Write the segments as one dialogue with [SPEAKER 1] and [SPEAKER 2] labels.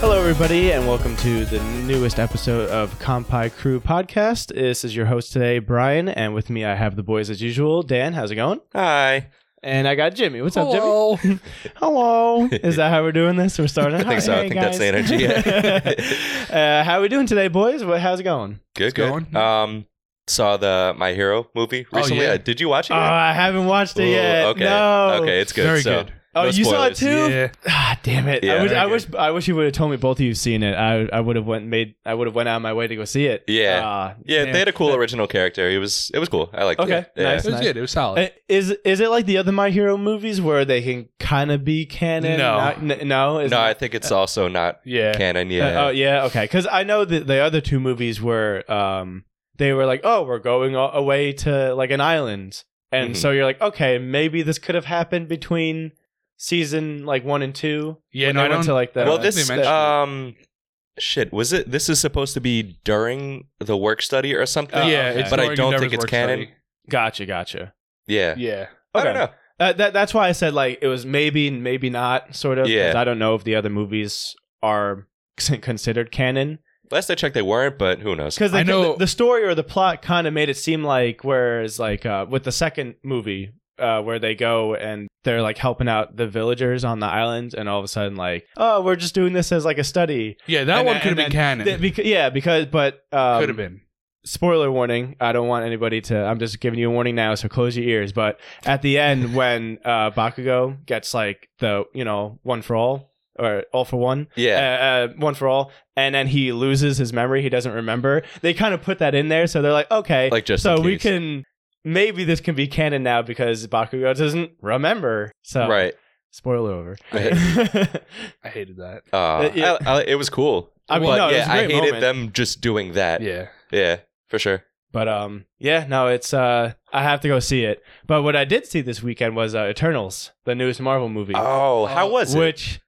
[SPEAKER 1] Hello, everybody, and welcome to the newest episode of Compi Crew Podcast. This is your host today, Brian, and with me I have the boys as usual. Dan, how's it going?
[SPEAKER 2] Hi.
[SPEAKER 1] And I got Jimmy. What's up, Jimmy? Hello. Is that how we're doing this? We're starting.
[SPEAKER 2] I think so. I think that's the energy.
[SPEAKER 1] uh, how are we doing today, boys? What, how's it going?
[SPEAKER 2] Good, good.
[SPEAKER 3] going.
[SPEAKER 2] Um, saw the My Hero movie
[SPEAKER 3] Oh,
[SPEAKER 2] recently.
[SPEAKER 3] yeah.
[SPEAKER 2] Uh, Did you watch it?
[SPEAKER 1] Oh, I haven't watched it
[SPEAKER 2] Ooh,
[SPEAKER 1] yet.
[SPEAKER 2] Okay.
[SPEAKER 1] No.
[SPEAKER 2] Okay, it's good.
[SPEAKER 3] Very
[SPEAKER 2] so,
[SPEAKER 3] good.
[SPEAKER 1] Oh,
[SPEAKER 2] no
[SPEAKER 1] you saw it
[SPEAKER 2] spoilers.
[SPEAKER 1] too?
[SPEAKER 3] Yeah.
[SPEAKER 1] Ah, damn it! I
[SPEAKER 2] Yeah,
[SPEAKER 1] wish,
[SPEAKER 2] very
[SPEAKER 1] I wish, I wish you would have told me both of you seen it. I, I would have went made. I would have went out of my way to go see it.
[SPEAKER 2] Yeah.
[SPEAKER 1] Ah,
[SPEAKER 2] Yeah,
[SPEAKER 1] damn.
[SPEAKER 2] they had a cool original character. It was it was cool. I liked
[SPEAKER 1] Okay,
[SPEAKER 2] it. Yeah.
[SPEAKER 1] nice.
[SPEAKER 3] It was good. It was solid.
[SPEAKER 2] Eh,
[SPEAKER 1] Uh, Is is it like the other My Hero movies where they can kind of be canon?
[SPEAKER 3] No.
[SPEAKER 1] Not- n- no, is
[SPEAKER 2] No, I
[SPEAKER 1] it-
[SPEAKER 2] think it's also not
[SPEAKER 3] yeah.
[SPEAKER 2] canon.
[SPEAKER 1] uh,
[SPEAKER 2] Yeah.
[SPEAKER 1] oh yeah, okay. Because I know that the other two movies were, um, they were like, oh, we're going a- away to like an island, and
[SPEAKER 2] Mhm.
[SPEAKER 1] so you're like, okay, maybe this could have happened between season like one and two.
[SPEAKER 3] Yeah,
[SPEAKER 1] when
[SPEAKER 3] no,
[SPEAKER 1] they
[SPEAKER 3] I
[SPEAKER 1] went
[SPEAKER 3] don't-
[SPEAKER 1] to like the
[SPEAKER 2] well,
[SPEAKER 3] I don't think
[SPEAKER 2] this
[SPEAKER 3] they mentioned it.
[SPEAKER 2] um, shit was it? This is supposed to be during the work study or something.
[SPEAKER 1] Uh,
[SPEAKER 3] yeah,
[SPEAKER 1] okay.
[SPEAKER 3] it's
[SPEAKER 2] But I
[SPEAKER 3] during
[SPEAKER 2] don't
[SPEAKER 3] Endeavor's
[SPEAKER 2] think it's
[SPEAKER 3] work
[SPEAKER 2] canon.
[SPEAKER 3] study.
[SPEAKER 1] gotcha, gotcha.
[SPEAKER 2] yeah.
[SPEAKER 3] Yeah.
[SPEAKER 2] I
[SPEAKER 1] Okay.
[SPEAKER 2] don't know.
[SPEAKER 1] Uh, that that's why I said like it was maybe and maybe not sort of. 'cause
[SPEAKER 2] Yeah.
[SPEAKER 1] I don't know if the other movies are considered canon.
[SPEAKER 2] Last I checked, they weren't, but who knows?
[SPEAKER 1] because
[SPEAKER 3] I know-
[SPEAKER 1] the, the story or the plot kind of made it seem like whereas like uh, with the second movie uh, where they go and they're like helping out the villagers on the island and all of a sudden like oh we're just doing this as like a study
[SPEAKER 3] Yeah, that
[SPEAKER 1] And
[SPEAKER 3] one
[SPEAKER 1] then-
[SPEAKER 3] could have been
[SPEAKER 1] and
[SPEAKER 3] canon.
[SPEAKER 1] Th- beca- yeah because but um,
[SPEAKER 3] could have been.
[SPEAKER 1] spoiler warning i don't want anybody to i'm just giving you a warning now so close your ears but at the end when uh, bakugo gets like the you know one for all or all for one
[SPEAKER 2] yeah.
[SPEAKER 1] uh, uh, one for all, and then he loses his memory. He doesn't remember. They kind of put that in there, so they're like, okay,
[SPEAKER 2] like just
[SPEAKER 1] so
[SPEAKER 2] in
[SPEAKER 1] we
[SPEAKER 2] case.
[SPEAKER 1] can maybe this can be canon now because Bakugo doesn't remember. So
[SPEAKER 2] right.
[SPEAKER 1] spoiler over.
[SPEAKER 2] Uh,
[SPEAKER 3] I hated that.
[SPEAKER 2] I-
[SPEAKER 1] yeah.
[SPEAKER 2] I- it was cool.
[SPEAKER 1] I mean,
[SPEAKER 2] but
[SPEAKER 1] no, it
[SPEAKER 2] yeah,
[SPEAKER 1] was a great
[SPEAKER 2] I hated
[SPEAKER 1] moment.
[SPEAKER 2] them just doing that.
[SPEAKER 3] Yeah.
[SPEAKER 2] Yeah, for sure.
[SPEAKER 1] but um, yeah, no, it's uh, I have to go see it. But what I did see this weekend was uh, Eternals, the newest Marvel movie,
[SPEAKER 2] Oh, how
[SPEAKER 3] Uh,
[SPEAKER 2] was it?
[SPEAKER 1] which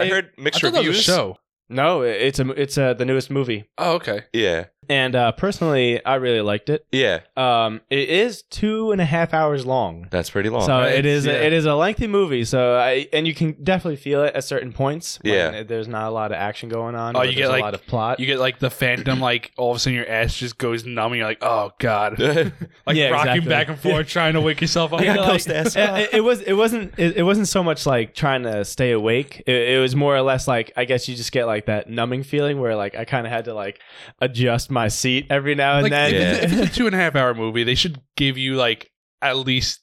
[SPEAKER 2] I
[SPEAKER 1] it-
[SPEAKER 2] heard mixed
[SPEAKER 3] I thought that was
[SPEAKER 2] reviews.
[SPEAKER 3] a show.
[SPEAKER 1] no, it's a it's uh, the newest movie,
[SPEAKER 3] Oh, okay.
[SPEAKER 2] Yeah,
[SPEAKER 1] and uh, personally, I really liked it.
[SPEAKER 2] yeah,
[SPEAKER 1] Um, it is two and a half hours long.
[SPEAKER 2] that's pretty long.
[SPEAKER 1] So
[SPEAKER 3] right?
[SPEAKER 1] it is
[SPEAKER 3] Yeah.
[SPEAKER 1] a, it is a lengthy movie. So I and you can definitely feel it at certain points. when
[SPEAKER 2] Yeah.
[SPEAKER 1] there's not a lot of action going on.
[SPEAKER 3] Oh,
[SPEAKER 1] or
[SPEAKER 3] you get,
[SPEAKER 1] there's
[SPEAKER 3] like-
[SPEAKER 1] a lot of plot.
[SPEAKER 3] You get like the phantom, like all of a sudden your ass just goes numb and you're like, oh, God. Like
[SPEAKER 1] Yeah,
[SPEAKER 3] rocking
[SPEAKER 1] exactly.
[SPEAKER 3] back and forth, trying to wake yourself up.
[SPEAKER 2] I got
[SPEAKER 1] like-
[SPEAKER 2] ghost ass.
[SPEAKER 1] it, it- it was it wasn't it, it wasn't so much like trying to stay awake. It, it was more or less like I guess you just get like that numbing feeling where like I kind of had to like adjust my seat every now and
[SPEAKER 3] Like,
[SPEAKER 1] then.
[SPEAKER 3] if, it's,
[SPEAKER 1] Yeah.
[SPEAKER 3] if it's a two and a half hour movie, they should give you like at least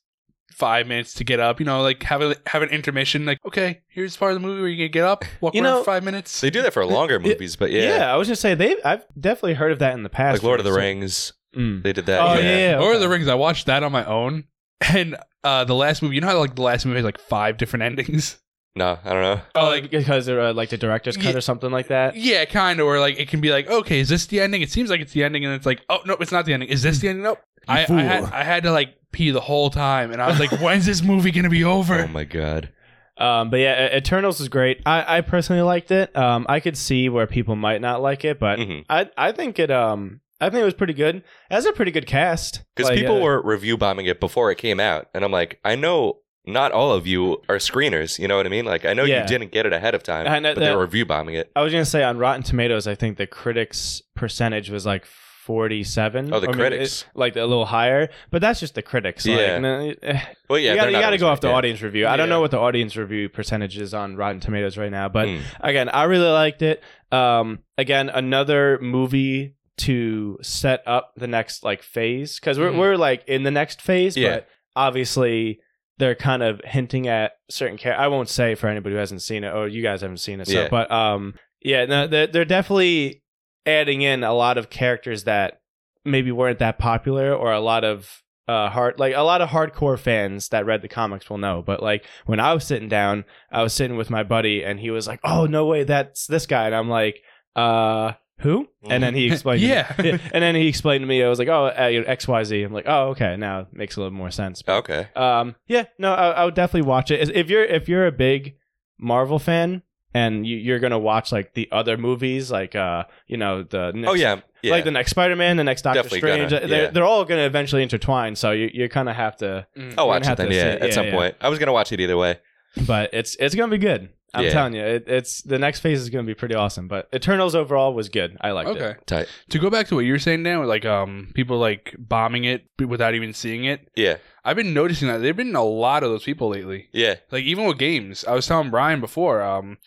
[SPEAKER 3] five minutes to get up. You know, like have a have an intermission. Like, okay, here's part of the movie where you can get up, walk
[SPEAKER 1] You
[SPEAKER 3] around
[SPEAKER 1] know-
[SPEAKER 3] for five minutes.
[SPEAKER 2] they do that for longer movies, but yeah,
[SPEAKER 1] I was just saying they I've definitely heard of that in the past.
[SPEAKER 2] like Lord of the
[SPEAKER 1] So-
[SPEAKER 2] Rings,
[SPEAKER 1] Mm.
[SPEAKER 2] they did that.
[SPEAKER 1] Oh yeah, yeah.
[SPEAKER 3] Lord of
[SPEAKER 1] okay.
[SPEAKER 3] the Rings. I watched that on my own, and uh the last movie. You know how like the last movie has like five different endings.
[SPEAKER 2] No, I don't know.
[SPEAKER 3] Oh,
[SPEAKER 1] Like, because they're uh, like the director's cut
[SPEAKER 3] Yeah.
[SPEAKER 1] or something like that.
[SPEAKER 3] yeah, kind of. Or like it can be like, okay, is this the ending? It seems like it's the ending, and it's like, oh no, it's not the ending. Is this the ending? Nope. I, I had I had to like pee the whole time, and I was like, when's this movie gonna be over?
[SPEAKER 2] Oh my god.
[SPEAKER 1] Um, but yeah, E- Eternals is great. I, I personally liked it. Um, I could see where people might not like it, but
[SPEAKER 2] Because
[SPEAKER 1] I I think it um I think it was pretty good. It has a pretty good cast Like,
[SPEAKER 2] people
[SPEAKER 1] uh,
[SPEAKER 2] were review bombing it before it came out, and I'm like, I know not all of you are screeners. You know what I mean? Like, I know
[SPEAKER 1] Yeah.
[SPEAKER 2] you didn't get it ahead of time,
[SPEAKER 1] I know
[SPEAKER 2] but they
[SPEAKER 1] that-
[SPEAKER 2] were review bombing it.
[SPEAKER 1] I was gonna say on Rotten Tomatoes, I think the critics percentage was like forty seven.
[SPEAKER 2] Oh, the critics.
[SPEAKER 1] like a little higher, but that's just the critics. Like,
[SPEAKER 2] Yeah.
[SPEAKER 1] n- eh,
[SPEAKER 2] Well, yeah,
[SPEAKER 1] you
[SPEAKER 2] they're
[SPEAKER 1] gotta, you
[SPEAKER 2] not
[SPEAKER 1] gotta
[SPEAKER 2] always
[SPEAKER 1] go
[SPEAKER 2] right,
[SPEAKER 1] off the
[SPEAKER 2] yeah.
[SPEAKER 1] audience review. I don't
[SPEAKER 3] Yeah.
[SPEAKER 1] know what the audience review percentage is on Rotten Tomatoes right now, but
[SPEAKER 2] Mm.
[SPEAKER 1] again, I really liked it. Um, again, another movie to set up the next like phase because we're
[SPEAKER 3] Mhm.
[SPEAKER 1] we're like in the next phase,
[SPEAKER 2] Mm-hmm. Yeah.
[SPEAKER 1] but obviously they're kind of hinting at certain care. I won't say for anybody who hasn't seen it. or you guys haven't seen it, so
[SPEAKER 2] Yeah. Mm-hmm.
[SPEAKER 1] but um, yeah, no, they're, they're definitely adding in a lot of characters that maybe weren't that popular or a lot of uh hard like a lot of hardcore fans that read the comics will know but like when i was sitting down i was sitting with my buddy and he was like oh no way that's this guy and i'm like uh who and then he
[SPEAKER 2] Mm-hmm.
[SPEAKER 1] explained to me-
[SPEAKER 3] yeah.
[SPEAKER 1] yeah. and then he explained to me i was like oh uh, you know, xyz i'm like oh okay now it makes a little more sense
[SPEAKER 2] Mm, Okay.
[SPEAKER 1] um yeah no I, I would definitely watch it if you're if you're a big marvel fan and you, you're gonna watch like the other movies like uh you know the next
[SPEAKER 2] Oh yeah, yeah.
[SPEAKER 1] like the next Spider-Man, the next Doctor
[SPEAKER 2] Definitely
[SPEAKER 1] Strange.
[SPEAKER 2] gonna,
[SPEAKER 1] they're,
[SPEAKER 2] yeah.
[SPEAKER 1] they're all going to eventually intertwine, so you, you kind of have to.
[SPEAKER 3] Mm.
[SPEAKER 2] I'll
[SPEAKER 1] We're gonna
[SPEAKER 2] watch it
[SPEAKER 1] have
[SPEAKER 2] then.
[SPEAKER 1] to
[SPEAKER 2] Yeah,
[SPEAKER 1] see it.
[SPEAKER 2] at
[SPEAKER 1] Yeah,
[SPEAKER 2] some
[SPEAKER 1] yeah.
[SPEAKER 2] point. I was gonna watch it either way.
[SPEAKER 1] but it's it's gonna be good. I'm
[SPEAKER 2] Yeah.
[SPEAKER 1] telling you, it, it's the next phase is gonna be pretty awesome. But Eternals overall was good. I liked
[SPEAKER 3] okay.
[SPEAKER 1] it.
[SPEAKER 2] Tight.
[SPEAKER 3] To go back to what you were saying now, like um, people like bombing it b- without even seeing it.
[SPEAKER 2] Yeah.
[SPEAKER 3] I've been noticing that there've been a lot of those people lately.
[SPEAKER 2] Yeah.
[SPEAKER 3] Like even with games, I was telling Brian before. Um,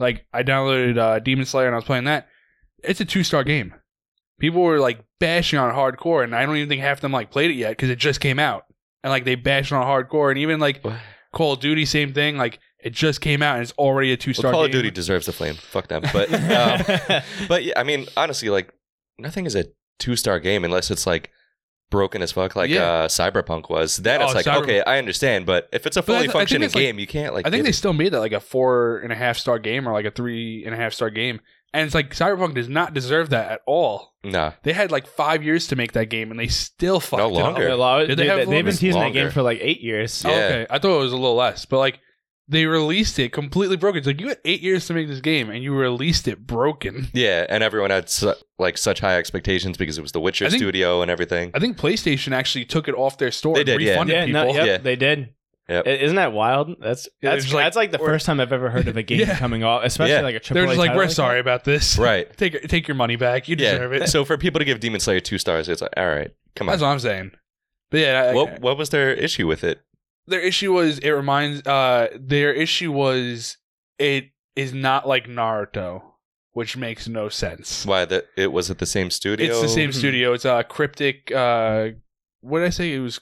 [SPEAKER 3] like I downloaded uh, Demon Slayer and I was playing that. It's a two star game. People were like bashing on hardcore, and I don't even think half of them like played it yet because it just came out. And like they bashed on hardcore, and even like
[SPEAKER 2] Well,
[SPEAKER 3] Call of Duty, same thing. Like it just came out and it's already a two star.
[SPEAKER 2] Call
[SPEAKER 3] game.
[SPEAKER 2] of Duty deserves the flame. Fuck them. But um, but yeah, I mean, honestly, like nothing is a two star game unless it's like broken as fuck, like
[SPEAKER 3] Yeah.
[SPEAKER 2] uh, Cyberpunk was. Then
[SPEAKER 3] Oh,
[SPEAKER 2] it's like
[SPEAKER 3] Cyber-
[SPEAKER 2] okay, I understand. But if it's a
[SPEAKER 3] I
[SPEAKER 2] fully
[SPEAKER 3] th- I think
[SPEAKER 2] functioning
[SPEAKER 3] it's, like-
[SPEAKER 2] game, you can't like.
[SPEAKER 3] I think
[SPEAKER 2] give
[SPEAKER 3] they
[SPEAKER 2] it-
[SPEAKER 3] still made that like a four and a half star game or like a three and a half star game, and it's like Cyberpunk does not deserve that at all.
[SPEAKER 2] nah.
[SPEAKER 3] They had like five years to make that game, and they still fucked it up.
[SPEAKER 2] longer.
[SPEAKER 3] Did they
[SPEAKER 1] they
[SPEAKER 3] have
[SPEAKER 1] have
[SPEAKER 3] longer?
[SPEAKER 1] been teasing that
[SPEAKER 2] Longer.
[SPEAKER 1] game for like eight years.
[SPEAKER 3] Oh,
[SPEAKER 2] Yeah.
[SPEAKER 3] okay, I thought it was a little less, but like they released it completely broken. It's like you had eight years to make this game, and you released it broken.
[SPEAKER 2] Yeah, and everyone had su- like such high expectations because it was the Witcher
[SPEAKER 3] I think-
[SPEAKER 2] studio and everything.
[SPEAKER 3] I think PlayStation actually took it off their store.
[SPEAKER 2] They
[SPEAKER 3] and
[SPEAKER 2] did, yeah.
[SPEAKER 3] refunded
[SPEAKER 1] Yeah, no,
[SPEAKER 3] people.
[SPEAKER 1] yep,
[SPEAKER 2] Yeah.
[SPEAKER 1] they did.
[SPEAKER 2] Yep.
[SPEAKER 1] I- Isn't that wild? That's
[SPEAKER 3] Yeah,
[SPEAKER 1] that's
[SPEAKER 3] there's
[SPEAKER 1] like,
[SPEAKER 3] like-
[SPEAKER 1] that's like the
[SPEAKER 3] or-
[SPEAKER 1] first time I've ever heard of a game
[SPEAKER 3] Yeah.
[SPEAKER 1] coming off, especially
[SPEAKER 2] Yeah.
[SPEAKER 1] like a triple.
[SPEAKER 3] They're just like, we're sorry about this.
[SPEAKER 2] Right.
[SPEAKER 3] Take take your money back. You
[SPEAKER 2] Yeah.
[SPEAKER 3] deserve it.
[SPEAKER 2] So for people to give Demon Slayer two stars, it's like all right, come on.
[SPEAKER 3] That's what I'm saying. But yeah, I-
[SPEAKER 2] What what was their issue with it?
[SPEAKER 3] their issue was it reminds uh their issue was it is not like Naruto, which makes no sense.
[SPEAKER 2] Why that it was it the same studio?
[SPEAKER 3] It's the same
[SPEAKER 1] Mhm.
[SPEAKER 3] studio. It's a uh, cryptic. uh What did I say? It was.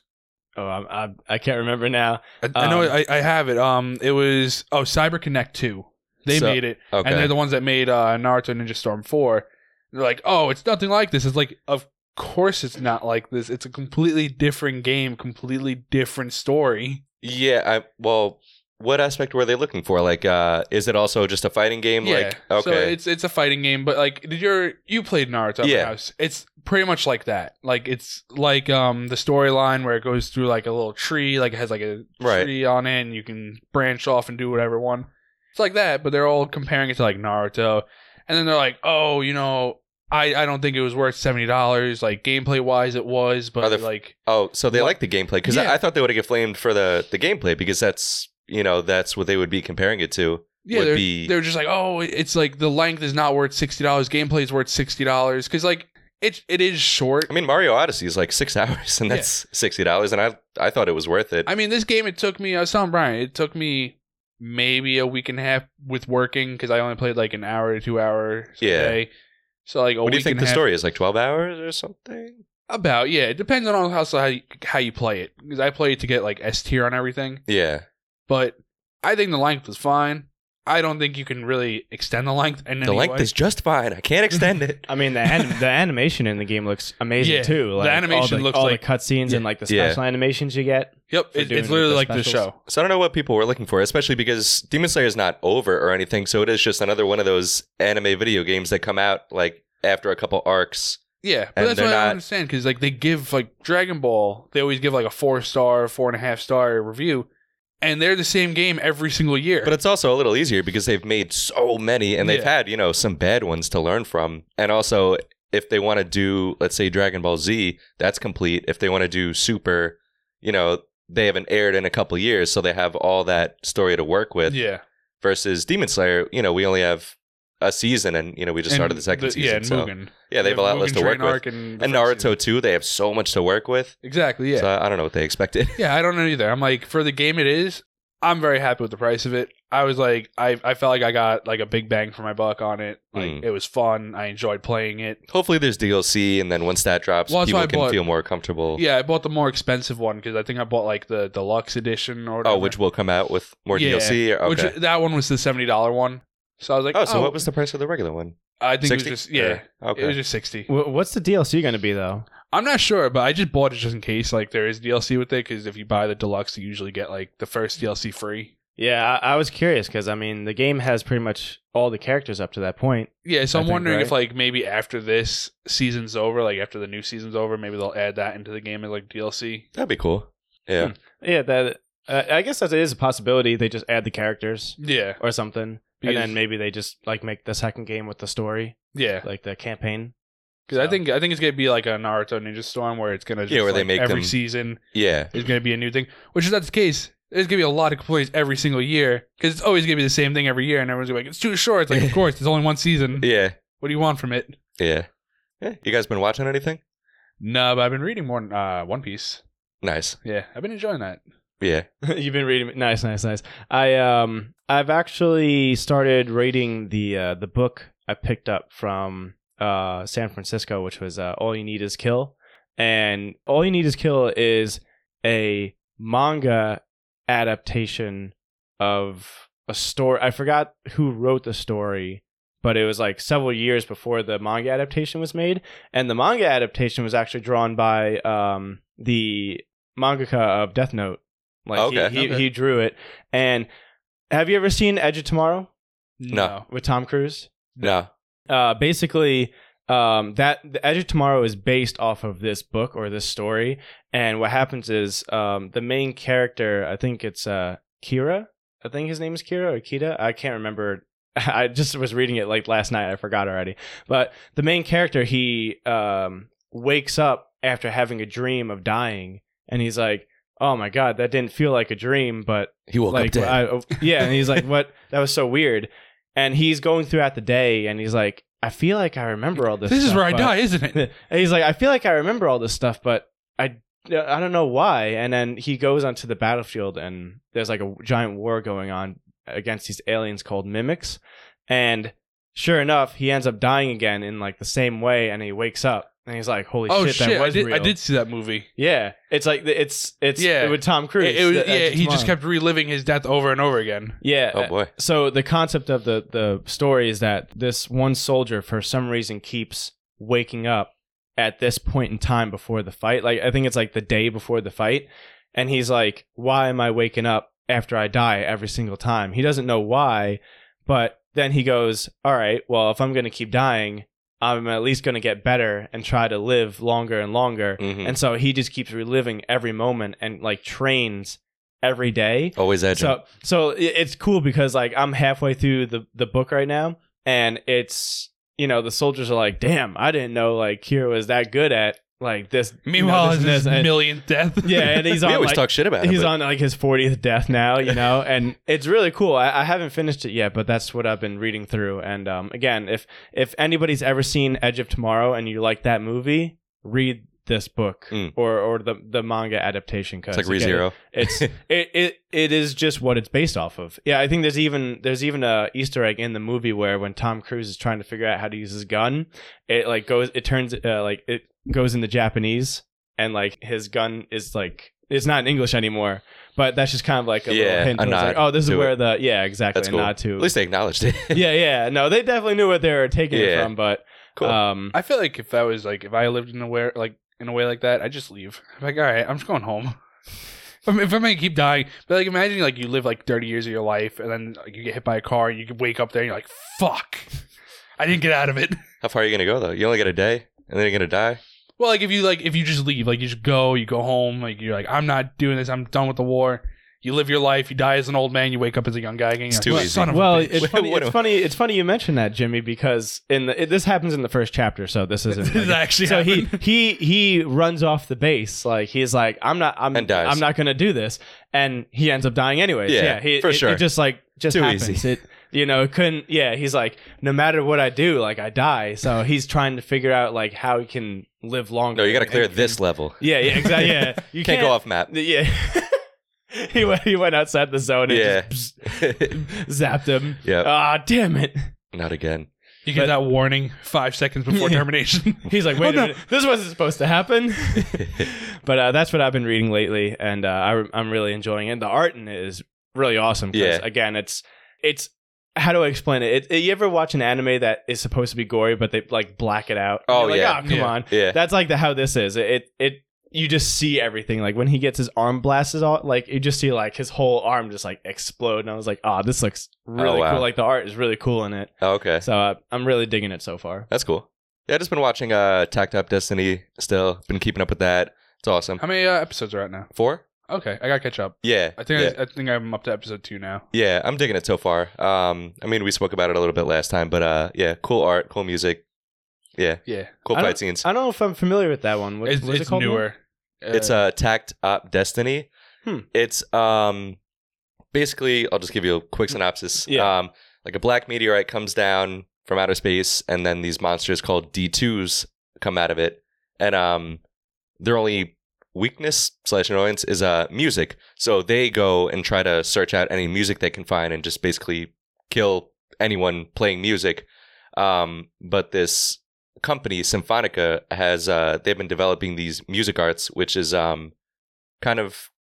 [SPEAKER 1] Oh, I'm, I'm, I can't remember now.
[SPEAKER 3] I, I know.
[SPEAKER 1] Um,
[SPEAKER 3] I, I have it. Um, it was. Oh, Cyber Connect Two. They
[SPEAKER 2] So-
[SPEAKER 3] made it,
[SPEAKER 2] Okay.
[SPEAKER 3] and they're the ones that made uh, Naruto Ninja Storm Four. They're like, oh, it's nothing like this. It's like, of course, it's not like this. It's a completely different game, completely different story.
[SPEAKER 2] Yeah, I well, what aspect were they looking for? Like, uh is it also just a fighting game? Like, okay,
[SPEAKER 3] So it's it's a fighting game, but like did your you played Naruto at my
[SPEAKER 2] Yeah.
[SPEAKER 3] house. It's pretty much like that. Like it's like um the storyline where it goes through like a little tree, like it has like a
[SPEAKER 2] Right.
[SPEAKER 3] tree on it and you can branch off and do whatever one. It's like that, but they're all comparing it to like Naruto. And then they're like, Oh, you know, I, I don't think it was worth seventy dollars, like gameplay wise it was,
[SPEAKER 2] Are
[SPEAKER 3] but
[SPEAKER 2] the f-
[SPEAKER 3] like
[SPEAKER 2] oh, so they
[SPEAKER 3] What-
[SPEAKER 2] like the gameplay because
[SPEAKER 3] Yeah.
[SPEAKER 2] I, I thought they would have get flamed for the the gameplay because that's you know that's what they would be comparing it to.
[SPEAKER 3] yeah,
[SPEAKER 2] would
[SPEAKER 3] they're,
[SPEAKER 2] be-
[SPEAKER 3] they're just like, oh, it's like the length is not worth sixty dollars. Gameplay is worth sixty dollars because like it it is short.
[SPEAKER 2] I mean, Mario Odyssey is like six hours, and
[SPEAKER 3] Yeah.
[SPEAKER 2] that's sixty dollars, and I I thought it was worth it.
[SPEAKER 3] I mean, this game it took me. I was telling Brian, it took me maybe a week and a half with working because I only played like an hour to two hours
[SPEAKER 2] Yeah.
[SPEAKER 3] a day. So like a
[SPEAKER 2] what
[SPEAKER 3] week
[SPEAKER 2] do you think
[SPEAKER 3] and
[SPEAKER 2] the
[SPEAKER 3] a half-
[SPEAKER 2] story is? Like twelve hours or something?
[SPEAKER 3] about yeah. It depends on how so how you, how you play it because I played to get like S tier on everything,
[SPEAKER 2] Yeah,
[SPEAKER 3] but I think the length was fine. I don't think you can really extend the length. And
[SPEAKER 2] the length is just fine. I can't extend it.
[SPEAKER 1] I mean, the anim- the animation in the game looks amazing
[SPEAKER 3] Yeah,
[SPEAKER 1] too.
[SPEAKER 3] the
[SPEAKER 1] Like, all
[SPEAKER 3] animation
[SPEAKER 1] the,
[SPEAKER 3] looks
[SPEAKER 1] all
[SPEAKER 3] like-
[SPEAKER 1] the cutscenes and like the
[SPEAKER 2] Yeah.
[SPEAKER 1] special animations you get.
[SPEAKER 3] yep.
[SPEAKER 1] for
[SPEAKER 3] it-
[SPEAKER 1] doing
[SPEAKER 3] it's literally
[SPEAKER 1] the
[SPEAKER 3] like the
[SPEAKER 1] specials.
[SPEAKER 3] show.
[SPEAKER 2] So I don't know what people were looking for, especially because Demon Slayer is not over or anything. So it is just another one of those anime video games that come out like after a couple arcs.
[SPEAKER 3] Yeah, but
[SPEAKER 2] And
[SPEAKER 3] that's
[SPEAKER 2] they're
[SPEAKER 3] what I
[SPEAKER 2] not-
[SPEAKER 3] don't understand because like they give like Dragon Ball, they always give like a four star, four and a half star review, and they're the same game every single year.
[SPEAKER 2] But it's also a little easier because they've made so many and they've
[SPEAKER 3] Yeah.
[SPEAKER 2] had, you know, some bad ones to learn from. And also, if they want to do, let's say, Dragon Ball Z, that's complete. If they want to do Super, you know, they haven't aired in a couple years. So they have all that story to work with
[SPEAKER 3] yeah,
[SPEAKER 2] versus Demon Slayer, you know, we only have a season and, you know, we just
[SPEAKER 3] And
[SPEAKER 2] started the second
[SPEAKER 3] the-
[SPEAKER 2] season.
[SPEAKER 3] Yeah, and
[SPEAKER 2] so,
[SPEAKER 3] Mugen.
[SPEAKER 2] yeah, they have a lot less
[SPEAKER 3] Mugen
[SPEAKER 2] to work
[SPEAKER 3] Train
[SPEAKER 2] with.
[SPEAKER 3] Arc and, the
[SPEAKER 2] And
[SPEAKER 3] first season.
[SPEAKER 2] Naruto too, they have so much to work with.
[SPEAKER 3] Exactly. Yeah.
[SPEAKER 2] So I I don't know what they expected.
[SPEAKER 3] yeah, I don't know either. I'm like, for the game it is, I'm very happy with the price of it. I was like, I, I felt like I got like a big bang for my buck on it. Like
[SPEAKER 2] Mm.
[SPEAKER 3] it was fun. I enjoyed playing it.
[SPEAKER 2] Hopefully there's DLC and then once that drops,
[SPEAKER 3] Well, that's
[SPEAKER 2] people
[SPEAKER 3] why I
[SPEAKER 2] can
[SPEAKER 3] bought-
[SPEAKER 2] feel more comfortable.
[SPEAKER 3] Yeah, I bought the more expensive one because I think I bought like the deluxe edition or
[SPEAKER 2] Oh,
[SPEAKER 3] whatever.
[SPEAKER 2] which will come out with more
[SPEAKER 3] Yeah,
[SPEAKER 2] DLC. Or, okay.
[SPEAKER 3] which that one was the seventy dollar one. So I was like,
[SPEAKER 2] oh, so what was the price of the regular one?
[SPEAKER 3] I think it
[SPEAKER 2] 60?
[SPEAKER 3] was just yeah,
[SPEAKER 2] Or- okay.
[SPEAKER 3] it was just sixty.
[SPEAKER 1] W- what's the DLC going to be though?
[SPEAKER 3] I'm not sure, but I just bought it just in case like there is DLC with it because if you buy the deluxe, you usually get like the first DLC free.
[SPEAKER 1] Yeah, I, I was curious because I mean, the game has pretty much all the characters up to that point.
[SPEAKER 3] Yeah, so
[SPEAKER 1] I
[SPEAKER 3] I'm
[SPEAKER 1] think,
[SPEAKER 3] wondering
[SPEAKER 1] right?
[SPEAKER 3] if like maybe after this season's over, like after the new season's over, maybe they'll add that into the game as like DLC.
[SPEAKER 2] That'd be cool. Yeah.
[SPEAKER 3] Hmm.
[SPEAKER 1] Yeah, that uh, I guess that is a possibility. They just add the characters
[SPEAKER 3] Yeah,
[SPEAKER 1] or something,
[SPEAKER 3] Because-
[SPEAKER 1] and then maybe they just like make the second game with the story,
[SPEAKER 3] yeah,
[SPEAKER 1] like the campaign.
[SPEAKER 3] because I think I think it's gonna be like a Naruto Ninja Storm where it's gonna just,
[SPEAKER 2] Yeah, where they
[SPEAKER 3] like,
[SPEAKER 2] make
[SPEAKER 3] every
[SPEAKER 2] them-
[SPEAKER 3] season
[SPEAKER 2] Yeah.
[SPEAKER 3] is gonna be a new thing. Which is not the case. There's gonna be a lot of complaints every single year because it's always gonna be the same thing every year, and everyone's gonna be like, "It's too short." It's like, of course, it's only one season.
[SPEAKER 2] Yeah.
[SPEAKER 3] What do you want from it?
[SPEAKER 2] Yeah. Yeah. You guys been watching anything?
[SPEAKER 3] No, but I've been reading more uh, One Piece.
[SPEAKER 2] Nice.
[SPEAKER 3] Yeah, I've been enjoying that.
[SPEAKER 2] Yeah.
[SPEAKER 1] You've been reading nice, nice, nice. I um I've actually started reading the uh, the book I picked up from uh San Francisco, which was uh, All You Need Is Kill, and All You Need Is Kill is a manga adaptation of a story. I forgot who wrote the story, but it was like several years before the manga adaptation was made, and the manga adaptation was actually drawn by um the mangaka of Death Note. Like
[SPEAKER 2] Okay.
[SPEAKER 1] he, he,
[SPEAKER 3] Okay.
[SPEAKER 1] he drew it. And have you ever seen Edge of Tomorrow
[SPEAKER 2] No.
[SPEAKER 1] with Tom Cruise?
[SPEAKER 2] No.
[SPEAKER 1] Uh, basically, um, that the Edge of Tomorrow is based off of this book or this story. And what happens is um, the main character, I think it's uh, Kira. I think his name is Kira or Kita. I can't remember. I just was reading it like last night. I forgot already. But the main character, he um, wakes up after having a dream of dying, and he's like, "Oh my god, that didn't feel like a dream, but
[SPEAKER 2] He woke
[SPEAKER 1] like I, oh, yeah and he's like what that was so weird and he's going throughout the day and he's like i feel like i remember all this
[SPEAKER 3] This, is
[SPEAKER 1] stuff,
[SPEAKER 3] where I
[SPEAKER 1] but-
[SPEAKER 3] die, isn't it?
[SPEAKER 1] and he's like i feel like i remember all this stuff but i i don't know why and then he goes onto the battlefield and there's like a giant war going on against these aliens called mimics and sure enough he ends up dying again in like the same way and he wakes up and he's like holy
[SPEAKER 3] oh
[SPEAKER 1] shit,
[SPEAKER 3] shit!
[SPEAKER 1] that
[SPEAKER 3] I
[SPEAKER 1] was
[SPEAKER 3] did.
[SPEAKER 1] real
[SPEAKER 3] I did see that movie.
[SPEAKER 1] yeah it's like it's it's
[SPEAKER 3] Yeah.
[SPEAKER 1] with tom cruise
[SPEAKER 3] It, it was,
[SPEAKER 1] the-
[SPEAKER 3] yeah,
[SPEAKER 1] Edge of
[SPEAKER 3] he just
[SPEAKER 1] Tomorrow.
[SPEAKER 3] kept reliving his death over and over again.
[SPEAKER 1] yeah
[SPEAKER 2] oh
[SPEAKER 3] uh,
[SPEAKER 2] boy.
[SPEAKER 1] so the concept of the the story is that this one soldier for some reason keeps waking up at this point in time before the fight like i think it's like the day before the fight and he's like why am i waking up after i die every single time he doesn't know why but then he goes all right well if i'm going to keep dying i'm at least going to get better and try to live longer and longer
[SPEAKER 2] Mhm.
[SPEAKER 1] and so he just keeps reliving every moment and like trains every day
[SPEAKER 2] Always edging.
[SPEAKER 1] so so i- it's cool because like I'm halfway through the the book right now, and it's you know the soldiers are like, damn, I didn't know like Kira was that good at like this. you know,
[SPEAKER 3] Meanwhile,
[SPEAKER 1] this and
[SPEAKER 3] his
[SPEAKER 1] this, and-
[SPEAKER 3] millionth death.
[SPEAKER 1] yeah, and he's
[SPEAKER 2] we
[SPEAKER 1] on
[SPEAKER 2] always
[SPEAKER 1] like,
[SPEAKER 2] talk shit about him.
[SPEAKER 1] he's
[SPEAKER 2] but-
[SPEAKER 1] on like his 40th death now, you know, and it's really cool. I, I haven't finished it yet, but that's what I've been reading through. And um, again, if if anybody's ever seen Edge of Tomorrow and you like that movie, read this book
[SPEAKER 2] Mm.
[SPEAKER 1] or or the the manga adaptation.
[SPEAKER 2] It's
[SPEAKER 1] Cause
[SPEAKER 2] like
[SPEAKER 1] again,
[SPEAKER 2] ReZero.
[SPEAKER 1] it's it, it it is just what it's based off of. Yeah, I think there's even there's even a Easter egg in the movie where when Tom Cruise is trying to figure out how to use his gun, it like goes it turns uh, like it goes into Japanese and like his gun is like it's not in English anymore. But that's just kind of like a
[SPEAKER 2] Yeah,
[SPEAKER 1] little hint.
[SPEAKER 2] a
[SPEAKER 1] It's like,
[SPEAKER 2] nod
[SPEAKER 1] oh, this is
[SPEAKER 2] to
[SPEAKER 1] where the yeah exactly
[SPEAKER 2] That's
[SPEAKER 1] a
[SPEAKER 2] cool.
[SPEAKER 1] nod to
[SPEAKER 2] At least they acknowledged it.
[SPEAKER 1] yeah yeah no they definitely knew what they were taking it
[SPEAKER 2] Yeah.
[SPEAKER 1] from but
[SPEAKER 2] cool.
[SPEAKER 1] um
[SPEAKER 3] I feel like if that was like if I lived in a where like in a way like that, I'd just leave. I'm like, all right, I'm just going home. If I'm, if I'm gonna keep dying, but like imagine like you live like 30 years of your life, and then like, you get hit by a car, and you could wake up there, and you're like, fuck, I didn't get out of it.
[SPEAKER 2] How far are you gonna go though? You only got a day, and then you're gonna die.
[SPEAKER 3] Well, like if you like if you just leave, like you just go, you go home, like you're like, I'm not doing this. I'm done with the war. You live your life. You die as an old man. You wake up as a young guy again.
[SPEAKER 2] It's
[SPEAKER 3] you're
[SPEAKER 2] too
[SPEAKER 3] like,
[SPEAKER 2] easy.
[SPEAKER 3] Son of
[SPEAKER 1] well,
[SPEAKER 3] a bitch.
[SPEAKER 1] it's funny,
[SPEAKER 2] What
[SPEAKER 1] it's
[SPEAKER 2] a-
[SPEAKER 1] funny. It's funny you mentioned that, Jimmy, because in the, it, this happens in the first chapter, so this isn't.
[SPEAKER 3] this
[SPEAKER 1] like
[SPEAKER 3] is
[SPEAKER 1] a-
[SPEAKER 3] actually
[SPEAKER 1] so he
[SPEAKER 3] happened.
[SPEAKER 1] he he runs off the base like he's like i'm not i'm
[SPEAKER 2] And dies.
[SPEAKER 1] i'm not gonna do this and he ends up dying anyways yeah,
[SPEAKER 2] Yeah,
[SPEAKER 1] he,
[SPEAKER 2] for
[SPEAKER 1] it-
[SPEAKER 2] sure.
[SPEAKER 1] it just like just
[SPEAKER 2] Too
[SPEAKER 1] happens
[SPEAKER 2] easy.
[SPEAKER 1] it you know it couldn't yeah he's like no matter what i do like i die so he's trying to figure out like how he can live longer
[SPEAKER 2] No, you gotta
[SPEAKER 1] And-
[SPEAKER 2] clear this level.
[SPEAKER 1] yeah yeah exactly yeah you
[SPEAKER 2] You can't, go off map.
[SPEAKER 1] yeah he went he went outside the zone and
[SPEAKER 2] Yeah.
[SPEAKER 1] just zapped him
[SPEAKER 2] yeah.
[SPEAKER 1] ah damn it
[SPEAKER 2] Not again.
[SPEAKER 3] you get
[SPEAKER 1] but-
[SPEAKER 3] that warning five seconds before termination.
[SPEAKER 1] He's like, wait
[SPEAKER 3] Oh,
[SPEAKER 1] a
[SPEAKER 3] no.
[SPEAKER 1] minute, this wasn't supposed to happen. but uh, that's what I've been reading lately, and uh, I, I'm really enjoying it. The art in it is really awesome. 'cause,
[SPEAKER 2] Yeah.
[SPEAKER 1] Again, it's it's how do I explain it? It, You ever watch an anime that is supposed to be gory, but they like black it out?
[SPEAKER 2] Oh,
[SPEAKER 1] You're like,
[SPEAKER 2] yeah.
[SPEAKER 1] "Ah, come
[SPEAKER 3] Yeah.
[SPEAKER 1] on.
[SPEAKER 2] Yeah.
[SPEAKER 1] That's like the how this is. It, it you just see everything. Like when he gets his arm blasted off, like you just see like his whole arm just like explode. And I was like, oh, this looks really
[SPEAKER 2] wow.
[SPEAKER 1] cool. Like the art is really cool in it.
[SPEAKER 2] Oh, okay.
[SPEAKER 1] So uh, I'm really digging it so far.
[SPEAKER 2] That's cool. Yeah, I just been watching uh Tacked Up Destiny still. Been keeping up with that. It's awesome.
[SPEAKER 1] Um,
[SPEAKER 3] How many uh, episodes are out now?
[SPEAKER 2] Four?
[SPEAKER 3] Okay, I gotta catch up.
[SPEAKER 2] Yeah.
[SPEAKER 3] I think
[SPEAKER 2] yeah.
[SPEAKER 3] I, I think I'm up to episode two now.
[SPEAKER 2] Yeah, I'm digging it so far. Um, I mean, we spoke about it a little bit last time, but uh, yeah, cool art, cool music, yeah,
[SPEAKER 3] Yeah,
[SPEAKER 2] cool
[SPEAKER 1] I don't-
[SPEAKER 2] fight scenes.
[SPEAKER 1] I don't know if I'm familiar with that one. What,
[SPEAKER 3] it's,
[SPEAKER 1] what is it
[SPEAKER 2] uh,
[SPEAKER 3] it's
[SPEAKER 1] called? again?
[SPEAKER 3] newer. Uh,
[SPEAKER 2] it's uh, tact up destiny.
[SPEAKER 1] Uh, Hmm.
[SPEAKER 2] It's um, basically, I'll just give you a quick synopsis.
[SPEAKER 1] Mm, Yeah.
[SPEAKER 2] Um, like a black meteorite comes down from outer space, and then these monsters called D2s come out of it. And um, their only weakness slash annoyance is uh, music. So they go and try to search out any music they can find and just basically kill anyone playing music. Um, but this company, Symphonica, has uh, they've been developing these music arts, which is um, kind of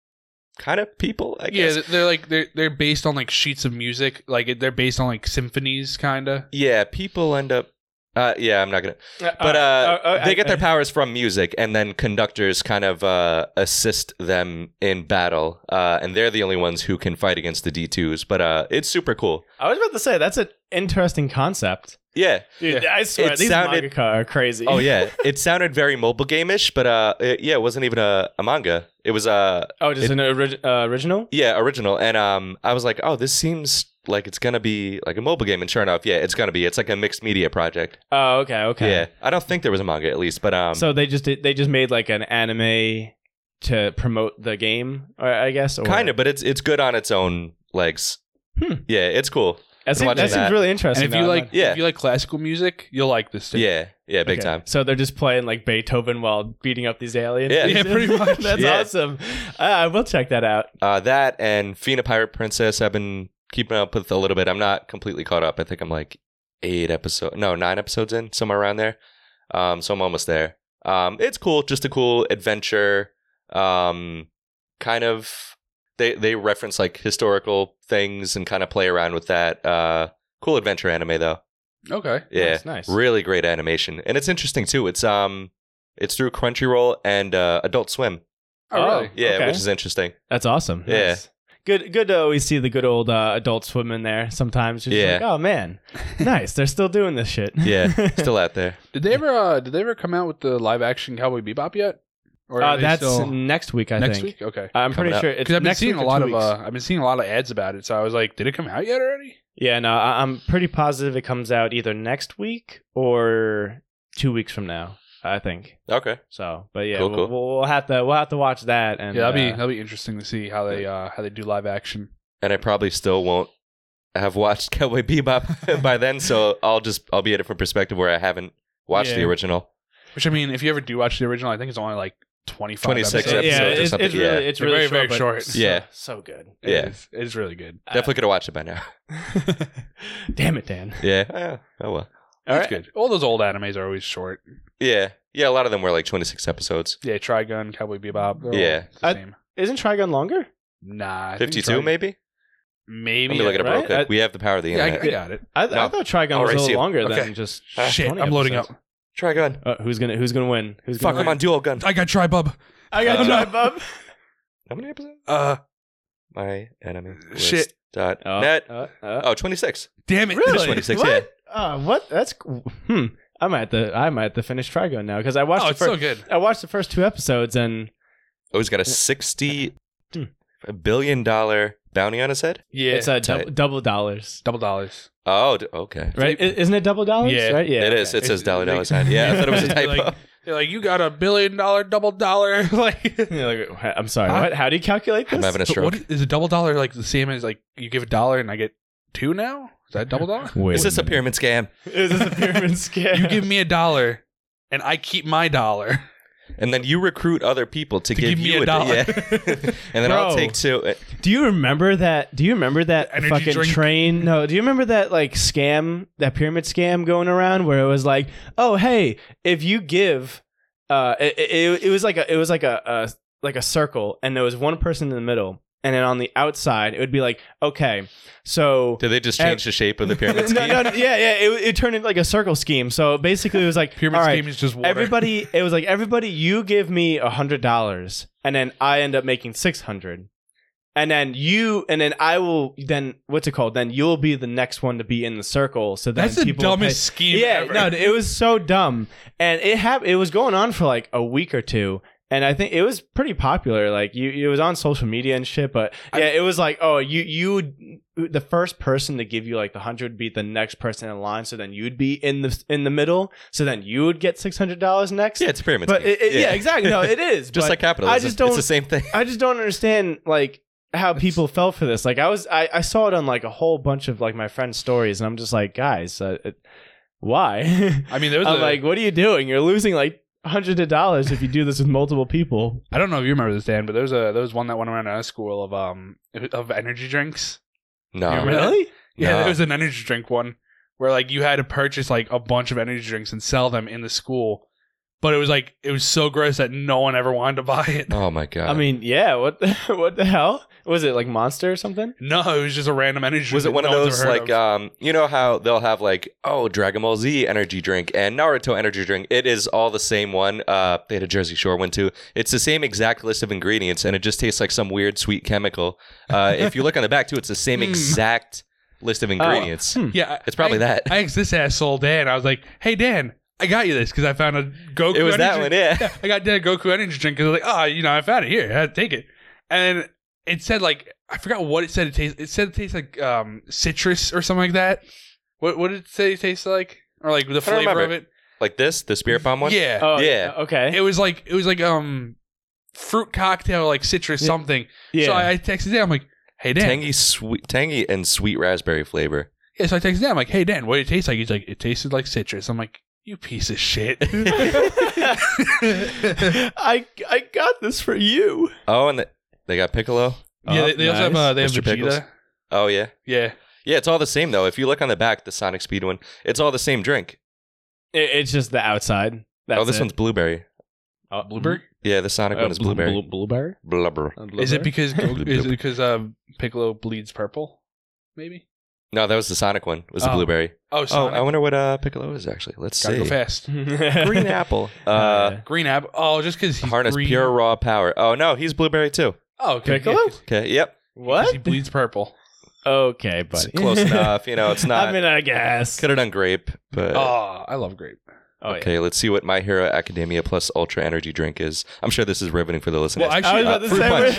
[SPEAKER 2] kind of people, I guess.
[SPEAKER 3] Yeah, they're like they're they're based on like sheets of music. Like it- they're based on like symphonies, kind of.
[SPEAKER 2] Yeah, people end up. Uh, yeah, I'm not gonna. But uh, they get their powers from music, and then conductors kind of uh, assist them in battle, uh, and they're the only ones who can fight against the D2s. But uh, it's super cool.
[SPEAKER 1] I was about to say that's an interesting concept.
[SPEAKER 2] Yeah.
[SPEAKER 1] Dude, I swear
[SPEAKER 2] It
[SPEAKER 1] these
[SPEAKER 2] sounded-
[SPEAKER 1] mangaka are crazy.
[SPEAKER 2] Oh yeah. it sounded very mobile gameish, but uh, it, yeah, it wasn't even a, a manga. It was uh,
[SPEAKER 1] Oh, just
[SPEAKER 2] It-
[SPEAKER 1] an ori- uh, original.
[SPEAKER 2] yeah, original. And um, I was like, oh, this seems like it's gonna be like a mobile game. And sure enough, yeah, it's gonna be. It's like a mixed media project.
[SPEAKER 1] Oh, okay, okay.
[SPEAKER 2] Yeah. I don't think there was a manga at least, but um,
[SPEAKER 1] so they just did, they just made like an anime to promote the game, or, I guess. Or,
[SPEAKER 2] kind of, but it's it's good on its own legs.
[SPEAKER 1] Hmm.
[SPEAKER 2] Yeah, it's cool.
[SPEAKER 1] That, seems,
[SPEAKER 2] watching
[SPEAKER 1] that seems
[SPEAKER 2] that.
[SPEAKER 1] really
[SPEAKER 3] And
[SPEAKER 1] interesting.
[SPEAKER 3] if you
[SPEAKER 1] though.
[SPEAKER 3] like,
[SPEAKER 2] Yeah.
[SPEAKER 3] if you like classical music, you'll like this. Too.
[SPEAKER 2] Yeah, yeah, big
[SPEAKER 1] Okay.
[SPEAKER 2] time.
[SPEAKER 1] So they're just playing like Beethoven while beating up these aliens.
[SPEAKER 2] Yeah.
[SPEAKER 3] Yeah, pretty much.
[SPEAKER 1] That's
[SPEAKER 2] Yeah.
[SPEAKER 1] awesome. Uh, I will check that out.
[SPEAKER 2] Uh, that and Fina Pirate Princess, I've been keeping up with a little bit. I'm not completely caught up. I think I'm like eight episodes, no, nine episodes in, somewhere around there. Um, so I'm almost there. Um, it's cool, just a cool adventure. Um, kind of they they reference like historical things and kind of play around with that. Uh, cool adventure anime though.
[SPEAKER 3] Okay.
[SPEAKER 2] Yeah,
[SPEAKER 1] Nice, nice.
[SPEAKER 2] really great animation, and it's interesting too. It's um, it's through Crunchyroll and uh, Adult Swim.
[SPEAKER 3] Oh,
[SPEAKER 1] Oh.
[SPEAKER 3] really?
[SPEAKER 2] Yeah,
[SPEAKER 1] Okay.
[SPEAKER 2] which is interesting.
[SPEAKER 1] That's awesome.
[SPEAKER 2] Yeah.
[SPEAKER 1] Nice. Good, good to always see the good old uh, adult swim in there. Sometimes you're just
[SPEAKER 2] Yeah.
[SPEAKER 1] like, oh man, nice. They're still doing this shit. Uh,
[SPEAKER 2] Yeah, Still out there.
[SPEAKER 3] Did they ever? Uh, did they ever come out with the live action Cowboy Bebop yet? Or are
[SPEAKER 1] uh,
[SPEAKER 3] they
[SPEAKER 1] that's
[SPEAKER 3] still-
[SPEAKER 1] next week. I
[SPEAKER 3] next
[SPEAKER 1] think.
[SPEAKER 3] week. Okay.
[SPEAKER 1] I'm pretty
[SPEAKER 2] Coming up.
[SPEAKER 1] sure it's
[SPEAKER 3] Because I've been
[SPEAKER 1] next
[SPEAKER 3] seeing
[SPEAKER 1] week
[SPEAKER 3] a
[SPEAKER 1] or
[SPEAKER 3] lot
[SPEAKER 1] two
[SPEAKER 3] of
[SPEAKER 1] weeks.
[SPEAKER 3] uh, I've been seeing a lot of ads about it, so I was like, did it come out yet already?
[SPEAKER 1] Yeah, no, I- I'm pretty positive it comes out either next week or two weeks from now. I think
[SPEAKER 2] Okay.
[SPEAKER 1] so. But yeah,
[SPEAKER 2] Cool,
[SPEAKER 1] we'll,
[SPEAKER 2] cool.
[SPEAKER 1] we'll have to we'll have to watch that. And
[SPEAKER 3] yeah, that'll be
[SPEAKER 1] uh,
[SPEAKER 3] that'll be interesting to see how they uh, how they do live action.
[SPEAKER 2] And I probably still won't have watched Cowboy Bebop by then, so I'll just I'll be at a different perspective where I haven't watched the
[SPEAKER 3] Yeah.
[SPEAKER 2] original.
[SPEAKER 3] Which I mean, if you ever do watch the original, I think it's only like twenty five
[SPEAKER 2] 26
[SPEAKER 3] episodes.
[SPEAKER 1] yeah,
[SPEAKER 2] episodes or
[SPEAKER 1] it's,
[SPEAKER 2] something,
[SPEAKER 1] it's really
[SPEAKER 2] yeah.
[SPEAKER 1] it's
[SPEAKER 3] They're
[SPEAKER 1] really
[SPEAKER 3] very, very
[SPEAKER 1] but
[SPEAKER 3] short.
[SPEAKER 1] So,
[SPEAKER 2] Yeah.
[SPEAKER 1] so good.
[SPEAKER 3] It
[SPEAKER 2] Yeah.
[SPEAKER 3] is- it is really good.
[SPEAKER 2] Definitely could have watched it by now.
[SPEAKER 1] Damn it, Dan.
[SPEAKER 2] Yeah. eh, Oh well.
[SPEAKER 1] All
[SPEAKER 3] It's good. All those old animes are always short.
[SPEAKER 2] Yeah. Yeah. A lot of them were like 26 episodes.
[SPEAKER 3] Yeah, Trigun, Cowboy Bebop. they're all
[SPEAKER 2] Yeah.
[SPEAKER 3] the
[SPEAKER 1] I-
[SPEAKER 3] same.
[SPEAKER 1] Isn't Trigun longer?
[SPEAKER 3] Nah, I think
[SPEAKER 2] 52
[SPEAKER 3] Trigun-
[SPEAKER 2] maybe. Let
[SPEAKER 3] maybe.
[SPEAKER 2] me look it up
[SPEAKER 1] right?
[SPEAKER 2] real quick.
[SPEAKER 1] I-
[SPEAKER 2] we have the power of the
[SPEAKER 3] Yeah, I,
[SPEAKER 2] internet.
[SPEAKER 3] I got it.
[SPEAKER 1] I, I
[SPEAKER 2] No.
[SPEAKER 1] thought Trigun was a
[SPEAKER 2] Already
[SPEAKER 1] little
[SPEAKER 2] see it.
[SPEAKER 1] longer
[SPEAKER 3] Okay.
[SPEAKER 1] than just.
[SPEAKER 2] Ah,
[SPEAKER 1] 20
[SPEAKER 3] Shit, I'm loading
[SPEAKER 1] episodes.
[SPEAKER 3] up.
[SPEAKER 2] Try gun.
[SPEAKER 1] Uh, who's gonna Who's gonna win? Who's
[SPEAKER 2] Fuck,
[SPEAKER 1] gonna
[SPEAKER 2] I'm
[SPEAKER 1] win?
[SPEAKER 2] on dual gun.
[SPEAKER 3] I got Tribub.
[SPEAKER 1] I
[SPEAKER 2] got
[SPEAKER 1] got
[SPEAKER 2] Uh,
[SPEAKER 1] Tribe
[SPEAKER 2] Tribe
[SPEAKER 1] Bub.
[SPEAKER 2] How many episodes?
[SPEAKER 3] Uh,
[SPEAKER 2] My enemy.
[SPEAKER 3] Shit.
[SPEAKER 2] List Dot net.
[SPEAKER 1] Uh, uh,
[SPEAKER 2] Oh, 26.
[SPEAKER 3] damn it.
[SPEAKER 1] Really?
[SPEAKER 2] Just 26,
[SPEAKER 1] What?
[SPEAKER 2] yeah.
[SPEAKER 1] Uh, what? That's hmm. I might have to I might have to finish Trigon now because I watched
[SPEAKER 3] Oh,
[SPEAKER 1] the
[SPEAKER 3] it's
[SPEAKER 1] first,
[SPEAKER 3] so good.
[SPEAKER 1] I watched the first two episodes and
[SPEAKER 2] Oh, he's got a sixty
[SPEAKER 3] Hmm.
[SPEAKER 2] billion dollar bounty on his head.
[SPEAKER 3] Yeah,
[SPEAKER 1] it's a dou-
[SPEAKER 2] tight.
[SPEAKER 1] double dollars,
[SPEAKER 3] double dollars.
[SPEAKER 2] Oh, d- okay.
[SPEAKER 1] right? I- Isn't it double dollars?
[SPEAKER 3] Yeah.
[SPEAKER 1] right? yeah.
[SPEAKER 2] it is. It
[SPEAKER 3] okay.
[SPEAKER 2] says dollar
[SPEAKER 3] It's-
[SPEAKER 2] dollar sign. Yeah, I thought it was a
[SPEAKER 3] Like-
[SPEAKER 2] typo.
[SPEAKER 3] They're like, you got a billion dollar double dollar. like,
[SPEAKER 1] You're like, "Wha- I'm sorry.
[SPEAKER 3] Huh?
[SPEAKER 1] What? How do you calculate
[SPEAKER 2] I'm
[SPEAKER 1] this?
[SPEAKER 2] having a
[SPEAKER 3] so
[SPEAKER 2] stroke.
[SPEAKER 3] what is, is a double dollar like the same as like you give a dollar and I get two now? Is that double dollar?
[SPEAKER 1] Wait,
[SPEAKER 2] Is this a pyramid scam?
[SPEAKER 1] Is this a pyramid scam?
[SPEAKER 3] you give me a dollar and I keep my dollar
[SPEAKER 2] And then you recruit other people to,
[SPEAKER 3] to give, me
[SPEAKER 2] you
[SPEAKER 3] a dollar.
[SPEAKER 2] Yeah. and then I'll
[SPEAKER 1] Bro.
[SPEAKER 2] take two. Uh,
[SPEAKER 1] Do you remember that? Do you remember that
[SPEAKER 3] Energy
[SPEAKER 1] fucking
[SPEAKER 3] drink.
[SPEAKER 1] train? No. Do you remember that like scam, that pyramid scam going around where it was like, oh hey, if you give, uh, it, it, it was like a it was like a, a like a circle, and there was one person in the middle, and then on the outside it would be like, okay, so.
[SPEAKER 2] Did they just change the shape of the pyramid scheme?
[SPEAKER 1] No, no, no, yeah, yeah. It, it turned into like a circle scheme. So basically, it was like
[SPEAKER 3] Pyramid
[SPEAKER 1] all right,
[SPEAKER 3] scheme is just water.
[SPEAKER 1] everybody it was like everybody you give me a hundred dollars and then i end up making six hundred and then you and then i will then what's it called then you'll be the next one to be in the circle so then
[SPEAKER 3] That's the
[SPEAKER 1] people will
[SPEAKER 3] dumbest
[SPEAKER 1] pay-
[SPEAKER 3] scheme
[SPEAKER 1] yeah
[SPEAKER 3] ever.
[SPEAKER 1] no it was so dumb and it hap- it was going on for like a week or two and I think it was pretty popular. Like you, it was on social media and shit. But
[SPEAKER 3] I-
[SPEAKER 1] yeah, it was like, oh, you, you, would, the first person to give you like the hundred would be the next person in line. So then you'd be in the in the middle. So then you would get six hundred dollars next.
[SPEAKER 2] Yeah, it's a pyramid
[SPEAKER 1] but
[SPEAKER 2] scheme.
[SPEAKER 1] it, it- yeah. exactly. No, it is
[SPEAKER 2] just
[SPEAKER 1] but
[SPEAKER 2] like capitalism.
[SPEAKER 1] I just
[SPEAKER 2] It's
[SPEAKER 1] don't-
[SPEAKER 2] the same thing.
[SPEAKER 1] I just don't understand. Like how
[SPEAKER 3] That's-
[SPEAKER 1] people felt for this. Like I was, I, I saw it on like a whole bunch of like my friends' stories, and I'm just like, guys, uh, it, why?
[SPEAKER 3] I mean, there was
[SPEAKER 1] I'm
[SPEAKER 3] a-
[SPEAKER 1] like, what are you doing? You're losing like hundreds of dollars if you do this with multiple people.
[SPEAKER 3] I don't know if you remember this, Dan, but there was a there was one that went around at our school of um of energy drinks. You
[SPEAKER 2] No.
[SPEAKER 3] remember that?
[SPEAKER 1] Really?
[SPEAKER 3] Yeah,
[SPEAKER 2] No.
[SPEAKER 3] there was an energy drink one where like you had to purchase like a bunch of energy drinks and sell them in the school. But it was like it was so gross that no one ever wanted to buy it.
[SPEAKER 2] Oh my god.
[SPEAKER 1] I mean, yeah. What the what the hell was it like? Monster or something?
[SPEAKER 3] No, it was just a random energy drink.
[SPEAKER 2] was it
[SPEAKER 3] that
[SPEAKER 2] one of
[SPEAKER 3] no one's
[SPEAKER 2] those
[SPEAKER 3] ever heard
[SPEAKER 2] like
[SPEAKER 3] of.
[SPEAKER 2] um you know how they'll have like oh Dragon Ball Z energy drink and Naruto energy drink it is all the same one uh they had a Jersey Shore one too it's the same exact list of ingredients and it just tastes like some weird sweet chemical uh if you look on the back too it's the same
[SPEAKER 3] Hmm.
[SPEAKER 2] exact list of ingredients
[SPEAKER 1] hmm.
[SPEAKER 3] Yeah, I-
[SPEAKER 2] it's probably
[SPEAKER 3] I,
[SPEAKER 2] that
[SPEAKER 3] I asked this asshole Dan. I was like, "Hey Dan, I got you this because I found a Goku."
[SPEAKER 2] it was that
[SPEAKER 3] energy-
[SPEAKER 2] one yeah
[SPEAKER 3] Yeah, I got Dan a Goku energy drink because I was like, "Ah, you know, I found it here. I had to take it." And it said like I forgot what it said. It tastes. It said it tastes like um citrus or something like that. What what did it say it tastes like? Or like the flavor
[SPEAKER 2] remember.
[SPEAKER 3] of it?
[SPEAKER 2] like this the spirit bomb one
[SPEAKER 3] Yeah,
[SPEAKER 1] Oh
[SPEAKER 2] Uh, Yeah.
[SPEAKER 1] Okay.
[SPEAKER 3] it was like it was like um fruit cocktail like citrus
[SPEAKER 1] Yeah.
[SPEAKER 3] something.
[SPEAKER 1] yeah.
[SPEAKER 3] So I, I texted Dan. I'm like, "Hey Dan,
[SPEAKER 2] tangy sweet tangy and sweet raspberry flavor
[SPEAKER 3] Yeah, so I texted Dan. I'm like, hey, Dan, what did it taste like? He's like, it tasted like citrus. I'm like, you piece of shit. yeah,
[SPEAKER 1] I I got this for you.
[SPEAKER 2] oh and the, they got Piccolo
[SPEAKER 3] they, they also have, uh, they have
[SPEAKER 2] Mr.
[SPEAKER 3] Vegeta.
[SPEAKER 2] Pickles. oh yeah
[SPEAKER 3] Yeah.
[SPEAKER 2] yeah it's all the same though if you look on the back the Sonic Speed one it's all the same drink
[SPEAKER 1] It- it's just the outside. That's
[SPEAKER 2] oh this
[SPEAKER 1] it.
[SPEAKER 2] one's blueberry
[SPEAKER 1] Oh,
[SPEAKER 2] Yeah, the Sonic
[SPEAKER 1] Uh,
[SPEAKER 2] one is
[SPEAKER 1] blu-
[SPEAKER 2] blueberry.
[SPEAKER 1] blu- blueberry?
[SPEAKER 2] Blubber.
[SPEAKER 1] Uh,
[SPEAKER 3] Is
[SPEAKER 1] blueberry?
[SPEAKER 3] it because Go- is it because uh, Piccolo bleeds purple? Maybe.
[SPEAKER 2] No, that was the Sonic one. Was the
[SPEAKER 3] Oh.
[SPEAKER 2] blueberry?
[SPEAKER 3] Oh,
[SPEAKER 2] Oh,
[SPEAKER 3] Sonic.
[SPEAKER 2] I wonder what uh, Piccolo is actually. Let's
[SPEAKER 3] Gotta go
[SPEAKER 2] see.
[SPEAKER 3] fast.
[SPEAKER 2] Green apple. Uh,
[SPEAKER 3] Green apple. Oh, just because he's
[SPEAKER 2] harness
[SPEAKER 3] green.
[SPEAKER 2] pure raw power. Oh no, he's blueberry too.
[SPEAKER 3] Oh, okay.
[SPEAKER 1] Piccolo?
[SPEAKER 3] Yeah, 'cause- 'cause
[SPEAKER 2] Okay, yep,
[SPEAKER 1] what?
[SPEAKER 3] He bleeds purple.
[SPEAKER 1] okay,
[SPEAKER 2] it's
[SPEAKER 1] buddy.
[SPEAKER 2] close enough. You know, it's not.
[SPEAKER 1] I mean, I guess.
[SPEAKER 2] Could have done grape, but
[SPEAKER 3] oh, I love grape.
[SPEAKER 1] Oh, yeah.
[SPEAKER 2] okay. Let's see what My Hero Academia plus Ultra Energy drink is. I'm sure this is riveting for the listeners.
[SPEAKER 3] Well, actually,
[SPEAKER 1] I was about
[SPEAKER 2] Uh,
[SPEAKER 1] to
[SPEAKER 2] fruit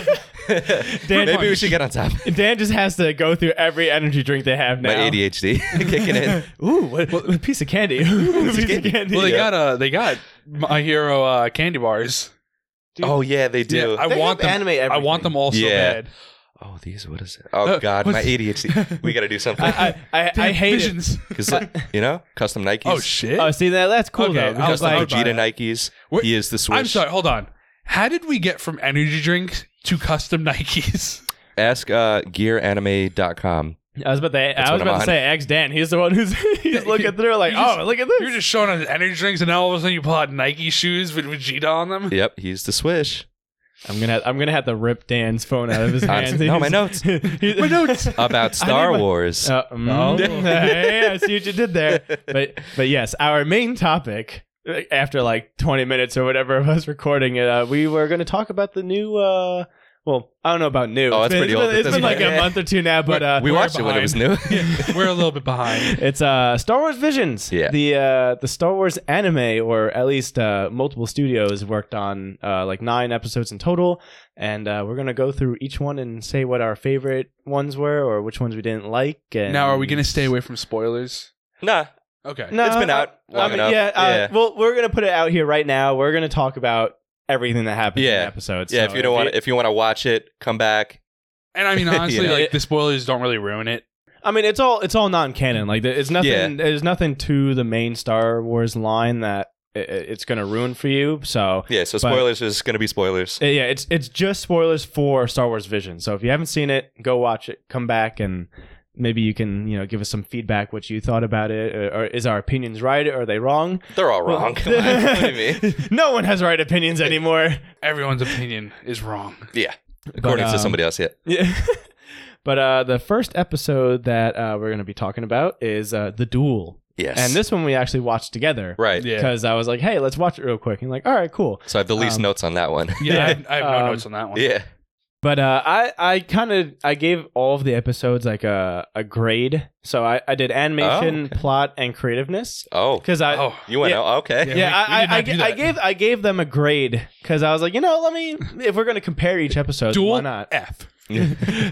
[SPEAKER 1] say,
[SPEAKER 2] punch.
[SPEAKER 1] Dan-
[SPEAKER 2] Maybe we should get on top.
[SPEAKER 1] we're- Dan just has to go through every energy drink they have now.
[SPEAKER 2] My ADHD kicking in.
[SPEAKER 1] Ooh, what, a piece of candy. Ooh, piece of candy.
[SPEAKER 3] well, they
[SPEAKER 2] Yeah.
[SPEAKER 3] got uh, they got my hero uh, candy bars. Dude.
[SPEAKER 2] Oh yeah, they do.
[SPEAKER 3] Yeah, I want them. I want them all so
[SPEAKER 2] Yeah.
[SPEAKER 3] bad.
[SPEAKER 2] oh these. What is it? Oh
[SPEAKER 3] Uh,
[SPEAKER 2] god, my
[SPEAKER 3] what's-
[SPEAKER 2] ADHD. we got to do something.
[SPEAKER 1] I, I, I, I hate it.
[SPEAKER 3] Visions.
[SPEAKER 2] Because you know, custom Nikes.
[SPEAKER 3] Oh shit!
[SPEAKER 1] Oh, see that? That's cool
[SPEAKER 3] Okay,
[SPEAKER 1] though.
[SPEAKER 3] I'll
[SPEAKER 1] Because
[SPEAKER 2] custom
[SPEAKER 3] I
[SPEAKER 1] like,
[SPEAKER 3] would buy
[SPEAKER 2] Vegeta Nikes.
[SPEAKER 3] Wait,
[SPEAKER 2] he is the switch.
[SPEAKER 3] I'm sorry. Hold on. How did we get from energy drinks to custom Nikes?
[SPEAKER 2] Ask uh, gearanime.com.
[SPEAKER 1] I was about to,
[SPEAKER 2] That's
[SPEAKER 1] I was
[SPEAKER 2] what I'm
[SPEAKER 1] about to
[SPEAKER 2] on.
[SPEAKER 1] say, ex Dan. He's the one who's he's looking through like,
[SPEAKER 3] You just-
[SPEAKER 1] oh, look at
[SPEAKER 3] You're
[SPEAKER 1] this.
[SPEAKER 3] just showing us energy drinks, and now all of a sudden you pull out Nike shoes with Vegeta on them.
[SPEAKER 2] Yep, he's the swish.
[SPEAKER 1] I'm gonna, I'm gonna have to rip Dan's phone out of his hands.
[SPEAKER 2] Honestly, no, my notes.
[SPEAKER 1] my
[SPEAKER 3] notes.
[SPEAKER 2] About Star
[SPEAKER 1] my-
[SPEAKER 2] Wars.
[SPEAKER 1] Uh, mm,
[SPEAKER 3] Oh.
[SPEAKER 1] hey, I see what you did there. But but yes, our main topic uh, after like 20 minutes or whatever of us recording it, uh, we were going to talk about the new. Uh, well, I don't know about new.
[SPEAKER 2] Oh,
[SPEAKER 1] it's
[SPEAKER 2] that's
[SPEAKER 1] been,
[SPEAKER 2] pretty
[SPEAKER 1] it's
[SPEAKER 2] old
[SPEAKER 1] been-
[SPEAKER 2] at
[SPEAKER 1] it's
[SPEAKER 2] this
[SPEAKER 1] been like
[SPEAKER 2] point.
[SPEAKER 1] a month or two now, but uh,
[SPEAKER 2] we
[SPEAKER 3] we're
[SPEAKER 2] watched it when it was new.
[SPEAKER 3] We're a little bit behind.
[SPEAKER 1] it's uh, Star Wars Visions.
[SPEAKER 2] Yeah.
[SPEAKER 1] The uh, the Star Wars anime, or at least uh, multiple studios worked on uh, like nine episodes in total, and uh, we're gonna go through each one and say what our favorite ones were, or which ones we didn't like. And
[SPEAKER 3] Now, are we gonna stay away from spoilers?
[SPEAKER 2] nah,
[SPEAKER 3] Okay.
[SPEAKER 1] No,
[SPEAKER 2] It's been out
[SPEAKER 1] I- I
[SPEAKER 2] long
[SPEAKER 1] mean,
[SPEAKER 2] enough.
[SPEAKER 1] Yeah, uh,
[SPEAKER 2] Yeah.
[SPEAKER 1] Well, we're gonna put it out here right now. We're gonna talk about everything that happens in
[SPEAKER 2] Yeah.
[SPEAKER 1] the episode.
[SPEAKER 2] yeah.
[SPEAKER 1] so
[SPEAKER 2] if you don't want, if you want to watch it, come back.
[SPEAKER 3] And I mean, honestly,
[SPEAKER 2] You know.
[SPEAKER 3] like the spoilers don't really ruin it.
[SPEAKER 1] I mean, it's all it's all non-canon. Like there- it's nothing.
[SPEAKER 2] Yeah.
[SPEAKER 1] There's nothing to the main Star Wars line that i- i- it's gonna ruin for you. So.
[SPEAKER 2] Yeah, so
[SPEAKER 1] But-
[SPEAKER 2] spoilers is going to be spoilers.
[SPEAKER 1] uh, Yeah, it's it's just spoilers for Star Wars Vision. So if you haven't seen it, go watch it. Come back and maybe you can you know give us some feedback what you thought about it, Uh, or, or is our opinions right or are they wrong?
[SPEAKER 2] They're all wrong. Come on, what do you mean?
[SPEAKER 1] no one has right opinions anymore.
[SPEAKER 3] Everyone's opinion is wrong.
[SPEAKER 2] Yeah, according to
[SPEAKER 1] um,
[SPEAKER 2] somebody else. Yeah,
[SPEAKER 1] Yeah. but uh, the first episode that uh, we're going to be talking about is uh, The Duel.
[SPEAKER 2] yes,
[SPEAKER 1] And this one we actually watched together.
[SPEAKER 2] right.
[SPEAKER 3] Yeah.
[SPEAKER 1] Because I was like, hey, let's watch it real quick. And like, all right, cool.
[SPEAKER 2] So I have the least
[SPEAKER 1] Um,
[SPEAKER 2] notes on that one.
[SPEAKER 3] Yeah, I have, I have no
[SPEAKER 1] Um,
[SPEAKER 3] notes on that one.
[SPEAKER 2] yeah,
[SPEAKER 1] But uh, I, I kind of I gave all of the episodes like a, a grade. So I, I did animation,
[SPEAKER 2] Oh, okay.
[SPEAKER 1] plot, and creativeness.
[SPEAKER 2] Oh,
[SPEAKER 1] Because I.
[SPEAKER 3] Oh,
[SPEAKER 2] you went
[SPEAKER 1] yeah.
[SPEAKER 2] out. Okay.
[SPEAKER 3] Yeah.
[SPEAKER 1] Yeah, I,
[SPEAKER 3] we- we did
[SPEAKER 1] I, I,
[SPEAKER 3] not do
[SPEAKER 1] g-
[SPEAKER 3] that.
[SPEAKER 1] I gave I gave them a grade because I was like, you know, let me if we're gonna compare each episode,
[SPEAKER 3] dual
[SPEAKER 1] why not?
[SPEAKER 3] F.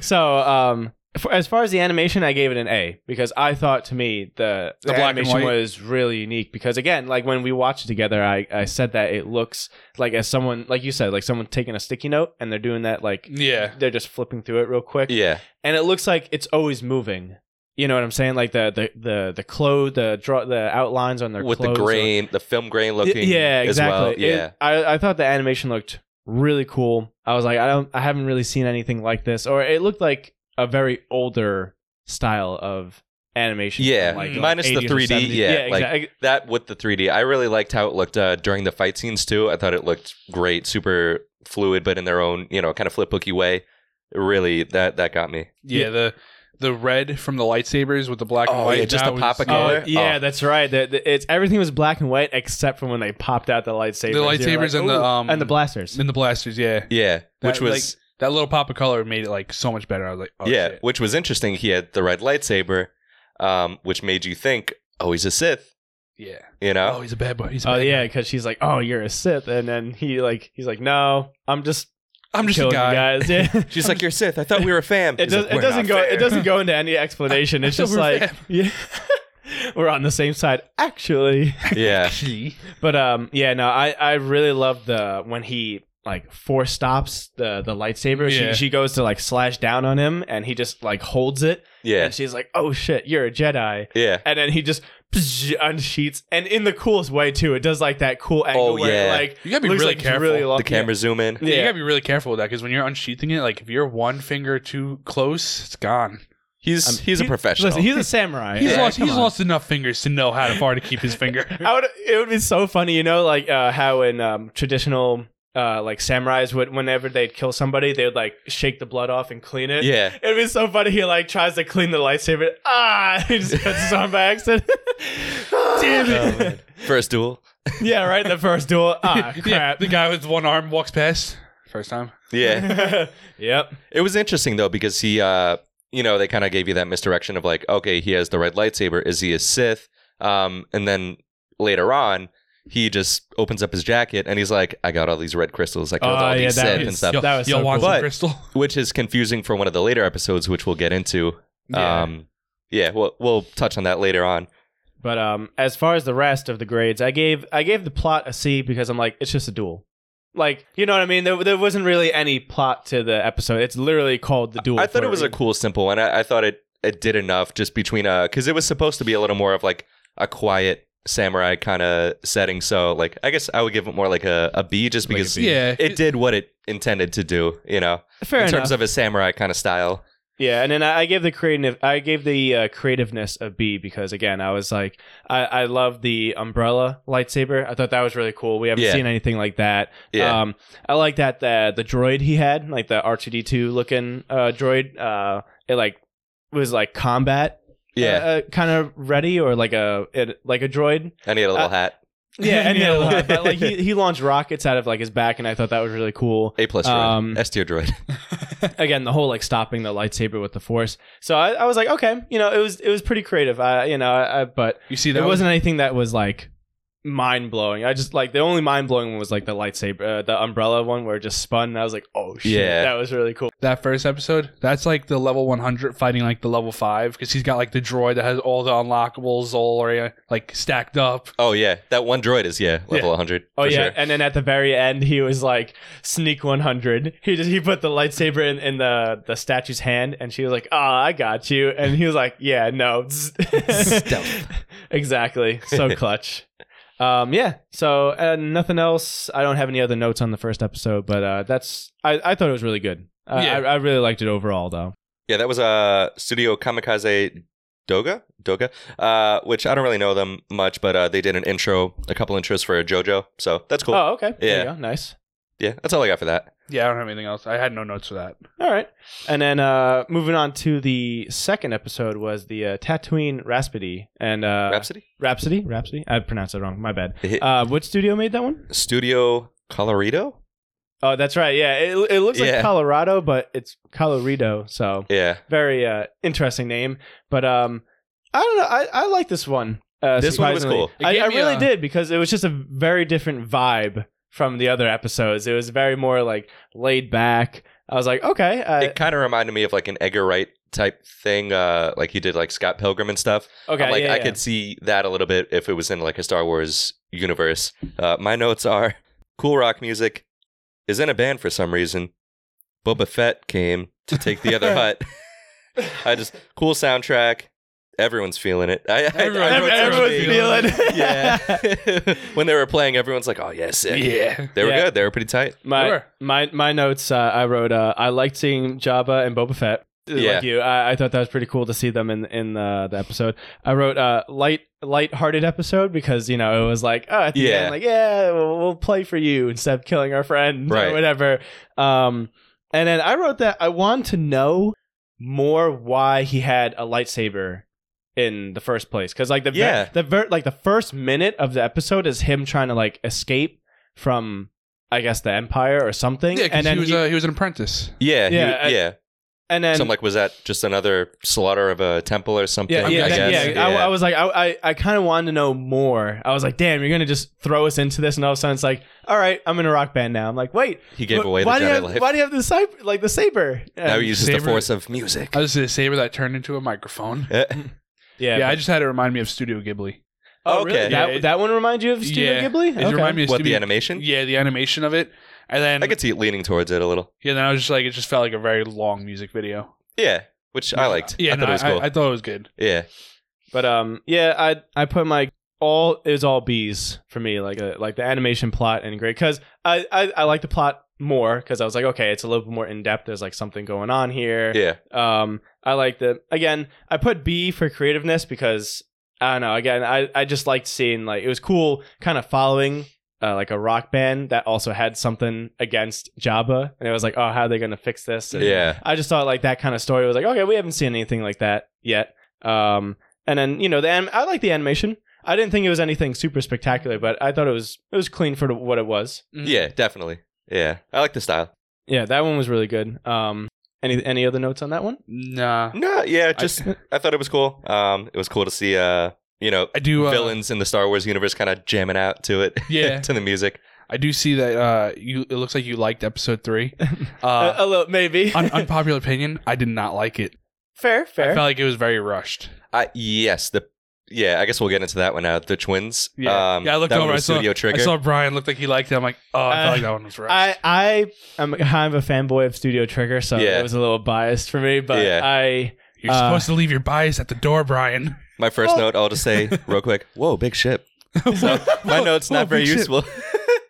[SPEAKER 1] so um for, as far as the animation, I gave it an A because I thought to me the, the,
[SPEAKER 3] The black and
[SPEAKER 1] animation
[SPEAKER 3] white?
[SPEAKER 1] was really unique. Because again, like when we watched it together, I, I said that it looks like as someone like you said, like someone taking a sticky note and they're doing that like
[SPEAKER 3] Yeah.
[SPEAKER 1] they're just flipping through it real quick.
[SPEAKER 2] Yeah.
[SPEAKER 1] and it looks like it's always moving. You know what I'm saying? Like the the the the clothes, the draw, the outlines on their
[SPEAKER 2] With the
[SPEAKER 1] clothes are-
[SPEAKER 2] grain, the film grain looking.
[SPEAKER 1] yeah, exactly.
[SPEAKER 2] As well. Yeah.
[SPEAKER 1] It- I I thought the animation looked really cool. I was like, I don't, I haven't really seen anything like this, or it looked like a very older style of animation.
[SPEAKER 2] Yeah,
[SPEAKER 1] from, like,
[SPEAKER 2] minus the
[SPEAKER 1] 80s or
[SPEAKER 2] 3D,
[SPEAKER 1] 70s.
[SPEAKER 2] yeah,
[SPEAKER 1] yeah,
[SPEAKER 2] like- oh,
[SPEAKER 1] exactly.
[SPEAKER 2] that with the 3D, I really liked how it looked uh, during the fight scenes too. I thought it looked great, super fluid, but in their own, you know, kind of flip booky way. Really, that that got me.
[SPEAKER 3] Yeah, the the red from the lightsabers with the black and
[SPEAKER 2] Oh,
[SPEAKER 3] white.
[SPEAKER 2] yeah, just
[SPEAKER 3] that uh,
[SPEAKER 2] the pop of
[SPEAKER 1] Oh,
[SPEAKER 2] color.
[SPEAKER 1] yeah,
[SPEAKER 2] Oh.
[SPEAKER 1] that's right. The, the- it's everything was black and white except for when they popped out the lightsabers.
[SPEAKER 3] The
[SPEAKER 1] You're like,
[SPEAKER 3] lightsabers and the,
[SPEAKER 1] "Ooh,"
[SPEAKER 3] um,
[SPEAKER 1] and the blasters.
[SPEAKER 3] in the blasters, yeah.
[SPEAKER 2] Yeah, which
[SPEAKER 3] That,
[SPEAKER 2] was
[SPEAKER 3] That little pop of color made it like so much better. I was like, oh,
[SPEAKER 2] yeah,
[SPEAKER 3] shit.
[SPEAKER 2] which was interesting. He had the red lightsaber, um, which made you think, oh, he's a Sith,
[SPEAKER 3] yeah.
[SPEAKER 2] you know?
[SPEAKER 3] Oh, he's a bad boy. He's a
[SPEAKER 1] Oh
[SPEAKER 3] bad boy.
[SPEAKER 1] yeah, because she's like, "Oh, you're a Sith," and then he like, he's like, "No, I'm just,
[SPEAKER 3] I'm just a
[SPEAKER 1] killing
[SPEAKER 3] guy.
[SPEAKER 1] you guys." Yeah.
[SPEAKER 2] She's like, you're a Sith. I thought we were a fam.
[SPEAKER 1] it,
[SPEAKER 2] He's
[SPEAKER 1] does,
[SPEAKER 2] like,
[SPEAKER 1] it
[SPEAKER 2] "We're
[SPEAKER 1] doesn't
[SPEAKER 2] not
[SPEAKER 1] go.
[SPEAKER 2] fam."
[SPEAKER 1] It doesn't go into any explanation. It's
[SPEAKER 3] I thought
[SPEAKER 1] just
[SPEAKER 3] we were
[SPEAKER 1] like,
[SPEAKER 3] fam.
[SPEAKER 1] yeah, we're on the same side, actually.
[SPEAKER 2] Yeah,
[SPEAKER 3] Actually,
[SPEAKER 1] But um, yeah, no, I I really love the when he like four stops the the lightsaber.
[SPEAKER 3] Yeah.
[SPEAKER 1] She she goes to like slash down on him, and he just like holds it,
[SPEAKER 2] yeah,
[SPEAKER 1] and she's like, "Oh shit, you're a Jedi."
[SPEAKER 2] yeah.
[SPEAKER 1] and then he just psh, unsheets and in the coolest way too it does like that cool angle
[SPEAKER 2] Oh,
[SPEAKER 1] where it,
[SPEAKER 2] yeah.
[SPEAKER 1] like
[SPEAKER 3] You gotta be
[SPEAKER 1] looks
[SPEAKER 3] really
[SPEAKER 1] like it's
[SPEAKER 3] careful.
[SPEAKER 1] really long.
[SPEAKER 2] The camera zoom in.
[SPEAKER 1] yeah,
[SPEAKER 3] yeah. you gotta be really careful with that because when you're unsheathing it, like if you're one finger too close, it's gone.
[SPEAKER 2] He's
[SPEAKER 1] I'm-
[SPEAKER 2] he's a
[SPEAKER 1] Um, he-
[SPEAKER 2] professional.
[SPEAKER 1] listen he's a samurai
[SPEAKER 3] He's
[SPEAKER 1] Like,
[SPEAKER 3] lost.
[SPEAKER 1] come
[SPEAKER 3] He's
[SPEAKER 1] on.
[SPEAKER 3] lost enough fingers to know how far to keep his finger.
[SPEAKER 1] I would, it would be so funny you know like uh, how in um, traditional uh, like samurais would whenever they'd kill somebody they would like shake the blood off and clean it
[SPEAKER 2] yeah,
[SPEAKER 1] It'd be so funny. He like tries to clean the lightsaber. Ah, he just cuts his arm by accident. Damn
[SPEAKER 2] Oh, man. first duel.
[SPEAKER 1] yeah, right. The first duel. Ah,
[SPEAKER 3] yeah,
[SPEAKER 1] crap.
[SPEAKER 3] the guy with one arm walks past first time.
[SPEAKER 2] Yeah,
[SPEAKER 1] yep.
[SPEAKER 2] It was interesting though because he, uh, you know, they kind of gave you that misdirection of like, okay, he has the red lightsaber. Is he a Sith? Um, and then later on, he just opens up his jacket and he's like, I got all these red crystals. I killed
[SPEAKER 1] Oh,
[SPEAKER 2] all
[SPEAKER 1] yeah,
[SPEAKER 2] these
[SPEAKER 1] that
[SPEAKER 2] Sith
[SPEAKER 1] was-
[SPEAKER 2] and stuff,
[SPEAKER 1] Yo- That um, was
[SPEAKER 3] y'all
[SPEAKER 1] so
[SPEAKER 3] want
[SPEAKER 2] cool.
[SPEAKER 3] some
[SPEAKER 2] But-
[SPEAKER 3] crystal?
[SPEAKER 2] which is confusing for one of the later episodes, which we'll get into.
[SPEAKER 3] Yeah.
[SPEAKER 2] Um, yeah, we'll we'll touch on that later on.
[SPEAKER 1] But um, as far as the rest of the grades, I gave I gave the plot a C because I'm like it's just a duel, like you know what I mean. There, there wasn't really any plot to the episode. It's literally called the duel.
[SPEAKER 2] I thought
[SPEAKER 1] for
[SPEAKER 2] it was a
[SPEAKER 1] reason.
[SPEAKER 2] cool, simple one. I, I thought it it did enough just between uh because it was supposed to be a little more of like a quiet samurai kind of setting. So like I guess I would give it more like a, a B just
[SPEAKER 1] Like a
[SPEAKER 2] because
[SPEAKER 1] B.
[SPEAKER 3] Yeah,
[SPEAKER 2] it did what it intended to do. You know,
[SPEAKER 1] fair
[SPEAKER 2] in
[SPEAKER 1] enough.
[SPEAKER 2] terms of a samurai kind of style.
[SPEAKER 1] yeah, and then I, I gave the creative I gave the uh, creativeness a B because again I was like I I love the umbrella lightsaber. I thought that was really cool. We haven't
[SPEAKER 2] Yeah.
[SPEAKER 1] seen anything like that.
[SPEAKER 2] Yeah,
[SPEAKER 1] Um, I like that the the droid he had, like the R two D two looking uh droid. Uh, it like was like combat
[SPEAKER 2] yeah.
[SPEAKER 1] uh, kind of ready or like a it, like a droid.
[SPEAKER 2] I need a little
[SPEAKER 1] uh,
[SPEAKER 2] hat.
[SPEAKER 1] Yeah, and
[SPEAKER 3] Yeah.
[SPEAKER 1] yeah. but like he, he launched rockets out of like his back, and I thought that was really cool.
[SPEAKER 2] A plus
[SPEAKER 1] um,
[SPEAKER 2] droid. S tier droid.
[SPEAKER 1] Again, the whole like stopping the lightsaber with the force. So I, I was like, okay, you know, it was it was pretty creative. I you know, I, I- but
[SPEAKER 3] you see
[SPEAKER 1] it
[SPEAKER 3] that was-
[SPEAKER 1] wasn't anything that was like mind blowing. I just like the only mind blowing one was like the lightsaber, uh, the umbrella one where it just spun. And I was like, oh shit,
[SPEAKER 2] Yeah.
[SPEAKER 1] that was really cool.
[SPEAKER 3] that first episode. That's like the level 100 fighting like the level five because he's got like the droid that has all the unlockables all already like stacked up.
[SPEAKER 2] Oh yeah, that one droid is yeah level
[SPEAKER 3] Yeah.
[SPEAKER 2] 100.
[SPEAKER 1] Oh
[SPEAKER 2] for
[SPEAKER 1] yeah,
[SPEAKER 2] sure.
[SPEAKER 1] and then at the very end, he was like sneak one hundred. He just he put the lightsaber in, in the the statue's hand, and she was like, "Ah, I got you." And he was like, "Yeah, no,
[SPEAKER 2] Stealth.
[SPEAKER 1] exactly, so clutch." um, yeah. So uh, nothing else. I don't have any other notes on the first episode, but uh, that's I, I thought it was really good. I
[SPEAKER 3] Yeah.
[SPEAKER 1] I, I really liked it overall, though.
[SPEAKER 2] Yeah, that was uh Studio Kamikaze Doga, Doga, uh, which I don't really know them much, but uh, they did an intro, a couple intros for JoJo, so that's cool.
[SPEAKER 1] Oh, okay. There you
[SPEAKER 2] Yeah.
[SPEAKER 1] go. Nice.
[SPEAKER 2] Yeah, that's all I got for that.
[SPEAKER 3] Yeah, I don't have anything else. I had no notes for that.
[SPEAKER 1] All right. And then uh, moving on to the second episode was the uh, Tatooine Rhapsody and uh,
[SPEAKER 2] Rhapsody,
[SPEAKER 1] Rhapsody, Rhapsody. I pronounced it wrong. My bad. Uh, what studio made that one?
[SPEAKER 2] Studio Colorado.
[SPEAKER 1] Oh, that's right. Yeah, it, it looks
[SPEAKER 2] Yeah.
[SPEAKER 1] like Colorado, but it's Colorado. So
[SPEAKER 2] Yeah,
[SPEAKER 1] very uh, interesting name. But um, I don't know. I, I like this one. Uh,
[SPEAKER 2] This one was
[SPEAKER 1] surprisingly.
[SPEAKER 3] cool. It
[SPEAKER 1] I,
[SPEAKER 3] gave
[SPEAKER 1] I
[SPEAKER 3] me
[SPEAKER 1] really
[SPEAKER 3] a-
[SPEAKER 1] did because it was just a very different vibe from the other episodes. It was very more like laid back. I was like, okay, uh,
[SPEAKER 2] it kind of reminded me of like an Edgar Wright type thing, uh, like he did like Scott Pilgrim and stuff.
[SPEAKER 1] Okay,
[SPEAKER 2] I'm like
[SPEAKER 1] yeah,
[SPEAKER 2] I
[SPEAKER 1] yeah.
[SPEAKER 2] could see that a little bit if it was in like a Star Wars universe. Uh, my notes are cool rock music is in a band for some reason. Boba Fett came to take the other hut. I just cool soundtrack. Everyone's feeling it. I, I- I
[SPEAKER 3] Everyone-
[SPEAKER 2] wrote
[SPEAKER 1] everyone's
[SPEAKER 2] something.
[SPEAKER 1] feeling. it.
[SPEAKER 2] Yeah. when they were playing, everyone's like, "Oh yeah, sick."
[SPEAKER 3] Yeah.
[SPEAKER 2] They were
[SPEAKER 1] Yeah.
[SPEAKER 2] good. They were pretty tight.
[SPEAKER 1] My
[SPEAKER 3] Sure.
[SPEAKER 1] my my notes. Uh, I wrote. Uh, I liked seeing Jabba and Boba Fett. Uh,
[SPEAKER 2] Yeah.
[SPEAKER 1] Like you, I, I thought that was pretty cool to see them in in uh, the episode. I wrote uh, light light-hearted episode because you know it was like oh at the
[SPEAKER 2] Yeah.
[SPEAKER 1] end like yeah we'll, we'll play for you instead of killing our friend
[SPEAKER 2] Right.
[SPEAKER 1] or whatever. Um, and then I wrote that I want to know more why he had a lightsaber in the first place because like the ver-
[SPEAKER 2] Yeah.
[SPEAKER 1] the ver- like the first minute of the episode is him trying to like escape from I guess the Empire or something.
[SPEAKER 3] Yeah,
[SPEAKER 1] and
[SPEAKER 3] because
[SPEAKER 1] then
[SPEAKER 3] he was
[SPEAKER 1] he-
[SPEAKER 3] uh, he was an apprentice.
[SPEAKER 2] Yeah, he-
[SPEAKER 1] Yeah, I-
[SPEAKER 2] yeah.
[SPEAKER 1] and then
[SPEAKER 2] so I'm like, was that just another slaughter of a temple or something?
[SPEAKER 1] yeah,
[SPEAKER 3] I'm
[SPEAKER 1] yeah,
[SPEAKER 2] I
[SPEAKER 1] that-
[SPEAKER 2] guess.
[SPEAKER 1] yeah, I, I was like, I, I, I kind of wanted to know more. I was like, damn, you're gonna just throw us into this, and all of a sudden it's like, all right, I'm in a rock band now. I'm like, wait,
[SPEAKER 2] he gave
[SPEAKER 1] wh-
[SPEAKER 2] away the
[SPEAKER 1] why do
[SPEAKER 2] Jedi
[SPEAKER 1] you have,
[SPEAKER 2] life.
[SPEAKER 1] Why do you have the saber, like the saber?
[SPEAKER 2] now
[SPEAKER 1] And-
[SPEAKER 2] he uses the
[SPEAKER 3] Saber-
[SPEAKER 2] force of music.
[SPEAKER 3] I was the saber that turned into a microphone.
[SPEAKER 2] Eh,
[SPEAKER 1] yeah,
[SPEAKER 3] Yeah,
[SPEAKER 1] but-
[SPEAKER 3] I just had it remind me of Studio Ghibli.
[SPEAKER 1] oh, really?
[SPEAKER 2] okay.
[SPEAKER 1] That,
[SPEAKER 3] Yeah, it-
[SPEAKER 1] that one remind you of Studio
[SPEAKER 3] Yeah.
[SPEAKER 1] Ghibli?
[SPEAKER 3] It reminded me of
[SPEAKER 2] what the
[SPEAKER 3] Studio
[SPEAKER 2] animation?
[SPEAKER 3] Yeah, the animation of it, and then
[SPEAKER 2] I could see it leaning towards it a little.
[SPEAKER 3] yeah, then I was just like, it just felt like a very long music video.
[SPEAKER 2] Yeah, which I liked.
[SPEAKER 3] Yeah,
[SPEAKER 2] I thought
[SPEAKER 3] no,
[SPEAKER 2] it was
[SPEAKER 3] I,
[SPEAKER 2] cool.
[SPEAKER 3] I thought it was good.
[SPEAKER 2] yeah,
[SPEAKER 1] But um, yeah, I I put my all it was all B's for me, like a, like the animation plot and great because I, I I like the plot more because I was like, okay, it's a little bit more in depth. There's like something going on here.
[SPEAKER 2] yeah,
[SPEAKER 1] Um, I like the again. I put B for creativeness because I don't know. Again, I I just liked seeing like it was cool, kind of following. Uh, like a rock band that also had something against Jabba, and it was like, oh, how are they gonna fix this? And
[SPEAKER 2] yeah.
[SPEAKER 1] I just thought like that kind of story was like, okay, we haven't seen anything like that yet. Um, and then you know, the anim- I like the animation. I didn't think it was anything super spectacular, but I thought it was it was clean for what it was.
[SPEAKER 2] Yeah, definitely. Yeah, I like the style.
[SPEAKER 1] Yeah, that one was really good. Um, any any other notes on that one?
[SPEAKER 3] Nah,
[SPEAKER 2] No, yeah,
[SPEAKER 3] I-
[SPEAKER 2] just I, thought it was cool. Um, it was cool to see uh, you know,
[SPEAKER 3] I do. Uh,
[SPEAKER 2] villains in the Star Wars universe kind of jamming out to it.
[SPEAKER 3] Yeah.
[SPEAKER 2] to the music.
[SPEAKER 3] I do see that. Uh, you. It looks like you liked episode three. Uh,
[SPEAKER 1] a, a little maybe.
[SPEAKER 3] un- unpopular opinion. I did not like it.
[SPEAKER 1] fair,
[SPEAKER 3] I
[SPEAKER 1] fair.
[SPEAKER 3] felt like it was very rushed.
[SPEAKER 2] I yes, the yeah. I guess we'll get into that one now. The twins.
[SPEAKER 3] Yeah.
[SPEAKER 2] um,
[SPEAKER 3] Yeah, I looked
[SPEAKER 2] that
[SPEAKER 3] over,
[SPEAKER 2] One
[SPEAKER 3] I
[SPEAKER 2] was
[SPEAKER 3] saw-
[SPEAKER 2] Studio Trigger.
[SPEAKER 3] I saw Brian looked like he liked it. I'm like, oh, I
[SPEAKER 1] Uh,
[SPEAKER 3] felt like that one was rushed.
[SPEAKER 1] I I am kind of a fanboy of Studio Trigger, so
[SPEAKER 2] Yeah.
[SPEAKER 1] it was a little biased for me. But
[SPEAKER 2] Yeah.
[SPEAKER 1] I
[SPEAKER 3] You're
[SPEAKER 1] uh,
[SPEAKER 3] supposed to leave your bias at the door, Brian.
[SPEAKER 2] My first
[SPEAKER 1] Oh.
[SPEAKER 2] note, I'll just say real quick. Whoa, big ship. So my note's
[SPEAKER 3] whoa,
[SPEAKER 2] not very
[SPEAKER 3] big ship.
[SPEAKER 2] useful.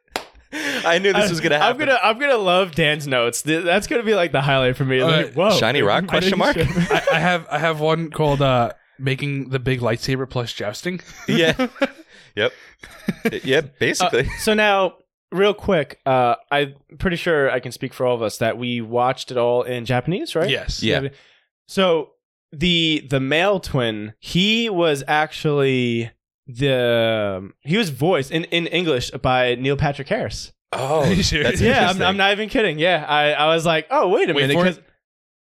[SPEAKER 2] I knew this was gonna
[SPEAKER 1] I'm
[SPEAKER 2] happen.
[SPEAKER 1] gonna I'm gonna love Dan's notes. Th- That's gonna be like the highlight for me.
[SPEAKER 3] All
[SPEAKER 1] Like,
[SPEAKER 3] right.
[SPEAKER 1] whoa,
[SPEAKER 2] Uh, Shiny rock, question mark?
[SPEAKER 3] I, I have I have one called uh, making the big lightsaber plus jousting.
[SPEAKER 2] yeah. Yep. Yeah. Basically.
[SPEAKER 3] Uh,
[SPEAKER 1] so now real quick uh i'm pretty sure i can speak for all of us that we watched it all in japanese right
[SPEAKER 3] Yes.
[SPEAKER 2] Yeah.
[SPEAKER 1] so the the male twin he was actually the he was voiced in in english by neil patrick harris
[SPEAKER 2] oh,
[SPEAKER 3] Are you serious?
[SPEAKER 2] that's
[SPEAKER 1] yeah I'm,
[SPEAKER 2] interesting.
[SPEAKER 1] I'm not even kidding yeah i i was like oh wait a
[SPEAKER 3] Wait
[SPEAKER 1] minute
[SPEAKER 3] for
[SPEAKER 1] 'cause-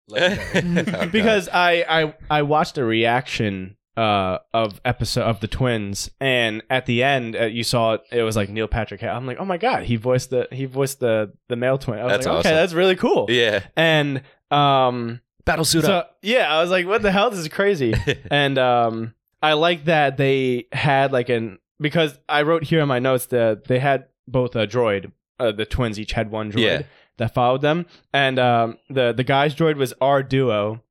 [SPEAKER 2] Oh,
[SPEAKER 1] because I, I I watched a reaction uh of episode of the twins and at the end uh, you saw it it was like Neil Patrick Harris. I'm like oh my god he voiced the he voiced the the male twin I was
[SPEAKER 2] That's
[SPEAKER 1] like
[SPEAKER 2] awesome.
[SPEAKER 1] okay that's really cool
[SPEAKER 2] God. yeah,
[SPEAKER 1] and um
[SPEAKER 2] battle suit
[SPEAKER 1] so yeah I was like what the hell this is crazy and um I like that they had like an because I wrote here in my notes that they had both a droid uh, the twins each had one droid
[SPEAKER 2] Yeah.
[SPEAKER 1] that followed them and um the the guy's droid was our duo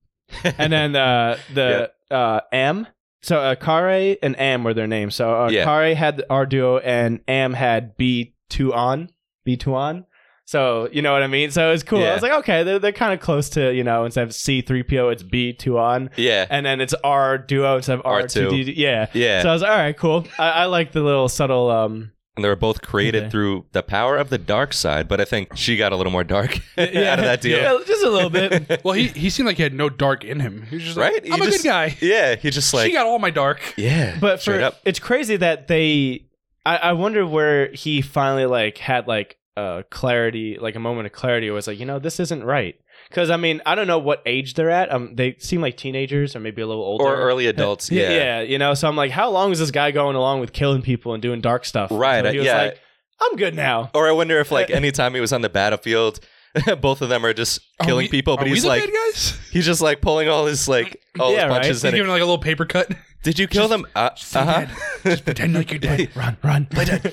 [SPEAKER 1] and then uh, the uh, Am. So uh, Kare and Am were their names. So uh,
[SPEAKER 2] Yeah.
[SPEAKER 1] Kare had our duo, and Am had B two on B two on. So you know what I mean. So it was cool.
[SPEAKER 2] Yeah.
[SPEAKER 1] I was like, okay, they're, they're kind of close to you know instead of C three PO, it's B two on,
[SPEAKER 2] yeah,
[SPEAKER 1] and then it's R duo instead of R
[SPEAKER 2] R2.
[SPEAKER 1] two D. Yeah.
[SPEAKER 2] yeah.
[SPEAKER 1] So I was like, all right, cool. I, I like the little subtle. Um,
[SPEAKER 2] and they were both created
[SPEAKER 1] Okay.
[SPEAKER 2] through the power of the dark side, but I think she got a little more dark
[SPEAKER 1] yeah,
[SPEAKER 2] out of that deal.
[SPEAKER 1] Yeah, just a little bit.
[SPEAKER 3] Well, he, he seemed like he had no dark in him. He was just
[SPEAKER 2] Right?
[SPEAKER 3] like,
[SPEAKER 2] He
[SPEAKER 3] I'm a
[SPEAKER 2] just-
[SPEAKER 3] good guy.
[SPEAKER 2] Yeah, he just like
[SPEAKER 3] she got all my dark.
[SPEAKER 2] yeah,
[SPEAKER 1] but
[SPEAKER 2] straight
[SPEAKER 1] for
[SPEAKER 2] up.
[SPEAKER 1] it's crazy that they I, I wonder where he finally like had like uh clarity like a moment of clarity where it's like you know this isn't right because i mean i don't know what age they're at um they seem like teenagers or maybe a little older
[SPEAKER 2] or early adults. Yeah,
[SPEAKER 1] yeah you know so i'm like how long is this guy going along with killing people and doing dark stuff
[SPEAKER 2] Right, uh,
[SPEAKER 1] Until he was
[SPEAKER 2] yeah.
[SPEAKER 1] like i'm good now Uh,
[SPEAKER 2] Or I wonder if like anytime he was on the battlefield, Both of them are just
[SPEAKER 3] Are
[SPEAKER 2] killing
[SPEAKER 3] we-
[SPEAKER 2] people,
[SPEAKER 3] Are
[SPEAKER 2] but
[SPEAKER 3] we
[SPEAKER 2] he's
[SPEAKER 3] the
[SPEAKER 2] like
[SPEAKER 3] bad guys?
[SPEAKER 2] he's just like pulling all his like all
[SPEAKER 1] Yeah,
[SPEAKER 2] his
[SPEAKER 1] right.
[SPEAKER 2] punches.
[SPEAKER 3] He's
[SPEAKER 2] in it.
[SPEAKER 3] giving like a little paper cut.
[SPEAKER 2] Did you kill
[SPEAKER 3] Just-
[SPEAKER 2] them? Uh,
[SPEAKER 3] just play
[SPEAKER 2] uh huh.
[SPEAKER 3] Pretend like you're dead. Run, run.
[SPEAKER 2] Play dead.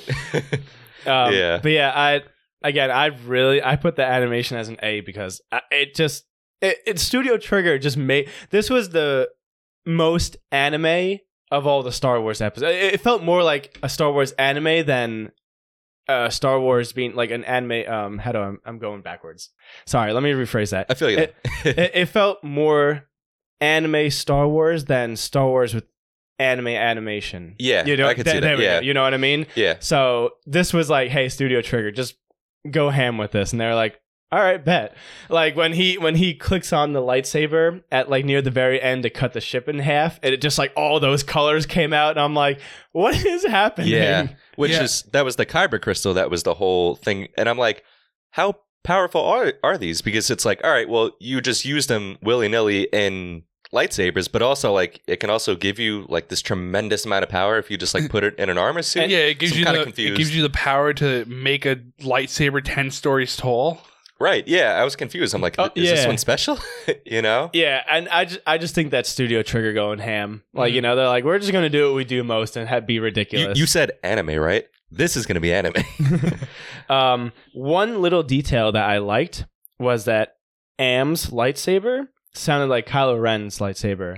[SPEAKER 1] Um,
[SPEAKER 2] Yeah.
[SPEAKER 1] But yeah, I again, I really I put the animation as an A because I, it just it, it Studio Trigger just made this was the most anime of all the Star Wars episodes. It, it felt more like a Star Wars anime than uh, Star Wars being like an anime. Um, how do I, I'm going backwards? Sorry, let me rephrase that.
[SPEAKER 2] I feel you.
[SPEAKER 1] it, it felt more anime Star Wars than Star Wars with anime animation.
[SPEAKER 2] yeah,
[SPEAKER 1] You know,
[SPEAKER 2] I could
[SPEAKER 1] th-
[SPEAKER 2] see
[SPEAKER 1] there
[SPEAKER 2] that.
[SPEAKER 1] we go.
[SPEAKER 2] Yeah,
[SPEAKER 1] You know what I mean?
[SPEAKER 2] yeah.
[SPEAKER 1] So this was like, hey, Studio Trigger, just go ham with this, and they're like, all right, bet. Like when he when he clicks on the lightsaber at like near the very end to cut the ship in half, and it just like all those colors came out, and I'm like, what is happening?
[SPEAKER 2] Yeah. Which
[SPEAKER 3] Yeah.
[SPEAKER 2] is that was the kyber crystal that was the whole thing, and I'm like, how powerful are are these? Because it's like, all right, well, you just used them willy nilly in lightsabers, but also like it can also give you like this tremendous amount of power if you just like put it in an armor suit.
[SPEAKER 3] yeah, it gives
[SPEAKER 2] I'm
[SPEAKER 3] you
[SPEAKER 2] kinda
[SPEAKER 3] the
[SPEAKER 2] confused.
[SPEAKER 3] it gives you the power to make a lightsaber ten stories tall.
[SPEAKER 2] Right? Yeah, I was confused. I'm like,
[SPEAKER 1] Oh,
[SPEAKER 2] is this
[SPEAKER 1] yeah.
[SPEAKER 2] one special? you know?
[SPEAKER 1] Yeah, and I just I just think that Studio Trigger going ham. Like
[SPEAKER 3] Mhm.
[SPEAKER 1] you know, they're like, we're just gonna do what we do most and have, be
[SPEAKER 2] Mm-hmm. You,
[SPEAKER 1] ridiculous.
[SPEAKER 2] you said anime, right? This is gonna be anime.
[SPEAKER 1] um, one little detail that I liked was that Am's lightsaber sounded like Kylo Ren's lightsaber.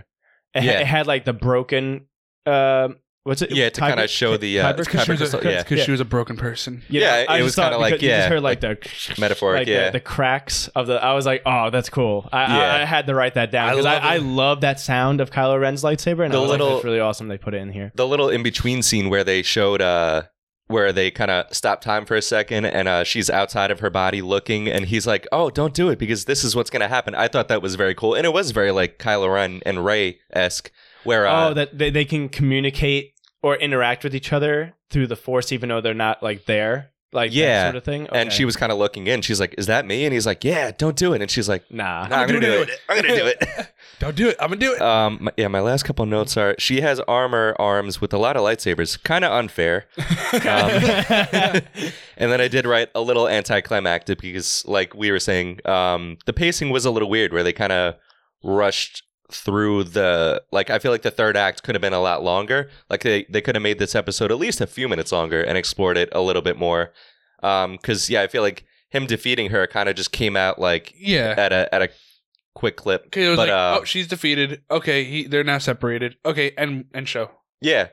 [SPEAKER 1] It, ha-
[SPEAKER 2] Yeah.
[SPEAKER 1] it had like the broken. Uh, what's it?
[SPEAKER 2] yeah, to
[SPEAKER 1] Kyber-
[SPEAKER 2] kind of show the uh,
[SPEAKER 1] Kyber-
[SPEAKER 2] kyber
[SPEAKER 3] she was a,
[SPEAKER 2] crystal. Yeah,
[SPEAKER 3] because
[SPEAKER 1] Yeah.
[SPEAKER 3] she was a broken person.
[SPEAKER 1] you
[SPEAKER 2] yeah,
[SPEAKER 1] I
[SPEAKER 2] it
[SPEAKER 1] just
[SPEAKER 2] was
[SPEAKER 1] thought
[SPEAKER 2] kinda like,
[SPEAKER 1] because you
[SPEAKER 2] yeah,
[SPEAKER 1] just heard like, the
[SPEAKER 2] metaphoric,
[SPEAKER 1] like,
[SPEAKER 2] yeah.
[SPEAKER 1] the, the cracks of the. I was like, oh, that's cool. I,
[SPEAKER 2] Yeah.
[SPEAKER 1] I, I had to write that down
[SPEAKER 3] I
[SPEAKER 1] because I,
[SPEAKER 3] love it.
[SPEAKER 1] I, love that sound of Kylo Ren's lightsaber, and
[SPEAKER 2] The
[SPEAKER 1] I was like,
[SPEAKER 2] little-
[SPEAKER 1] that's really awesome. They put it in here.
[SPEAKER 2] the little in between scene where they showed uh where they kind of stop time for a second and uh she's outside of her body looking and he's like oh don't do it because this is what's gonna happen i thought that was very cool and it was very like kylo ren and ray esque where uh
[SPEAKER 1] Oh, that they, they can communicate or interact with each other through the force, even though they're not like there, like
[SPEAKER 2] Yeah.
[SPEAKER 1] that sort of thing.
[SPEAKER 2] and
[SPEAKER 1] Okay.
[SPEAKER 2] she was kind of looking in she's like is that me and he's like yeah don't do it and she's like
[SPEAKER 1] nah,
[SPEAKER 2] "Nah, i'm gonna do it i'm gonna do it
[SPEAKER 3] Don't do it. I'm gonna do it.
[SPEAKER 2] um my- yeah my last couple notes are she has armor arms with a lot of lightsabers kind of unfair Um, and then I did write a little anticlimactic because, like we were saying, um, the pacing was a little weird where they kind of rushed through the like i feel like the third act could have been a lot longer like they, they could have made this episode at least a few minutes longer and explored it a little bit more um because yeah i feel like him defeating her kind of just came out like
[SPEAKER 3] yeah.
[SPEAKER 2] at a at a quick clip
[SPEAKER 3] Okay, it was
[SPEAKER 2] uh, but,
[SPEAKER 3] like,
[SPEAKER 2] uh,
[SPEAKER 3] oh, she's defeated. Okay, he, they're now separated. Okay, and and show.
[SPEAKER 2] yeah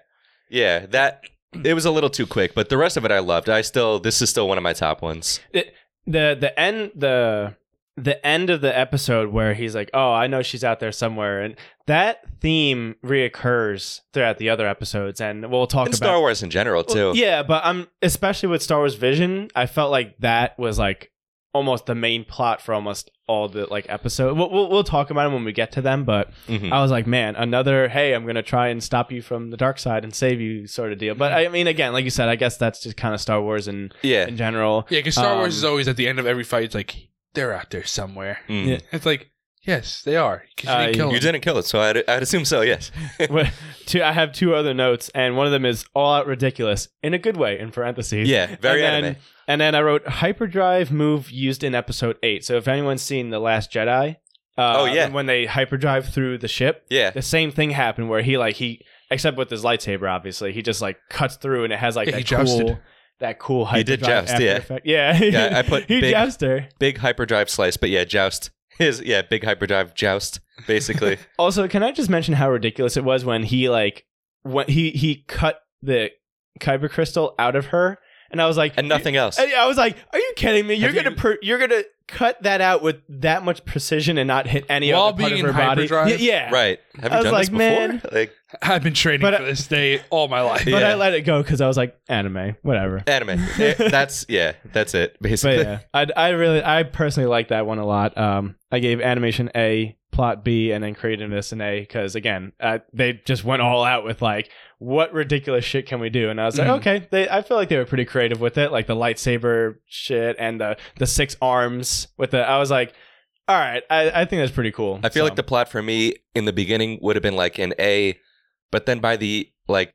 [SPEAKER 2] yeah that it was a little too quick but the rest of it i loved i still this is still one of my top ones
[SPEAKER 1] the the end the the end of the episode where he's like, "Oh, I know she's out there somewhere," and that theme reoccurs throughout the other episodes, and we'll talk
[SPEAKER 2] and
[SPEAKER 1] about
[SPEAKER 2] star wars in general too
[SPEAKER 1] Well, yeah, but I'm especially with Star Wars Vision. I felt like that was like almost the main plot for almost all the like episode. We'll we'll, we'll talk about them when we get to them. But
[SPEAKER 2] Mhm.
[SPEAKER 1] I was like, man, another hey, I'm gonna try and stop you from the dark side and save you sort of deal. But I mean, again, like you said, I guess that's just kind of Star Wars in
[SPEAKER 2] Yeah.
[SPEAKER 1] in general.
[SPEAKER 3] Yeah, because Star
[SPEAKER 1] Um,
[SPEAKER 3] Wars is always at the end of every fight. It's like they're out there somewhere.
[SPEAKER 2] Mm.
[SPEAKER 1] Yeah.
[SPEAKER 3] It's like yes, they are. 'cause you
[SPEAKER 1] Uh,
[SPEAKER 3] didn't kill
[SPEAKER 2] You
[SPEAKER 3] them.
[SPEAKER 2] didn't kill it, so I'd, I'd assume so, yes.
[SPEAKER 1] Well, two, I have two other notes, and one of them is all out ridiculous in a good way in parentheses.
[SPEAKER 2] Yeah, very
[SPEAKER 1] and
[SPEAKER 2] anime.
[SPEAKER 1] Then, and then I wrote hyperdrive move used in episode eight. So if anyone's seen the Last Jedi, uh,
[SPEAKER 2] Oh, yeah.
[SPEAKER 1] when they hyperdrive through the ship,
[SPEAKER 2] Yeah.
[SPEAKER 1] the same thing happened where he like he except with his lightsaber, obviously he just like cuts through and it has like
[SPEAKER 3] Yeah, he
[SPEAKER 1] that
[SPEAKER 3] jousted.
[SPEAKER 1] cool that cool
[SPEAKER 2] He did
[SPEAKER 1] hyperdrive.
[SPEAKER 2] joust,
[SPEAKER 1] after
[SPEAKER 2] yeah.
[SPEAKER 1] effect. yeah,
[SPEAKER 2] Yeah, I put
[SPEAKER 1] he
[SPEAKER 2] big-
[SPEAKER 1] jouster.
[SPEAKER 2] Big hyperdrive slice, but yeah, joust. His yeah, big hyperdrive joust, basically.
[SPEAKER 1] Also, can I just mention how ridiculous it was when he like when he he cut the kyber crystal out of her, and I was like,
[SPEAKER 2] and nothing else.
[SPEAKER 1] And I was like, "Are you kidding me? You're
[SPEAKER 3] Have you-
[SPEAKER 1] gonna per- you're gonna cut that out with that much precision and not hit any
[SPEAKER 3] While
[SPEAKER 1] other part
[SPEAKER 3] being
[SPEAKER 1] of
[SPEAKER 3] in
[SPEAKER 1] her body?"
[SPEAKER 3] hyperdrive?
[SPEAKER 1] Y- yeah,
[SPEAKER 2] Right. Have you
[SPEAKER 1] I was
[SPEAKER 2] done this
[SPEAKER 1] like,
[SPEAKER 2] before?
[SPEAKER 1] man.
[SPEAKER 2] Like
[SPEAKER 3] I've been training
[SPEAKER 1] But I-
[SPEAKER 3] for this day all my life.
[SPEAKER 1] But
[SPEAKER 2] Yeah.
[SPEAKER 1] I let it go because I was like, "Anime, whatever."
[SPEAKER 2] anime. Eh, that's yeah, that's it,
[SPEAKER 1] But
[SPEAKER 2] basically.
[SPEAKER 1] yeah, I I really I personally like that one a lot. Um, I gave animation A, plot B, and then creativeness an A because again, uh, they just went all out with like what ridiculous shit can we do, and I
[SPEAKER 2] Mm-hmm.
[SPEAKER 1] was like,
[SPEAKER 3] Mhm.
[SPEAKER 1] okay, they I feel like they were pretty creative with it, like the lightsaber shit and the the six arms with the. I was like, all right, I, I think that's pretty cool.
[SPEAKER 2] I feel
[SPEAKER 1] So- uh,
[SPEAKER 2] like the plot for me in the beginning would have been like an A, but then by the like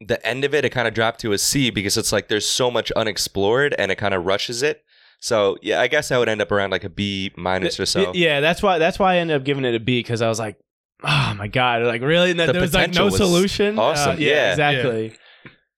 [SPEAKER 2] the end of it, it kind of dropped to a C because it's like there's so much unexplored and it kind of rushes it. So yeah, I guess I would end up around like a B minus or so.
[SPEAKER 1] Y- Yeah, that's why that's why I ended up giving it a B because I was like, oh my god, like really? And
[SPEAKER 2] The
[SPEAKER 1] there was like no
[SPEAKER 2] potential was
[SPEAKER 1] solution. Uh,
[SPEAKER 2] awesome.
[SPEAKER 1] yeah,
[SPEAKER 2] Yeah.
[SPEAKER 1] exactly.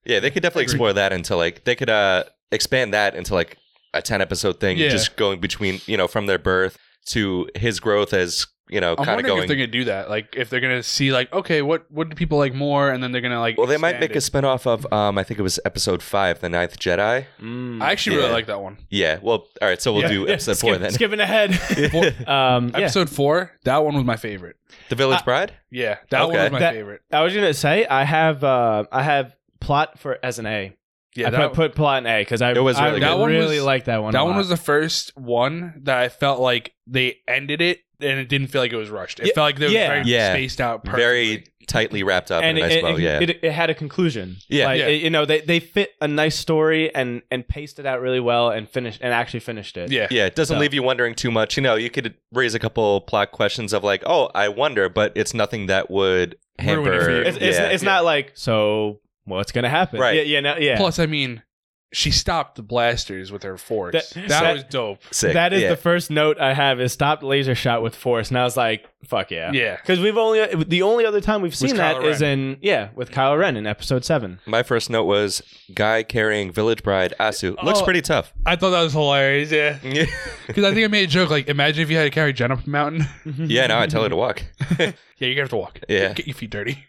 [SPEAKER 2] Yeah, they could definitely
[SPEAKER 3] Agreed.
[SPEAKER 2] explore that into like they could uh expand that into like a ten episode thing,
[SPEAKER 3] Yeah.
[SPEAKER 2] just going between you know from their birth to his growth as you know
[SPEAKER 3] I'm
[SPEAKER 2] kind of
[SPEAKER 3] wondering if
[SPEAKER 2] going.
[SPEAKER 3] they're gonna do that. Like, if they're gonna see, like, okay, what what do people like more, and then they're gonna like.
[SPEAKER 2] well, they might
[SPEAKER 3] expand
[SPEAKER 2] make a
[SPEAKER 3] it.
[SPEAKER 2] spinoff of um I think it was episode five, the Ninth Jedi.
[SPEAKER 1] Mm.
[SPEAKER 3] I actually
[SPEAKER 2] Yeah.
[SPEAKER 3] really like that one.
[SPEAKER 2] Yeah. Well, all right. So we'll
[SPEAKER 1] Yeah,
[SPEAKER 2] do
[SPEAKER 1] yeah,
[SPEAKER 2] episode
[SPEAKER 1] skip-
[SPEAKER 2] four then.
[SPEAKER 1] Skipping ahead. um, yeah.
[SPEAKER 3] Episode four, that one was my favorite.
[SPEAKER 2] The Village
[SPEAKER 1] Uh,
[SPEAKER 2] Bride.
[SPEAKER 3] Yeah, that
[SPEAKER 2] Okay.
[SPEAKER 3] one was my
[SPEAKER 1] That-
[SPEAKER 3] favorite.
[SPEAKER 1] I was gonna say I have uh, I have plot for as an A.
[SPEAKER 3] Yeah,
[SPEAKER 1] I
[SPEAKER 3] that,
[SPEAKER 1] put, put plot in A because I
[SPEAKER 2] It was
[SPEAKER 1] I
[SPEAKER 2] really
[SPEAKER 3] good. That one
[SPEAKER 1] really
[SPEAKER 3] was-
[SPEAKER 1] liked that one.
[SPEAKER 3] that
[SPEAKER 1] a
[SPEAKER 3] one
[SPEAKER 1] lot.
[SPEAKER 3] was the first one that I felt like they ended it, and it didn't feel like it was rushed. It
[SPEAKER 1] Yeah,
[SPEAKER 3] felt like they were
[SPEAKER 1] yeah.
[SPEAKER 3] very
[SPEAKER 2] Yeah.
[SPEAKER 3] spaced out. Perfectly.
[SPEAKER 2] Very tightly wrapped up
[SPEAKER 1] and
[SPEAKER 2] in a
[SPEAKER 1] it,
[SPEAKER 2] nice
[SPEAKER 1] it,
[SPEAKER 2] bow. yeah.
[SPEAKER 1] it, it had a conclusion.
[SPEAKER 2] Yeah.
[SPEAKER 1] like,
[SPEAKER 3] Yeah.
[SPEAKER 1] it- you know they, they fit a nice story and and paced it out really well and finished and actually finished it.
[SPEAKER 3] yeah.
[SPEAKER 2] yeah, it doesn't
[SPEAKER 1] So-
[SPEAKER 2] leave you wondering too much. You know, you could raise a couple plot questions of like, oh, I wonder, but it's nothing that would
[SPEAKER 3] Ruin it for
[SPEAKER 2] hamper.
[SPEAKER 3] you.
[SPEAKER 1] it's it's,
[SPEAKER 2] yeah.
[SPEAKER 1] it's not like so what's gonna happen.
[SPEAKER 2] Right.
[SPEAKER 1] Yeah. Yeah. No, yeah.
[SPEAKER 3] Plus, I mean, she stopped the blasters with her forks.
[SPEAKER 1] That-
[SPEAKER 3] That,
[SPEAKER 1] that-
[SPEAKER 3] was dope.
[SPEAKER 2] Sick.
[SPEAKER 1] that is
[SPEAKER 2] yeah.
[SPEAKER 1] the first note I have is stopped laser shot with force, and I was like, fuck yeah.
[SPEAKER 3] Yeah.
[SPEAKER 1] Because we've only the only other time we've seen
[SPEAKER 3] Kylo
[SPEAKER 1] that is in yeah with Kylo Ren in episode seven.
[SPEAKER 2] My first note was guy carrying village bride Asu. Looks
[SPEAKER 3] Oh.
[SPEAKER 2] pretty tough.
[SPEAKER 3] I thought that was hilarious. Yeah.
[SPEAKER 2] yeah,
[SPEAKER 3] Because I think I made a joke like, imagine if you had to carry Jen up a mountain.
[SPEAKER 2] now I tell her to walk.
[SPEAKER 3] yeah, you're going to have to walk.
[SPEAKER 2] Yeah.
[SPEAKER 3] Get your feet dirty.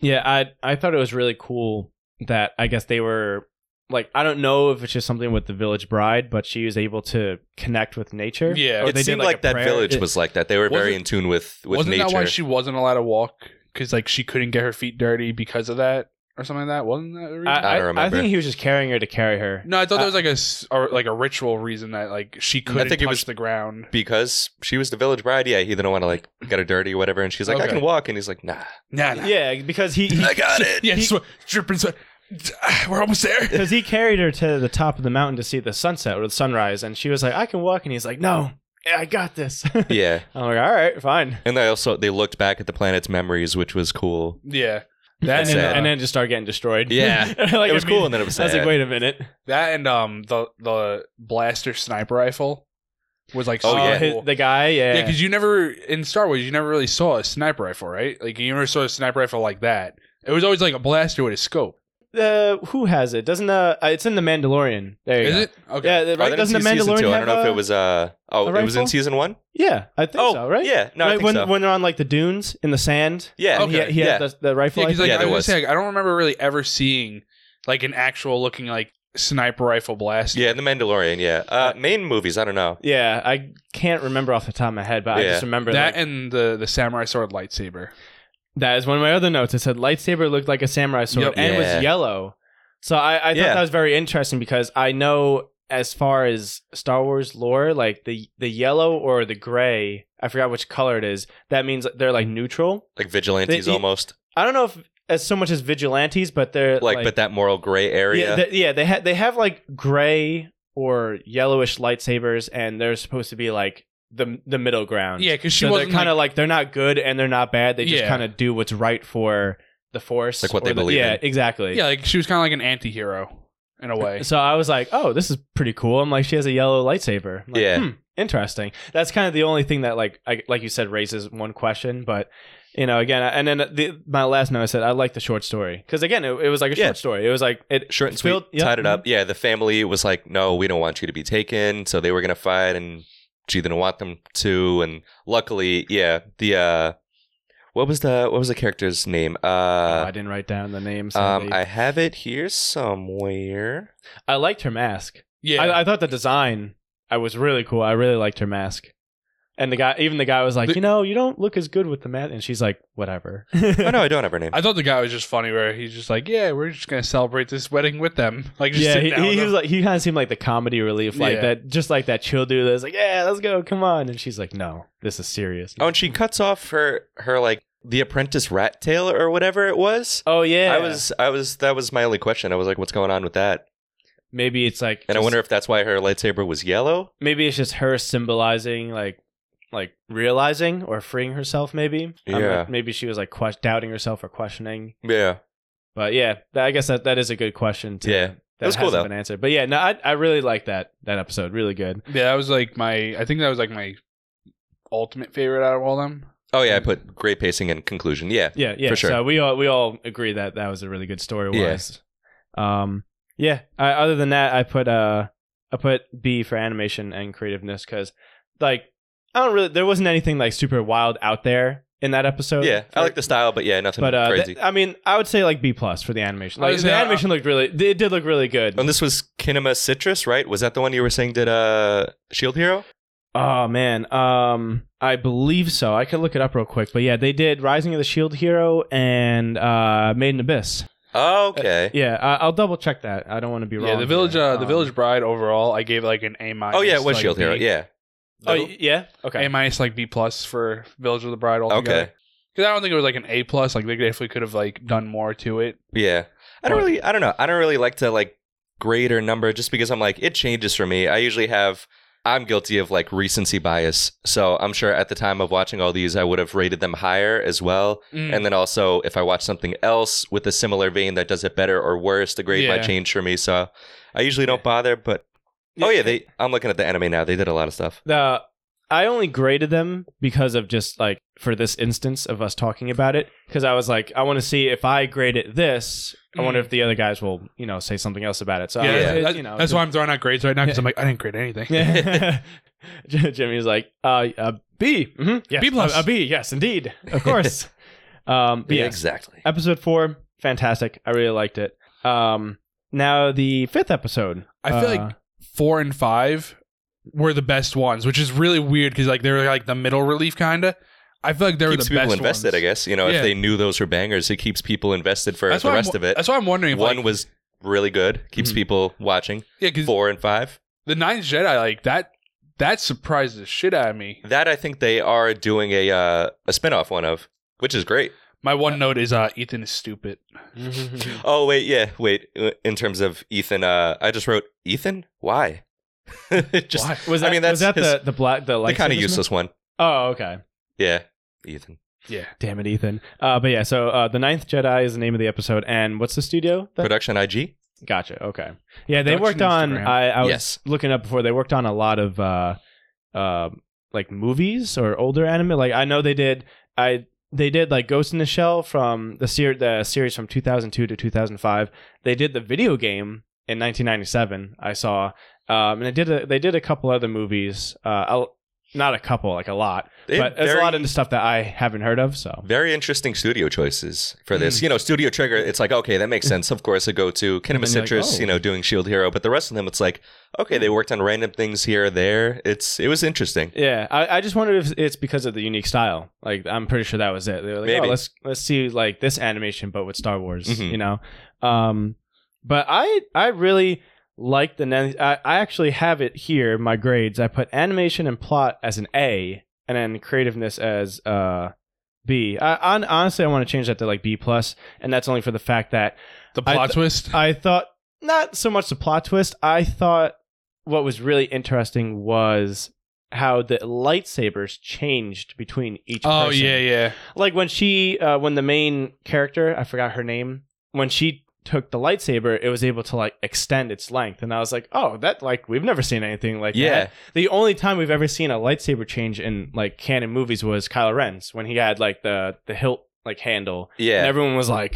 [SPEAKER 1] Yeah, I I thought it was really cool that I guess they were like I don't know if it's just something with the Village Bride, but she was able to connect with nature.
[SPEAKER 3] Yeah.
[SPEAKER 1] Or
[SPEAKER 2] it
[SPEAKER 1] Oh, they did,
[SPEAKER 2] seemed
[SPEAKER 1] like,
[SPEAKER 2] like,
[SPEAKER 1] a
[SPEAKER 2] that
[SPEAKER 1] prayer.
[SPEAKER 2] village
[SPEAKER 1] It-
[SPEAKER 2] was like that. They were very
[SPEAKER 3] Wasn't-
[SPEAKER 2] in tune with with
[SPEAKER 3] Wasn't
[SPEAKER 2] nature.
[SPEAKER 3] that why she wasn't allowed to walk? Because, like, she couldn't get her feet dirty because of that or something like that? Wasn't that the reason?
[SPEAKER 1] I, I,
[SPEAKER 2] I don't
[SPEAKER 1] I
[SPEAKER 2] remember.
[SPEAKER 1] think he was just carrying her to carry her.
[SPEAKER 3] no, I thought there was like a s- or, like a ritual reason that like she couldn't
[SPEAKER 2] think it
[SPEAKER 3] touch
[SPEAKER 2] was-
[SPEAKER 3] the ground.
[SPEAKER 2] because she was the village bride. Yeah, he didn't want to like get her dirty, or whatever. And she's like, I
[SPEAKER 3] Okay.
[SPEAKER 2] can walk, and he's like, Nah,
[SPEAKER 3] Nah, nah.
[SPEAKER 1] Yeah, because he
[SPEAKER 2] I got it.
[SPEAKER 3] yeah,
[SPEAKER 1] He-
[SPEAKER 3] sweat, dripping sweat. We're almost there.
[SPEAKER 1] because he, carried her to the top of the mountain to see the sunset or the sunrise, and she was like, "I can walk," and he's like, "No, I got this." I'm like,
[SPEAKER 2] Yeah,
[SPEAKER 1] "All right, fine."
[SPEAKER 2] and they also they looked back at the planet's memories, which was cool.
[SPEAKER 3] Yeah,
[SPEAKER 1] and,
[SPEAKER 3] that's
[SPEAKER 1] then,
[SPEAKER 2] sad.
[SPEAKER 1] and then just start getting destroyed.
[SPEAKER 2] Yeah.
[SPEAKER 1] like,
[SPEAKER 2] it was
[SPEAKER 1] I mean,
[SPEAKER 2] cool, and then it was
[SPEAKER 1] Oh, I was
[SPEAKER 2] sad.
[SPEAKER 1] like, "Wait a minute."
[SPEAKER 3] That and um the the blaster sniper rifle was like
[SPEAKER 2] Oh,
[SPEAKER 3] so
[SPEAKER 2] yeah.
[SPEAKER 1] his-
[SPEAKER 3] cool.
[SPEAKER 1] the guy, yeah,
[SPEAKER 3] yeah, because you never in Star Wars you never really saw a sniper rifle, right? Like you never saw a sniper rifle like that. It was always like a blaster with a scope.
[SPEAKER 1] uh, who has it? Doesn't uh, uh, it's in the Mandalorian. There you
[SPEAKER 3] Is
[SPEAKER 1] go.
[SPEAKER 3] it okay?
[SPEAKER 1] Yeah, the-
[SPEAKER 2] Oh, I
[SPEAKER 1] right?
[SPEAKER 2] think
[SPEAKER 1] Doesn't the
[SPEAKER 2] it's in season
[SPEAKER 1] Mandalorian
[SPEAKER 2] two. I
[SPEAKER 1] have
[SPEAKER 2] don't know if
[SPEAKER 1] a-
[SPEAKER 2] it was uh oh
[SPEAKER 1] a
[SPEAKER 2] it was in
[SPEAKER 1] rifle?
[SPEAKER 2] season one.
[SPEAKER 1] Yeah, I think
[SPEAKER 2] oh
[SPEAKER 1] so. Right?
[SPEAKER 2] yeah, no, I
[SPEAKER 1] right
[SPEAKER 2] think
[SPEAKER 1] when
[SPEAKER 2] so.
[SPEAKER 1] when they're on like the dunes in the sand.
[SPEAKER 2] yeah,
[SPEAKER 1] and
[SPEAKER 3] Okay.
[SPEAKER 1] He, he
[SPEAKER 2] yeah.
[SPEAKER 1] has the, the rifle.
[SPEAKER 3] Yeah, because like
[SPEAKER 2] Yeah,
[SPEAKER 3] I
[SPEAKER 2] there
[SPEAKER 3] was,
[SPEAKER 2] was.
[SPEAKER 3] Saying, I don't remember really ever seeing like an actual looking like sniper rifle blaster.
[SPEAKER 2] yeah, the Mandalorian. Yeah, uh, main movies. I don't know.
[SPEAKER 1] yeah, I can't remember off the top of my head, but I
[SPEAKER 2] Yeah.
[SPEAKER 1] just remember
[SPEAKER 3] that
[SPEAKER 1] like,
[SPEAKER 3] and the the samurai sword lightsaber.
[SPEAKER 1] that is one of my other notes. It said lightsaber looked like a samurai sword
[SPEAKER 3] Yep.
[SPEAKER 1] and
[SPEAKER 2] Yeah.
[SPEAKER 1] was yellow. So I, I thought
[SPEAKER 2] Yeah.
[SPEAKER 1] that was very interesting because I know as far as Star Wars lore, like the the yellow or the gray, I forgot which color it is. That means they're
[SPEAKER 2] Mm.
[SPEAKER 1] like neutral.
[SPEAKER 2] Like vigilantes,
[SPEAKER 1] They- they-
[SPEAKER 2] almost
[SPEAKER 1] I don't know if as so much as vigilantes, but they're
[SPEAKER 2] like, but that moral gray area.
[SPEAKER 1] uh, Yeah, they, yeah, they have they have like gray or yellowish lightsabers, and they're supposed to be like the the middle ground.
[SPEAKER 3] Yeah, because she
[SPEAKER 1] so they're
[SPEAKER 3] wasn't
[SPEAKER 1] kind of like, they're not good and they're not bad. They just
[SPEAKER 3] Yeah.
[SPEAKER 1] kind of do what's right for the force,
[SPEAKER 2] Like what
[SPEAKER 1] or
[SPEAKER 2] they
[SPEAKER 1] the-
[SPEAKER 2] believe
[SPEAKER 1] Yeah,
[SPEAKER 2] in.
[SPEAKER 1] exactly.
[SPEAKER 3] yeah, like she was kind of like an anti-hero in a way.
[SPEAKER 1] So I was like, oh, this is pretty cool. I'm like, she has a yellow lightsaber. I'm like,
[SPEAKER 2] Yeah.
[SPEAKER 1] hmm, interesting. That's kind of the only thing that like I, like you said raises one question, but. You know, again, I- and then the, my last note, I said I like the short story because again, it, it was like a
[SPEAKER 2] Yeah.
[SPEAKER 1] short story. It was like it
[SPEAKER 2] Short and sweet,
[SPEAKER 1] Filled- yep,
[SPEAKER 2] tied it
[SPEAKER 1] mhm.
[SPEAKER 2] up. Yeah, the family was like, "No, we don't want you to be taken," so they were gonna fight, and she didn't want them to. And luckily, yeah, the uh, what was the what was the character's name?
[SPEAKER 1] Oh,
[SPEAKER 2] Uh,
[SPEAKER 1] I didn't write down the name.
[SPEAKER 2] um,
[SPEAKER 1] sadly.
[SPEAKER 2] I have it here somewhere.
[SPEAKER 1] I liked her mask.
[SPEAKER 3] yeah,
[SPEAKER 1] I, I thought the design I was really cool. I really liked her mask. And the guy, even the guy was like,
[SPEAKER 3] The-
[SPEAKER 1] you know, you don't look as good with the mask. And she's like, whatever.
[SPEAKER 2] oh no, I don't have her name.
[SPEAKER 3] I thought the guy was just funny where he's just like, yeah, we're just gonna celebrate this wedding with them. Like just
[SPEAKER 1] yeah,
[SPEAKER 3] sitting
[SPEAKER 1] he,
[SPEAKER 3] down with
[SPEAKER 1] he,
[SPEAKER 3] them.
[SPEAKER 1] was like, he kind of seemed like the comedy relief, like
[SPEAKER 3] Yeah.
[SPEAKER 1] that, just like that chill dude that's like, yeah, let's go, come on. And she's like, no, this is serious.
[SPEAKER 2] Oh, and she cuts off her her like the apprentice rat tail or whatever it was.
[SPEAKER 1] Oh, yeah.
[SPEAKER 2] I was I was that was my only question. I was like, what's going on with that?
[SPEAKER 1] maybe it's like,
[SPEAKER 2] And I
[SPEAKER 1] just-
[SPEAKER 2] wonder if that's why her lightsaber was yellow.
[SPEAKER 1] maybe it's just her symbolizing like like realizing or freeing herself. Maybe I'm
[SPEAKER 2] Yeah.
[SPEAKER 1] not- maybe she was like que- doubting herself or questioning.
[SPEAKER 2] Yeah.
[SPEAKER 1] But yeah, that, I guess that that is a good question to
[SPEAKER 2] Yeah.
[SPEAKER 1] that
[SPEAKER 2] That's cool,
[SPEAKER 1] hasn't
[SPEAKER 2] though.
[SPEAKER 1] been answered. But yeah, no, I, I really like that that episode. Really good.
[SPEAKER 3] Yeah, that was like my. I think that was like my ultimate favorite out of all them.
[SPEAKER 2] Oh
[SPEAKER 1] Um,
[SPEAKER 2] yeah, I put great pacing and conclusion. Yeah,
[SPEAKER 1] Yeah, yeah.
[SPEAKER 2] For sure.
[SPEAKER 1] So we all we all agree that that was a really good story. Wise. Um. Yeah. I, other than that, I put uh I put B for animation and creativeness because like I don't really there wasn't anything like super wild out there in that episode.
[SPEAKER 2] yeah. I like the style, but yeah, nothing
[SPEAKER 1] But uh, th-
[SPEAKER 2] crazy.
[SPEAKER 1] I mean, I would say like B plus for the animation.
[SPEAKER 3] I
[SPEAKER 1] Like
[SPEAKER 3] was
[SPEAKER 1] the
[SPEAKER 3] gonna say,
[SPEAKER 1] animation looked really, it did look really good.
[SPEAKER 2] and this was Kinema Citrus, right? Was that the one you were saying did uh Shield Hero?
[SPEAKER 1] Oh man, um, I believe so. I could look it up real quick, but yeah, they did Rising of the Shield Hero and uh, Maiden Abyss.
[SPEAKER 2] Oh, okay.
[SPEAKER 1] Uh, Yeah, I- I'll double check that. I don't want to be wrong.
[SPEAKER 3] Yeah, the village.
[SPEAKER 1] here.
[SPEAKER 3] Uh, the
[SPEAKER 1] Um,
[SPEAKER 3] village bride overall, I gave like an A minus.
[SPEAKER 2] oh yeah, it was
[SPEAKER 3] like,
[SPEAKER 2] Shield Hero.
[SPEAKER 3] B.
[SPEAKER 2] Yeah.
[SPEAKER 1] Oh y- yeah. Okay.
[SPEAKER 3] A minus like B plus for Village of the Bride altogether.
[SPEAKER 2] Okay.
[SPEAKER 3] Okay. Because I don't think it was like an A plus. Like they definitely could have like done more to it.
[SPEAKER 2] Yeah. I don't
[SPEAKER 3] But-
[SPEAKER 2] really I don't know. I don't really like to like grade or number just because I'm like it changes for me. I usually have I'm guilty of like recency bias. So I'm sure at the time of watching all these I would have rated them higher as well.
[SPEAKER 3] Hmm. Mm.
[SPEAKER 2] And then also if I watch something else with a similar vein that does it better or worse, the grade might
[SPEAKER 3] Yeah.
[SPEAKER 2] change for me. So I usually don't bother, but Oh yeah, they I'm looking at the anime now. They did a lot of stuff.
[SPEAKER 1] the I only graded them because of just like for this instance of us talking about it because I was like I want to see if I grade it this I wonder
[SPEAKER 3] Mm.
[SPEAKER 1] if the other guys will you know say something else about it so I
[SPEAKER 3] yeah,
[SPEAKER 1] was-
[SPEAKER 2] yeah.
[SPEAKER 1] it-
[SPEAKER 3] That-
[SPEAKER 1] you know
[SPEAKER 3] that's
[SPEAKER 1] it-
[SPEAKER 3] why I'm throwing out grades right now because I'm like I didn't grade anything.
[SPEAKER 1] Yeah. Jimmy's like, uh, a B. Mhm. Yes.
[SPEAKER 3] B plus.
[SPEAKER 1] A, a B. Yes, indeed. Of course. um, but yeah,
[SPEAKER 2] exactly.
[SPEAKER 1] episode four, fantastic. I really liked it. Um, now the fifth episode.
[SPEAKER 3] I feel
[SPEAKER 1] uh,
[SPEAKER 3] like four and five were the best ones, which is really weird because like they were like the middle relief kinda. I feel like they were
[SPEAKER 2] keeps
[SPEAKER 3] the
[SPEAKER 2] people
[SPEAKER 3] best
[SPEAKER 2] invested,
[SPEAKER 3] ones.
[SPEAKER 2] I guess. You know,
[SPEAKER 3] Yeah.
[SPEAKER 2] if they knew those were bangers, it keeps people invested for
[SPEAKER 3] That's
[SPEAKER 2] the
[SPEAKER 3] why
[SPEAKER 2] rest
[SPEAKER 3] I'm,
[SPEAKER 2] of it.
[SPEAKER 3] That's why I'm wondering. If,
[SPEAKER 2] One
[SPEAKER 3] like, Hmm.
[SPEAKER 2] was really good, keeps
[SPEAKER 1] Mhm.
[SPEAKER 2] people watching.
[SPEAKER 3] yeah, because
[SPEAKER 2] Four and five.
[SPEAKER 3] the Ninth Jedi like that. That surprised the shit out of me.
[SPEAKER 2] That I think they are doing a uh, a spinoff one of, which is great.
[SPEAKER 3] My one note is uh, Ethan is stupid.
[SPEAKER 2] Oh wait, yeah, wait. In terms of Ethan, uh, I just wrote Ethan. Why? just
[SPEAKER 3] Why?
[SPEAKER 1] was that,
[SPEAKER 2] I mean,
[SPEAKER 1] was that the
[SPEAKER 2] that's
[SPEAKER 1] the black the
[SPEAKER 2] the
[SPEAKER 1] like
[SPEAKER 2] kind of useless one.
[SPEAKER 1] Oh, okay.
[SPEAKER 2] Yeah, Ethan.
[SPEAKER 3] Yeah.
[SPEAKER 1] Damn it, Ethan. Uh, but yeah, so uh, the Ninth Jedi is the name of the episode, and what's the studio? that-
[SPEAKER 2] Production IG.
[SPEAKER 1] gotcha. Okay. Yeah, they
[SPEAKER 3] Production
[SPEAKER 1] worked on.
[SPEAKER 3] Instagram.
[SPEAKER 1] I, I was
[SPEAKER 2] yes.
[SPEAKER 1] looking up before they worked on a lot of uh uh like movies or older anime like i know they did i they did like ghost in the shell from the, ser- the series from 2002 to 2005 they did the video game in 1997 i saw um and they did a, they did a couple other movies uh I'll- not a couple like a lot
[SPEAKER 2] They
[SPEAKER 1] but
[SPEAKER 2] had
[SPEAKER 1] there's a
[SPEAKER 2] very-
[SPEAKER 1] lot of stuff that i haven't heard of so
[SPEAKER 2] Very interesting studio choices for this.
[SPEAKER 3] Mm.
[SPEAKER 2] You know, Studio Trigger, it's like, okay, that makes sense. Of course, a go to Kinema
[SPEAKER 1] then you're like,
[SPEAKER 2] Citrus,
[SPEAKER 1] oh. Mm.
[SPEAKER 2] you know, doing Shield E Hero, but the rest of them, it's like, okay, they worked on random things here or there. It's It was interesting.
[SPEAKER 1] Yeah, I, I just wondered if it's because of the unique style. Like, I'm pretty sure that was it. They were like,
[SPEAKER 2] Maybe.
[SPEAKER 1] oh, let's let's see like this animation, but with Star Wars,
[SPEAKER 2] Mhm.
[SPEAKER 1] you know. Um, but I I really like the nin- I, I actually have it here. My grades. I put animation and plot as an A, and then creativeness as uh B. I on, honestly I want to change that to like B plus, and that's only for the fact that
[SPEAKER 3] The
[SPEAKER 1] I
[SPEAKER 3] plot twist.
[SPEAKER 1] I thought not so much the plot twist. I thought what was really interesting was how the lightsabers changed between each.
[SPEAKER 3] oh
[SPEAKER 1] person.
[SPEAKER 3] yeah, yeah.
[SPEAKER 1] Like when she, uh, when the main character, I forgot her name, when she took the lightsaber, it was able to like extend its length, and I was like, oh, that like we've never seen anything like
[SPEAKER 2] yeah.
[SPEAKER 1] that. The only time we've ever seen a lightsaber change in like canon movies was Kylo Ren's when he had like the the hilt like handle and
[SPEAKER 2] Yeah.
[SPEAKER 1] everyone was like,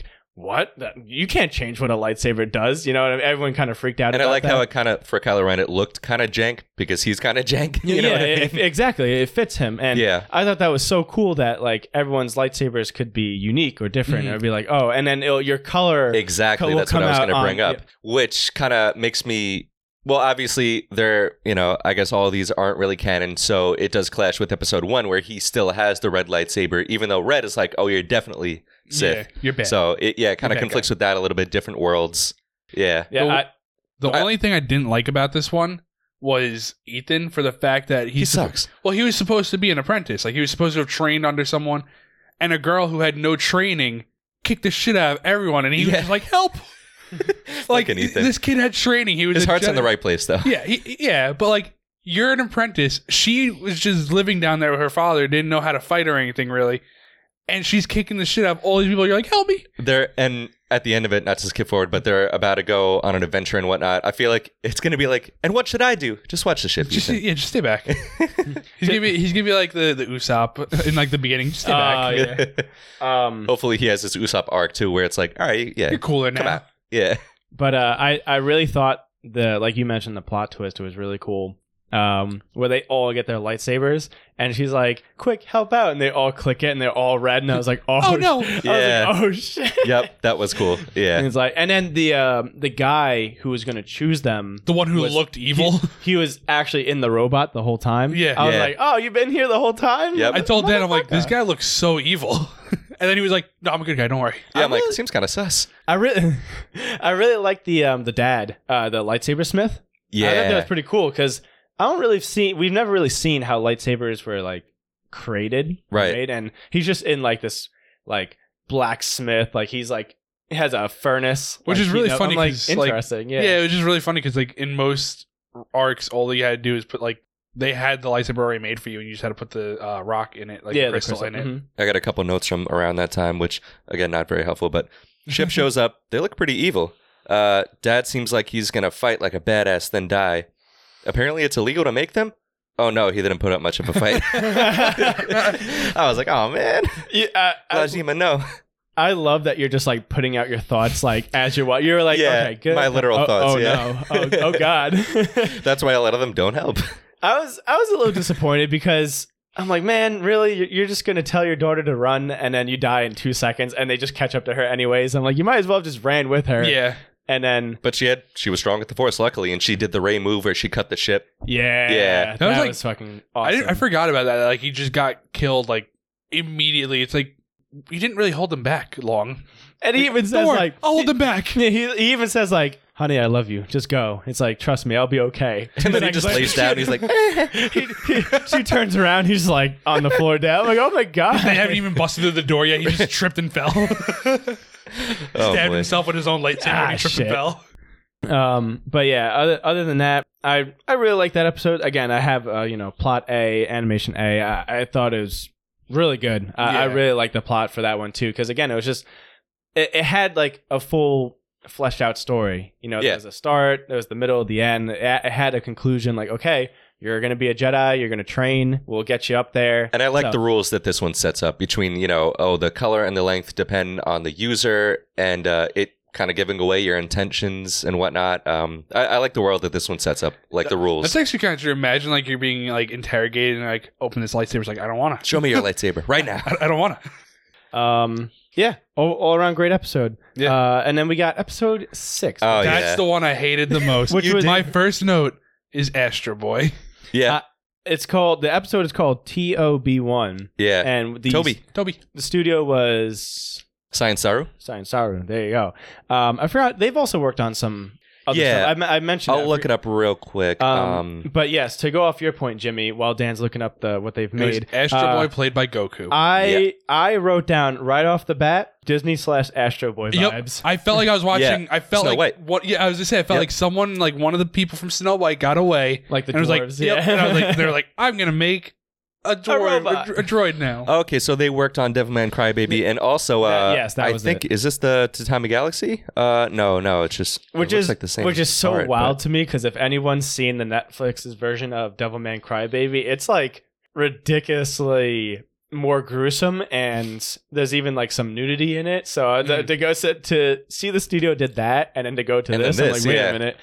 [SPEAKER 1] "What? That- You can't change what a lightsaber does." You know, and everyone kind of freaked out.
[SPEAKER 2] And I
[SPEAKER 1] about
[SPEAKER 2] like
[SPEAKER 1] that.
[SPEAKER 2] how it kind of, for Kylo Ren, it looked kind of jank because he's kind of jank. You
[SPEAKER 1] yeah,
[SPEAKER 2] know what I
[SPEAKER 1] it-
[SPEAKER 2] mean?
[SPEAKER 1] exactly. It fits him, and
[SPEAKER 2] yeah.
[SPEAKER 1] I thought that was so cool that like everyone's lightsabers could be unique or different.
[SPEAKER 2] Mm-hmm.
[SPEAKER 3] Mhm.
[SPEAKER 1] It'd be like, oh, and then it'll, your color.
[SPEAKER 2] Exactly.
[SPEAKER 1] will
[SPEAKER 2] That's what I
[SPEAKER 1] come
[SPEAKER 2] was
[SPEAKER 1] out
[SPEAKER 2] going to
[SPEAKER 1] on-
[SPEAKER 2] bring up, which kind of makes me. Well, obviously, they're, you know, I guess all of these aren't really canon. So it does clash with episode one, where he still has the red lightsaber, even though red is like, oh, you're definitely Sith.
[SPEAKER 3] Yeah, you're bad.
[SPEAKER 2] So it, yeah, it kind of
[SPEAKER 3] Okay,
[SPEAKER 2] conflicts with that a little bit. Different worlds. Yeah.
[SPEAKER 1] yeah,
[SPEAKER 3] The-
[SPEAKER 1] I,
[SPEAKER 3] the
[SPEAKER 2] I-
[SPEAKER 3] only thing I didn't like about this one was Ethan for the fact that he's well, he was supposed to be an apprentice. Like he was supposed to have trained under someone, and a girl who had no training kicked the shit out of everyone, and he was
[SPEAKER 2] Yeah.
[SPEAKER 3] just like, "Help!"
[SPEAKER 2] Like
[SPEAKER 3] Like
[SPEAKER 2] an Ethan.
[SPEAKER 3] this kid had training. He was
[SPEAKER 2] His
[SPEAKER 3] a
[SPEAKER 2] heart's in
[SPEAKER 3] Jedi-
[SPEAKER 2] the right place, though.
[SPEAKER 3] Yeah, he, yeah, but like you're an apprentice. She was just living down there with her father, didn't know how to fight or anything really, and she's kicking the shit out of all these people. You're like, "Help me!"
[SPEAKER 2] There and at the end of it, not to skip forward, but they're about to go on an adventure and whatnot. I feel like it's gonna be like, and what should I do? Just watch the shit.
[SPEAKER 3] Just
[SPEAKER 2] Ethan.
[SPEAKER 3] yeah, just stay back. he's gonna be he's gonna be like the the Usopp in like the beginning. Just stay
[SPEAKER 1] Oh,
[SPEAKER 2] Ah,
[SPEAKER 3] back.
[SPEAKER 1] yeah. Um,
[SPEAKER 2] Hopefully, he has this Usopp arc too, where it's like, all right, yeah,
[SPEAKER 3] You're cooler now.
[SPEAKER 2] come out, yeah,
[SPEAKER 1] but uh, I I really thought the like you mentioned the plot twist was really cool. Um, where they all get their lightsabers, and she's like, "Quick, help out!" and they all click it, and they're all red, and I was like, "Oh,
[SPEAKER 3] Oh no!
[SPEAKER 1] sh- I
[SPEAKER 2] Yeah.
[SPEAKER 1] was like, "Oh shit!"
[SPEAKER 2] yep, that was cool,
[SPEAKER 1] And
[SPEAKER 2] yeah.
[SPEAKER 1] it's like, and then the um, the guy who was gonna choose them,
[SPEAKER 3] The one who
[SPEAKER 1] Was-
[SPEAKER 3] looked evil.
[SPEAKER 1] he was actually in the robot the whole time.
[SPEAKER 3] Yeah.
[SPEAKER 1] I was
[SPEAKER 2] Yeah.
[SPEAKER 1] like, "Oh, you've been here the whole time."
[SPEAKER 2] Yep.
[SPEAKER 3] I told Dan, I'm like, this guy looks so evil. and then he was like, No, I'm a good guy. Don't worry.
[SPEAKER 2] Yeah, I'm like,
[SPEAKER 1] really-
[SPEAKER 2] seems kind of sus.
[SPEAKER 1] I really, I really like the um the dad, uh, the lightsaber smith. I thought that was
[SPEAKER 2] Yeah,
[SPEAKER 1] pretty cool because I don't really see we've never really seen how lightsabers were like created,
[SPEAKER 2] Right.
[SPEAKER 1] And he's just in like this like blacksmith, like he's like has a furnace,
[SPEAKER 3] Which
[SPEAKER 1] like,
[SPEAKER 3] is really
[SPEAKER 1] heating up.
[SPEAKER 3] funny
[SPEAKER 1] I'm, like
[SPEAKER 3] 'cause, like-
[SPEAKER 1] interesting,
[SPEAKER 3] Yeah. it was just really funny because like in most arcs, all you had to do is put like they had the lightsaber already made for you, and you just had to put the uh, rock in it, like
[SPEAKER 1] yeah,
[SPEAKER 3] the Mm-hmm. crystal, in it.
[SPEAKER 1] mhm.
[SPEAKER 2] I got a couple notes from around that time, which again, not very helpful. But ship shows up. They look pretty evil. Uh, Dad seems like he's gonna fight like a badass, then die. Apparently, it's illegal to make them. Oh no, he didn't put up much of a fight. I was like, oh man,
[SPEAKER 1] Yeah, I- I,
[SPEAKER 2] Lajima, no.
[SPEAKER 1] uh, I love that you're just like putting out your thoughts like as you're wa- you're like
[SPEAKER 2] Yeah,
[SPEAKER 1] okay good
[SPEAKER 2] my literal
[SPEAKER 1] oh,
[SPEAKER 2] thoughts,
[SPEAKER 1] oh
[SPEAKER 2] yeah.
[SPEAKER 1] no oh, oh god
[SPEAKER 2] That's why a lot of them don't help.
[SPEAKER 1] I was I was a little disappointed because I'm like, man, really, You're- you're just gonna tell your daughter to run and then you die in two seconds, and they just catch up to her anyways. I'm like, you might as well have just ran with her.
[SPEAKER 3] Yeah,
[SPEAKER 1] And then
[SPEAKER 2] But she had she was strong with the force, luckily, and she did the Ray move where she cut the ship.
[SPEAKER 1] yeah,
[SPEAKER 2] Yeah.
[SPEAKER 1] that,
[SPEAKER 3] That was,
[SPEAKER 1] was,
[SPEAKER 3] like-
[SPEAKER 1] fucking
[SPEAKER 3] I
[SPEAKER 1] awesome.
[SPEAKER 3] didn't, I forgot about that. Like he just got killed like immediately. It's like you didn't really hold him back long.
[SPEAKER 1] and he even
[SPEAKER 3] Don't
[SPEAKER 1] says
[SPEAKER 3] worry,
[SPEAKER 1] like,
[SPEAKER 3] I'll hold him back.
[SPEAKER 1] he, he even says like, honey, I love you. Just go. It's like, trust me, I'll be okay.
[SPEAKER 2] And then he
[SPEAKER 1] Like,
[SPEAKER 2] just
[SPEAKER 1] like-
[SPEAKER 2] lays down. He's like,
[SPEAKER 1] He- he- she turns around. He's like on the floor down. I'm like, oh my god.
[SPEAKER 3] They haven't even busted through the door yet. He just tripped and fell.
[SPEAKER 2] oh,
[SPEAKER 3] Stabbed
[SPEAKER 2] boy.
[SPEAKER 3] himself with his own lightsaber and
[SPEAKER 1] Ah,
[SPEAKER 3] he tripped
[SPEAKER 1] shit.
[SPEAKER 3] and fell.
[SPEAKER 1] Um, but yeah, other, other than that, I I really like that episode. Again, I have uh, you know plot A, animation A. I, I thought it was really good. I, I
[SPEAKER 3] Yeah.
[SPEAKER 1] really like the plot for that one too, because again, it was just it, it had like a full fleshed out story. You know,
[SPEAKER 2] Yeah.
[SPEAKER 1] there was a start, there was the middle, the end. It, it had a conclusion. Like, okay, you're gonna be a Jedi. You're gonna train. We'll get you up there.
[SPEAKER 2] And I like
[SPEAKER 1] So-
[SPEAKER 2] the rules that this one sets up between, you know, oh, the color and the length depend on the user and uh, it kind of giving away your intentions and whatnot. Um, I, I like the world that this one sets up, like the rules.
[SPEAKER 3] That's actually kind of true. Imagine like you're being like interrogated and like open this lightsaber. It's like I don't want to.
[SPEAKER 2] Show me your lightsaber right now.
[SPEAKER 3] I, I don't want to.
[SPEAKER 1] Um, yeah, all, all around great episode.
[SPEAKER 3] Yeah.
[SPEAKER 1] Uh, and then we got episode six.
[SPEAKER 2] Oh,
[SPEAKER 3] That's
[SPEAKER 2] yeah.
[SPEAKER 3] the one I hated the most.
[SPEAKER 1] Which
[SPEAKER 3] Which
[SPEAKER 1] You was- did.
[SPEAKER 3] my first note is Astro Boy.
[SPEAKER 2] Yeah,
[SPEAKER 1] Uh, It's called the episode is called T O B one,
[SPEAKER 2] yeah.
[SPEAKER 1] and the
[SPEAKER 2] Toby,
[SPEAKER 3] Toby.
[SPEAKER 1] the studio was
[SPEAKER 2] Science Saru.
[SPEAKER 1] Science Saru. There you go. Um, I forgot they've also worked on some. Other
[SPEAKER 2] Yeah.
[SPEAKER 1] stuff. I, me- I mentioned.
[SPEAKER 2] I'll look it up real quick.
[SPEAKER 1] Um,
[SPEAKER 2] Um,
[SPEAKER 1] But yes, to go off your point, Jimmy, while Dan's looking up the what they've
[SPEAKER 3] It was
[SPEAKER 1] made,
[SPEAKER 3] Astro
[SPEAKER 1] Uh,
[SPEAKER 3] Boy played by Goku.
[SPEAKER 1] I
[SPEAKER 2] Yeah.
[SPEAKER 1] I wrote down right off the bat Disney slash Astro Boy
[SPEAKER 3] Yep.
[SPEAKER 1] vibes.
[SPEAKER 3] I felt like I was watching. I felt
[SPEAKER 2] Snow
[SPEAKER 3] like
[SPEAKER 2] White.
[SPEAKER 3] what? Yeah, I was just saying. I felt
[SPEAKER 2] Yep.
[SPEAKER 3] like someone, like one of the people from Snow White, got away,
[SPEAKER 1] Like the
[SPEAKER 3] and I was like,
[SPEAKER 1] dwarves,
[SPEAKER 3] yep.
[SPEAKER 1] yeah.
[SPEAKER 3] And I was like, they're like, I'm gonna make a droid,
[SPEAKER 1] robot.
[SPEAKER 3] a, dro- a droid now.
[SPEAKER 2] Um, okay, so they worked on Devilman Crybaby and also, uh,
[SPEAKER 1] That- yes, that
[SPEAKER 2] I
[SPEAKER 1] was
[SPEAKER 2] think, is this the Tatami Galaxy? Uh, no, no, it's just, it
[SPEAKER 1] which
[SPEAKER 2] looks
[SPEAKER 1] is
[SPEAKER 2] like the same.
[SPEAKER 1] which is so
[SPEAKER 2] art, but-
[SPEAKER 1] wild to me because if anyone's seen the Netflix's version of Devilman Crybaby, it's like ridiculously more gruesome, and there's even like some nudity in it. So uh, th-
[SPEAKER 3] Mm.
[SPEAKER 1] to go sit, to see the studio did that, and then to go to
[SPEAKER 2] Hmm. And then
[SPEAKER 1] this,
[SPEAKER 2] this,
[SPEAKER 1] I'm like, wait
[SPEAKER 2] yeah.
[SPEAKER 1] a minute.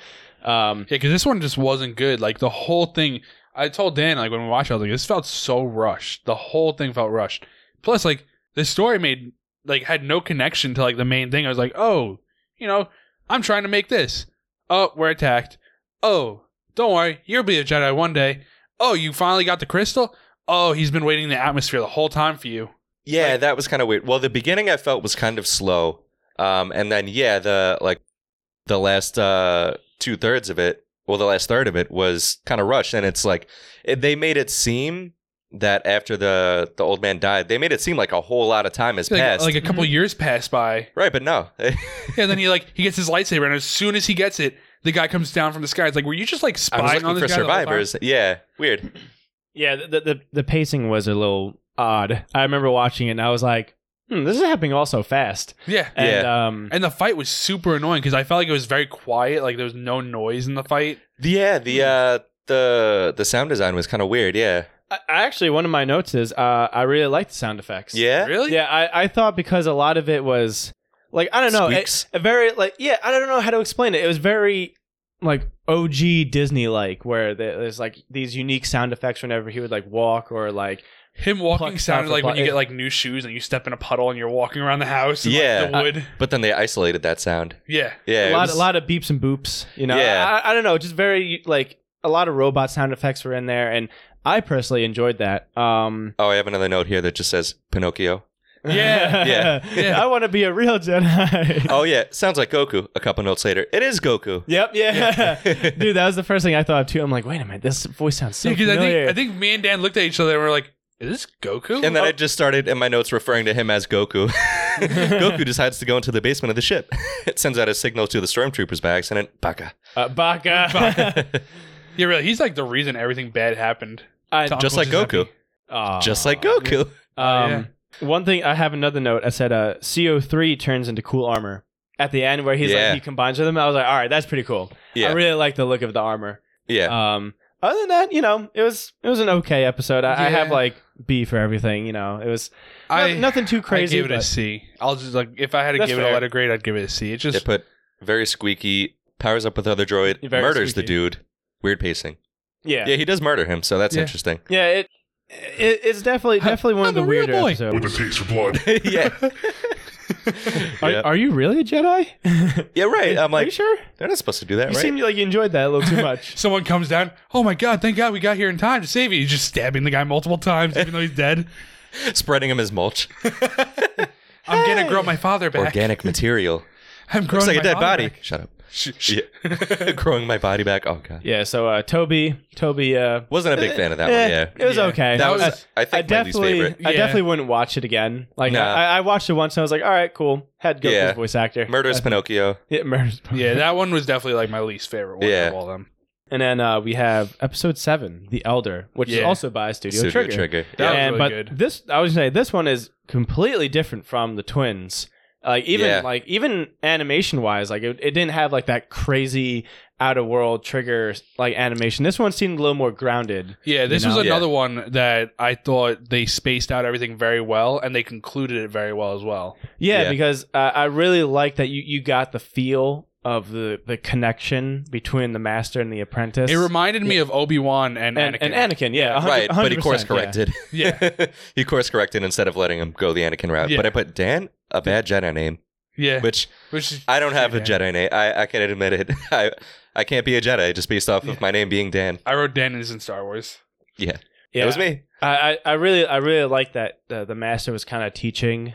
[SPEAKER 1] Um,
[SPEAKER 3] Yeah, because this one just wasn't good. Like the whole thing, I told Dan like when we watched, it, I was like, this felt so rushed. The whole thing felt rushed. Plus, like the story made like had no connection to like the main thing. I was like, oh, you know, I'm trying to make this. Oh, we're attacked. Oh, don't worry, you'll be a Jedi one day. Oh, you finally got the crystal. Oh, he's been waiting in the atmosphere the whole time for you.
[SPEAKER 2] Yeah,
[SPEAKER 3] Like-
[SPEAKER 2] that was kind of weird. Well, the beginning I felt was kind of slow, um, and then yeah, the like the last uh, two thirds of it, well, the last third of it was kind of rushed, and it's like it, they made it seem that after the the old man died, they made it seem like a whole lot of time has
[SPEAKER 3] Like,
[SPEAKER 2] passed,
[SPEAKER 3] like a couple years passed by.
[SPEAKER 2] right? But no,
[SPEAKER 3] Yeah, then he like he gets his lightsaber, and as soon as he gets it, the guy comes down from the sky. It's like, were you just like
[SPEAKER 2] I
[SPEAKER 3] spying
[SPEAKER 2] was
[SPEAKER 3] on
[SPEAKER 2] looking
[SPEAKER 3] this
[SPEAKER 2] for
[SPEAKER 3] guy the whole time?
[SPEAKER 2] survivors. Yeah, weird.
[SPEAKER 1] yeah, the, the the pacing was a little odd. I remember watching it, and I was like, hmm, this is happening all so fast.
[SPEAKER 3] Yeah.
[SPEAKER 1] And, Um,
[SPEAKER 3] And the fight was super annoying because I felt like it was very quiet. Like there was no noise in the fight.
[SPEAKER 2] The- yeah, the
[SPEAKER 1] Hmm.
[SPEAKER 2] uh, the the sound design was kind of weird. Yeah,
[SPEAKER 1] I, I actually, one of my notes is uh, I really like the sound effects.
[SPEAKER 2] yeah.
[SPEAKER 3] Really?
[SPEAKER 1] Yeah, I, I thought because a lot of it was like I don't know, it-
[SPEAKER 2] Squeaks.
[SPEAKER 1] a very like yeah, I don't know how to explain it. It was very like OG Disney like where the- there's like these unique sound effects whenever he would like walk or like
[SPEAKER 3] Him
[SPEAKER 1] Plucked
[SPEAKER 3] walking
[SPEAKER 1] out
[SPEAKER 3] sounded
[SPEAKER 1] the
[SPEAKER 3] like when
[SPEAKER 1] bu-
[SPEAKER 3] you get like new shoes and you step in a puddle and you're walking around the house. And,
[SPEAKER 2] Yeah.
[SPEAKER 3] Like, the wood.
[SPEAKER 2] But then they isolated that sound.
[SPEAKER 3] yeah.
[SPEAKER 2] Yeah,
[SPEAKER 1] a
[SPEAKER 2] it
[SPEAKER 1] lot
[SPEAKER 2] was-
[SPEAKER 1] a lot of beeps and boops, you know.
[SPEAKER 2] Yeah.
[SPEAKER 1] I, I don't know, just very like a lot of robot sound effects were in there and I personally enjoyed that. Um
[SPEAKER 2] Oh, I have another note here that just says Pinocchio.
[SPEAKER 3] Yeah,
[SPEAKER 2] yeah,
[SPEAKER 3] yeah.
[SPEAKER 1] I want to be a real Jedi.
[SPEAKER 2] Oh yeah, sounds like Goku. A couple notes later, it is Goku.
[SPEAKER 1] Yep, yeah. Dude, that was the first thing I thought of too. I'm like, wait a minute, this voice sounds so
[SPEAKER 3] Because I
[SPEAKER 1] familiar.
[SPEAKER 3] think I think me and Dan looked at each other and we're like, "Is this Goku?" Oh,
[SPEAKER 1] Oh.
[SPEAKER 2] And then I just started in my notes referring to him as Goku. Goku decides to go into the basement of the ship. It sends out a signal to the stormtroopers by accident. Baka.
[SPEAKER 1] Uh, Baka.
[SPEAKER 3] yeah, really. He's like the reason everything bad happened.
[SPEAKER 1] I-
[SPEAKER 3] to
[SPEAKER 2] Just
[SPEAKER 3] Uncle
[SPEAKER 2] like Goku.
[SPEAKER 3] Giuseppe.
[SPEAKER 1] Aw.
[SPEAKER 2] Just like Goku.
[SPEAKER 1] Um,
[SPEAKER 3] Yeah.
[SPEAKER 1] One thing, I have another note. I said uh, CO3 turns into cool armor at the end where he's
[SPEAKER 2] Yeah.
[SPEAKER 1] like, he combines with them. I was like, all right, that's pretty cool.
[SPEAKER 2] Yeah.
[SPEAKER 1] I really like the look of the armor.
[SPEAKER 2] Yeah.
[SPEAKER 1] Um, other than that, you know, it was it was an okay episode. I, I have
[SPEAKER 3] Yeah.
[SPEAKER 1] like B for everything. You know, it was no-
[SPEAKER 3] I
[SPEAKER 1] nothing too crazy.
[SPEAKER 3] I give it a
[SPEAKER 1] but-
[SPEAKER 3] C. I'll just like if I had to
[SPEAKER 1] That's
[SPEAKER 3] give it
[SPEAKER 1] fair.
[SPEAKER 3] a letter grade, I'd give it a C. It's
[SPEAKER 2] They
[SPEAKER 3] just
[SPEAKER 2] put very squeaky, powers up with other droid,
[SPEAKER 1] Very
[SPEAKER 2] murders the
[SPEAKER 1] squeaky.
[SPEAKER 2] dude. Weird pacing.
[SPEAKER 1] yeah,
[SPEAKER 2] Yeah.
[SPEAKER 1] yeah,
[SPEAKER 2] he does murder him, so that's
[SPEAKER 3] Yeah.
[SPEAKER 2] interesting.
[SPEAKER 1] it, it it's definitely definitely one of the
[SPEAKER 3] I'm a real
[SPEAKER 1] weirder
[SPEAKER 3] boy.
[SPEAKER 4] With a
[SPEAKER 1] episodes.
[SPEAKER 4] taste for blood.
[SPEAKER 2] yeah.
[SPEAKER 1] Are,
[SPEAKER 2] yeah.
[SPEAKER 1] are you really a Jedi?
[SPEAKER 2] Yeah, right. I'm
[SPEAKER 1] are you
[SPEAKER 2] like,
[SPEAKER 1] sure?
[SPEAKER 2] they're not supposed to do that,
[SPEAKER 1] You
[SPEAKER 2] right?
[SPEAKER 1] seem like you enjoyed that a little too much.
[SPEAKER 3] someone comes down. Oh my god! Thank God we got here in time to save you. He's just stabbing the guy multiple times, even though he's dead.
[SPEAKER 2] Spreading him as mulch.
[SPEAKER 3] I'm gonna grow my father back.
[SPEAKER 2] Organic material.
[SPEAKER 3] I'm growing
[SPEAKER 2] Looks like
[SPEAKER 3] my
[SPEAKER 2] a dead
[SPEAKER 3] father
[SPEAKER 2] body.
[SPEAKER 3] back.
[SPEAKER 2] Shut up. Yeah. Growing my body back. Oh god.
[SPEAKER 1] yeah. So uh, Toby, Toby, uh,
[SPEAKER 2] Wasn't a big fan of that
[SPEAKER 1] eh,
[SPEAKER 2] one.
[SPEAKER 1] it
[SPEAKER 2] Yeah.
[SPEAKER 1] was
[SPEAKER 3] Yeah.
[SPEAKER 1] okay.
[SPEAKER 2] That
[SPEAKER 1] I-
[SPEAKER 2] was,
[SPEAKER 1] I-
[SPEAKER 2] I
[SPEAKER 1] I
[SPEAKER 2] think, my least
[SPEAKER 1] definitely,
[SPEAKER 2] favorite.
[SPEAKER 1] I
[SPEAKER 3] Yeah.
[SPEAKER 1] definitely wouldn't watch it again. Like
[SPEAKER 2] Nah.
[SPEAKER 1] I, I watched it once and I was like, all right, cool. Had Goku's
[SPEAKER 2] Yeah.
[SPEAKER 1] voice actor.
[SPEAKER 2] Murderous
[SPEAKER 1] Uh,
[SPEAKER 2] Pinocchio.
[SPEAKER 1] yeah, murders.
[SPEAKER 3] Yeah, that one was definitely like my least favorite one
[SPEAKER 2] Yeah.
[SPEAKER 3] of all of them.
[SPEAKER 1] And then uh, we have episode seven, The Elder, which is
[SPEAKER 3] Yeah.
[SPEAKER 1] also by Studio,
[SPEAKER 2] Studio
[SPEAKER 1] Trigger.
[SPEAKER 2] Trigger.
[SPEAKER 3] That was
[SPEAKER 2] Yeah.
[SPEAKER 1] and, but
[SPEAKER 3] really good.
[SPEAKER 1] this, I was gonna say, this one is completely different from the twins. Like even
[SPEAKER 2] Yeah.
[SPEAKER 1] like even animation wise, like it, it didn't have like that crazy out of world trigger like animation. This one seemed a little more grounded.
[SPEAKER 3] Yeah, this
[SPEAKER 1] You know?
[SPEAKER 3] was
[SPEAKER 2] Yeah.
[SPEAKER 3] another one that I thought they spaced out everything very well, and they concluded it very well as well.
[SPEAKER 1] Yeah,
[SPEAKER 2] Yeah.
[SPEAKER 1] because uh, I really like that you, you got the feel of the, the connection between the master and the apprentice.
[SPEAKER 3] It reminded me of Obi Wan and,
[SPEAKER 1] and,
[SPEAKER 3] Anakin.
[SPEAKER 1] and Anakin, yeah, 100,
[SPEAKER 2] Right, but he
[SPEAKER 1] 100%,
[SPEAKER 2] course
[SPEAKER 1] yeah.
[SPEAKER 2] corrected.
[SPEAKER 3] Yeah,
[SPEAKER 2] he course corrected instead of letting him go the Anakin route.
[SPEAKER 3] Yeah.
[SPEAKER 2] But I put Dan, a bad Jedi name,
[SPEAKER 3] yeah.
[SPEAKER 2] which
[SPEAKER 3] Which is,
[SPEAKER 2] I don't have a
[SPEAKER 3] Yeah.
[SPEAKER 2] Jedi name. I, I can admit it. I I can't be a Jedi just based off
[SPEAKER 3] Yeah.
[SPEAKER 2] of my name being Dan.
[SPEAKER 3] I wrote Dan is in Star Wars.
[SPEAKER 1] Yeah,
[SPEAKER 2] It was me.
[SPEAKER 1] I, I, I really, I really like that the, the master was kind of teaching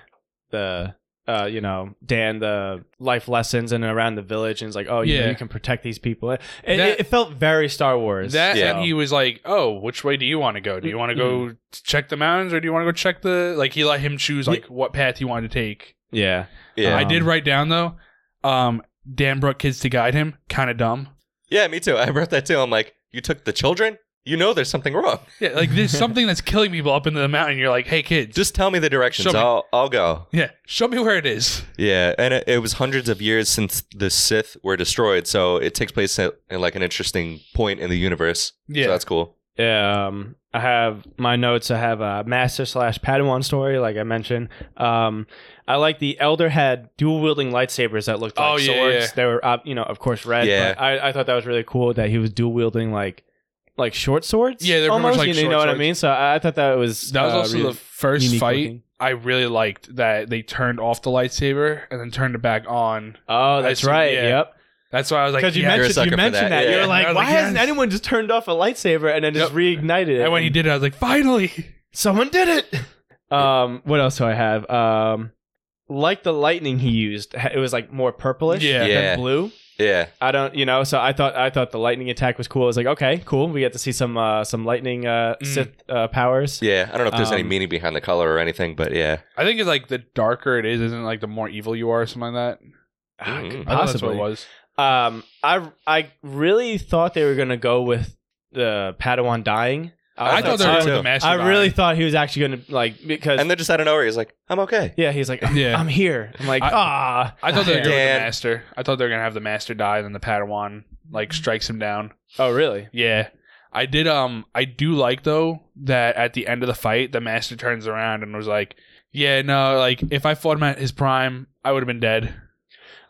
[SPEAKER 1] the, uh, you know, Dan the life lessons and around the village, and it's like, oh, yeah,
[SPEAKER 3] Yeah.
[SPEAKER 1] you can protect these people. It, it-
[SPEAKER 3] That-
[SPEAKER 1] it felt very Star Wars.
[SPEAKER 3] That
[SPEAKER 2] Yeah.
[SPEAKER 3] and he was like, "Oh, which way do you want to go? Do you want to
[SPEAKER 1] Mm-hmm.
[SPEAKER 3] go check the mountains, or do you want to go check the like?" He let him choose like what path he wanted to take.
[SPEAKER 1] yeah,
[SPEAKER 2] Yeah.
[SPEAKER 1] Uh,
[SPEAKER 3] I did
[SPEAKER 1] Um,
[SPEAKER 3] write down though, um, Dan brought kids to guide him. Kind of dumb.
[SPEAKER 2] yeah, me too. I wrote that too. I'm like, you took the children? You know there's something wrong.
[SPEAKER 3] Yeah, like there's something that's killing people up into the mountain. You're like, "Hey, kids,
[SPEAKER 2] Just tell me the directions.
[SPEAKER 3] Show me.
[SPEAKER 2] I'll I'll go.
[SPEAKER 3] yeah, show me where it is."
[SPEAKER 2] Yeah, and it, it was hundreds of years since the Sith were destroyed, so it takes place at, at like an interesting point in the universe.
[SPEAKER 3] Yeah.
[SPEAKER 2] so that's cool.
[SPEAKER 1] um i have my notes i have a master slash padawan story like i mentioned um i like the elder had dual wielding lightsabers that looked like
[SPEAKER 3] Oh, yeah,
[SPEAKER 1] swords
[SPEAKER 3] yeah.
[SPEAKER 1] they were uh, you know of course red
[SPEAKER 2] Yeah.
[SPEAKER 1] but I, I thought that was really cool that he was dual wielding like like short swords
[SPEAKER 3] Yeah, they're pretty much
[SPEAKER 1] almost
[SPEAKER 3] like
[SPEAKER 1] you know, you
[SPEAKER 3] short
[SPEAKER 1] know what i
[SPEAKER 3] swords.
[SPEAKER 1] mean so i, I thought that was
[SPEAKER 3] That was
[SPEAKER 1] uh,
[SPEAKER 3] also
[SPEAKER 1] really
[SPEAKER 3] the first
[SPEAKER 1] unique
[SPEAKER 3] fight
[SPEAKER 1] looking.
[SPEAKER 3] I really liked that they turned off the lightsaber and then turned it back on.
[SPEAKER 1] oh that's
[SPEAKER 3] assume-
[SPEAKER 1] right
[SPEAKER 3] yeah.
[SPEAKER 1] yep
[SPEAKER 3] That's why I was like,
[SPEAKER 1] because you
[SPEAKER 3] yeah.
[SPEAKER 2] You're a
[SPEAKER 1] mentioned
[SPEAKER 2] sucker
[SPEAKER 1] you
[SPEAKER 2] for
[SPEAKER 1] mentioned
[SPEAKER 2] that,
[SPEAKER 1] that,
[SPEAKER 2] yeah.
[SPEAKER 1] you were like
[SPEAKER 3] I was
[SPEAKER 1] why
[SPEAKER 3] like,
[SPEAKER 1] hasn't
[SPEAKER 3] yes.
[SPEAKER 1] anyone just turned off a lightsaber and then just reignited it
[SPEAKER 3] and when he did it, I was like, finally.
[SPEAKER 1] Someone did it. Um, what else do I have? Um, like the lightning he used, ha- it was like more purplish
[SPEAKER 3] Yeah.
[SPEAKER 2] Yeah.
[SPEAKER 1] than blue.
[SPEAKER 2] Yeah,
[SPEAKER 1] I don't, you know. So I thought I thought the lightning attack was cool. I was like, okay, cool. We get to see some uh, some lightning uh,
[SPEAKER 3] Mm.
[SPEAKER 1] Sith uh, powers.
[SPEAKER 2] yeah. I don't know if there's any
[SPEAKER 1] Um,
[SPEAKER 2] meaning behind the color or anything, but yeah,
[SPEAKER 3] I think it's like the darker it is, isn't it, like the more evil you are, or something like that.
[SPEAKER 1] Ah,
[SPEAKER 2] Mm.
[SPEAKER 3] I thought that's
[SPEAKER 1] Possibly.
[SPEAKER 3] what it was.
[SPEAKER 1] Um, I I really thought they were gonna go with the Padawan dying.
[SPEAKER 3] I,
[SPEAKER 2] thought
[SPEAKER 3] thought they were
[SPEAKER 2] so,
[SPEAKER 3] going with
[SPEAKER 2] too.
[SPEAKER 3] the master.
[SPEAKER 1] I
[SPEAKER 3] guy.
[SPEAKER 1] really thought he was actually going to like because
[SPEAKER 2] And then just out of nowhere, he's like, "I'm okay."
[SPEAKER 1] yeah, he's like, I'm,
[SPEAKER 3] Yeah.
[SPEAKER 1] I'm here. I'm like,
[SPEAKER 3] I-
[SPEAKER 1] ah,
[SPEAKER 3] I thought they were going with
[SPEAKER 2] Dan.
[SPEAKER 3] the master. I thought they were gonna have the master die, and then the Padawan like strikes him down.
[SPEAKER 1] oh really?
[SPEAKER 3] Yeah. I did um I do like though that at the end of the fight the master turns around and was like, Yeah, no, like if I fought him at his prime, I would have been dead.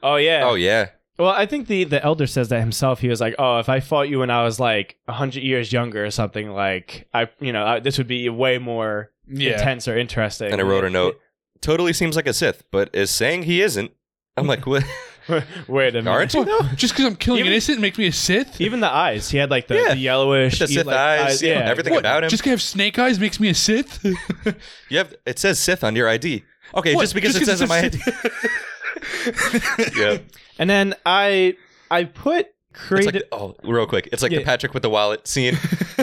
[SPEAKER 1] Oh yeah.
[SPEAKER 2] Oh yeah.
[SPEAKER 1] Well, I think the the elder says that himself. He was like, "Oh, if I fought you when I was like hundred years younger or something, like I, you know, I, this would be way more
[SPEAKER 3] Yeah.
[SPEAKER 1] intense or interesting."
[SPEAKER 2] And I wrote a note. Totally seems like a Sith, but is saying he isn't. I'm like, what?
[SPEAKER 1] Wait a minute.
[SPEAKER 2] Aren't you though?
[SPEAKER 3] Just because I'm killing
[SPEAKER 1] Even-
[SPEAKER 3] an innocent makes me a Sith?
[SPEAKER 1] Even the eyes. He had like the,
[SPEAKER 2] Yeah.
[SPEAKER 1] the yellowish,
[SPEAKER 2] The
[SPEAKER 1] e-
[SPEAKER 2] Sith
[SPEAKER 1] like,
[SPEAKER 2] eyes, yeah,
[SPEAKER 1] yeah,
[SPEAKER 2] everything about him.
[SPEAKER 3] Just because I have snake eyes makes me a Sith?
[SPEAKER 2] You have it says Sith on your ID. Okay,
[SPEAKER 3] What?
[SPEAKER 2] just because it says
[SPEAKER 3] Just
[SPEAKER 2] on my
[SPEAKER 3] 'cause
[SPEAKER 2] ID.
[SPEAKER 3] it's a Sith?
[SPEAKER 2] yeah.
[SPEAKER 1] And then I I put
[SPEAKER 2] It's
[SPEAKER 1] creative.
[SPEAKER 2] like oh, real quick. It's like
[SPEAKER 1] Yeah.
[SPEAKER 2] the Patrick with the wallet scene.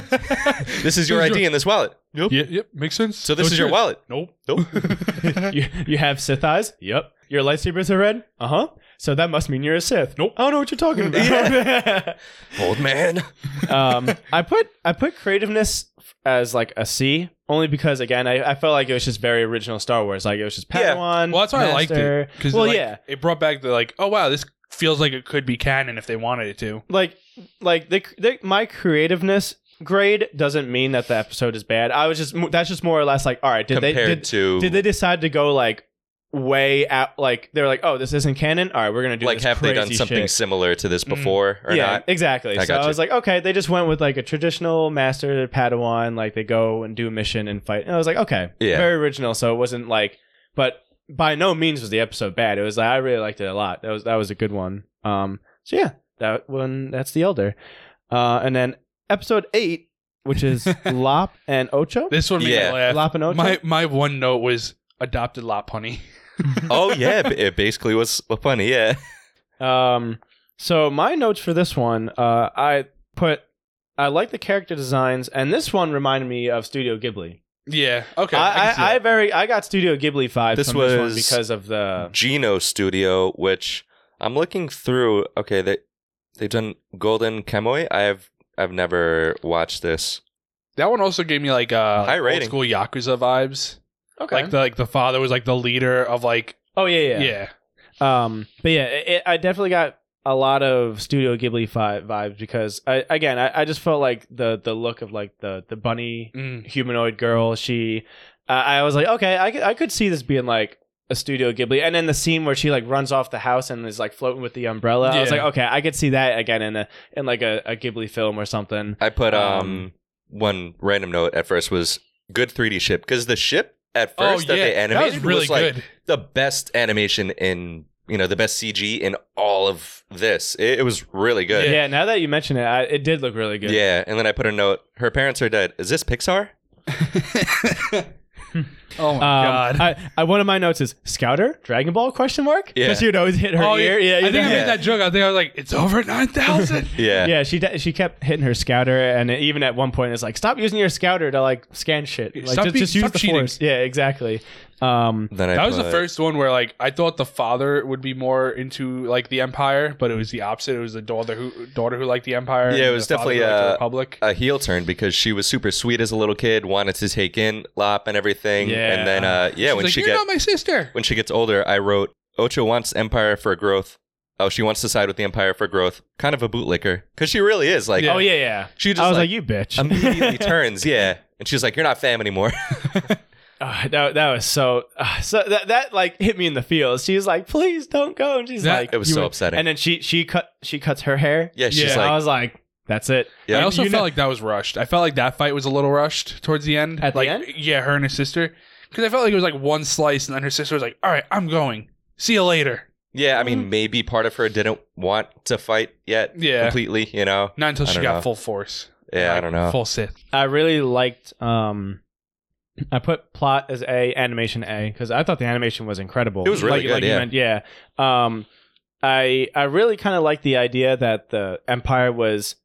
[SPEAKER 2] this is your
[SPEAKER 3] This is
[SPEAKER 2] ID
[SPEAKER 3] your-
[SPEAKER 2] in this wallet. Nope.
[SPEAKER 3] Yeah, yep, makes sense.
[SPEAKER 2] So this
[SPEAKER 3] No
[SPEAKER 2] is your
[SPEAKER 3] shit.
[SPEAKER 2] wallet.
[SPEAKER 3] Nope.
[SPEAKER 2] Nope.
[SPEAKER 1] you, you have Sith eyes. Yep. Your lightsabers are red. Uh huh. So that must mean you're a Sith. Nope. I don't know what you're
[SPEAKER 2] Hmm.
[SPEAKER 1] talking about.
[SPEAKER 2] Old man.
[SPEAKER 1] um, I put I put creativeness as like a C only because again I, I felt like it was just very original Star Wars like it was just
[SPEAKER 2] Yeah.
[SPEAKER 1] Padawan.
[SPEAKER 3] Well, that's why I liked it.
[SPEAKER 1] Master.
[SPEAKER 3] 'cause,
[SPEAKER 1] Well,
[SPEAKER 3] like,
[SPEAKER 1] yeah,
[SPEAKER 3] It brought back the like, oh wow, this feels like it could be canon if they wanted it to.
[SPEAKER 1] like like the, the my creativeness grade doesn't mean that the episode is bad. I was just that's just more or less like all right did
[SPEAKER 2] compared
[SPEAKER 1] they did,
[SPEAKER 2] to
[SPEAKER 1] did they decide to go like way out like they're like oh this isn't canon all right we're gonna do
[SPEAKER 2] like
[SPEAKER 1] this
[SPEAKER 2] have they done
[SPEAKER 1] crazy
[SPEAKER 2] something
[SPEAKER 1] shit.
[SPEAKER 2] similar to this before or
[SPEAKER 1] yeah,
[SPEAKER 2] not?
[SPEAKER 1] exactly.
[SPEAKER 2] I
[SPEAKER 1] so I
[SPEAKER 2] gotcha.
[SPEAKER 1] was like, okay, they just went with like a traditional master Padawan, like they go and do a mission and fight. And I was like, okay,
[SPEAKER 2] Yeah.
[SPEAKER 1] very original. So it wasn't like, but by no means was the episode bad. It was like I really liked it a lot. That was that was a good one. Um, so yeah, that one that's the Elder, uh, and then episode eight, which is Lop and Ocho,
[SPEAKER 3] This one made
[SPEAKER 2] Yeah.
[SPEAKER 3] me laugh.
[SPEAKER 1] Lop and Ocho.
[SPEAKER 3] My my one note was adopted lop honey.
[SPEAKER 2] Oh yeah, b- it basically was funny. Yeah.
[SPEAKER 1] Um, so my notes for this one, uh, I put. I like the character designs, and this one reminded me of Studio Ghibli.
[SPEAKER 3] Yeah. Okay.
[SPEAKER 1] I,
[SPEAKER 3] can see
[SPEAKER 1] I, I
[SPEAKER 3] that.
[SPEAKER 1] very I got Studio Ghibli five
[SPEAKER 2] This
[SPEAKER 1] from this one
[SPEAKER 2] was-
[SPEAKER 1] because of the
[SPEAKER 2] Geno Studio, which I'm looking through. Okay, they they've done Golden Kamuy. I've I've never watched this.
[SPEAKER 3] that one also gave me like uh
[SPEAKER 2] High
[SPEAKER 3] like, old
[SPEAKER 2] rating.
[SPEAKER 3] school Yakuza vibes.
[SPEAKER 1] okay.
[SPEAKER 3] Like the like the father was like the leader of like
[SPEAKER 1] oh yeah,
[SPEAKER 3] yeah.
[SPEAKER 1] yeah Um, but yeah, it, it- I definitely got a lot of Studio Ghibli five vibes because I again I, I just felt like the the look of like the the bunny
[SPEAKER 3] Mm.
[SPEAKER 1] humanoid girl. She, I I was like, okay, I could, I could see this being like a Studio Ghibli, and then the scene where she like runs off the house and is like floating with the umbrella. I was
[SPEAKER 3] Yeah.
[SPEAKER 1] like, okay, I could see that again in a in like a, a Ghibli film or something.
[SPEAKER 2] I put um,
[SPEAKER 1] Um,
[SPEAKER 2] one random note at first was good 3D ship because the ship at
[SPEAKER 3] Oh
[SPEAKER 2] first
[SPEAKER 3] yeah,
[SPEAKER 2] that they animated
[SPEAKER 3] that was really
[SPEAKER 2] like
[SPEAKER 3] good.
[SPEAKER 2] the best animation in you know the best CG in all of this. It, it was really good.
[SPEAKER 1] Yeah. now that you mention it, I, it did look really good.
[SPEAKER 2] Yeah, and then I put a note. Her parents are dead. Is this Pixar?
[SPEAKER 3] oh my
[SPEAKER 1] Um,
[SPEAKER 3] god.
[SPEAKER 1] I, I, one of my notes is Scouter Dragon Ball question mark
[SPEAKER 2] Yeah.
[SPEAKER 1] because you'd always hit her
[SPEAKER 3] oh
[SPEAKER 1] ear.
[SPEAKER 3] yeah.
[SPEAKER 1] Yeah,
[SPEAKER 3] I
[SPEAKER 1] you
[SPEAKER 3] think I
[SPEAKER 1] know?
[SPEAKER 2] yeah.
[SPEAKER 3] made that joke. I think I was like, it's over nine thousand.
[SPEAKER 2] Yeah.
[SPEAKER 1] yeah. She de- she kept hitting her Scouter, and even at one point it's like stop using your Scouter to like scan shit. Like
[SPEAKER 3] Stop
[SPEAKER 1] just,
[SPEAKER 3] being-
[SPEAKER 1] just use
[SPEAKER 3] stop
[SPEAKER 1] the
[SPEAKER 3] cheating.
[SPEAKER 1] force. Yeah, exactly. Um,
[SPEAKER 2] Then I
[SPEAKER 3] That was the
[SPEAKER 2] put-
[SPEAKER 3] first one where like I thought the father would be more into like the empire, but it was the opposite. It was the daughter who daughter who liked the empire.
[SPEAKER 2] Yeah, it
[SPEAKER 3] and
[SPEAKER 2] was
[SPEAKER 3] the father who
[SPEAKER 2] definitely,
[SPEAKER 3] liked the
[SPEAKER 2] uh,
[SPEAKER 3] republic.
[SPEAKER 2] a heel turn because she was super sweet as a little kid, wanted to take in Lop and everything.
[SPEAKER 1] Yeah.
[SPEAKER 2] And then uh yeah,
[SPEAKER 3] She's
[SPEAKER 2] when
[SPEAKER 3] like,
[SPEAKER 2] she
[SPEAKER 3] you're
[SPEAKER 2] get
[SPEAKER 3] not my sister.
[SPEAKER 2] when she gets older, I wrote Ocho wants empire for growth. Oh, she wants to side with the empire for growth. Kind of a bootlicker cuz she really is like
[SPEAKER 1] Oh yeah, yeah.
[SPEAKER 2] She just
[SPEAKER 1] I was like,
[SPEAKER 2] like,
[SPEAKER 1] you bitch.
[SPEAKER 2] immediately turns, yeah. And she's like, "You're not fam anymore."
[SPEAKER 1] Ah, that, that was so ah, so that that like hit me in the feels. She was like, please don't go, and she's
[SPEAKER 3] That-
[SPEAKER 1] like,
[SPEAKER 2] It was
[SPEAKER 1] you
[SPEAKER 2] so
[SPEAKER 1] were-
[SPEAKER 2] upsetting.
[SPEAKER 1] And then she she cut she cuts her hair.
[SPEAKER 2] yeah, she's
[SPEAKER 3] Yeah,
[SPEAKER 1] I
[SPEAKER 2] like,
[SPEAKER 1] was like, that's it.
[SPEAKER 2] Yeah.
[SPEAKER 3] I also
[SPEAKER 1] You
[SPEAKER 3] felt
[SPEAKER 1] know-
[SPEAKER 3] like that was rushed. I felt like that fight was a little rushed towards the end.
[SPEAKER 1] At the
[SPEAKER 3] like,
[SPEAKER 1] end?
[SPEAKER 3] yeah, her and her sister, because I felt like it was like one slice, and then her sister was like, "All right, I'm going. See you later."
[SPEAKER 2] "Yeah, I mean, maybe part of her didn't want to fight yet
[SPEAKER 3] Yeah.
[SPEAKER 2] completely, you know."
[SPEAKER 3] Not until
[SPEAKER 2] I
[SPEAKER 3] she
[SPEAKER 2] don't
[SPEAKER 3] got
[SPEAKER 2] know.
[SPEAKER 3] full force.
[SPEAKER 2] Yeah, I
[SPEAKER 3] Like,
[SPEAKER 2] don't know.
[SPEAKER 3] Full Sith.
[SPEAKER 1] I really liked. um I put plot as A, animation A, because I thought the animation was incredible.
[SPEAKER 2] It was really
[SPEAKER 1] like,
[SPEAKER 2] good,
[SPEAKER 1] like you
[SPEAKER 2] yeah.
[SPEAKER 1] meant- yeah. Um, I I really kind of liked the idea that the Empire was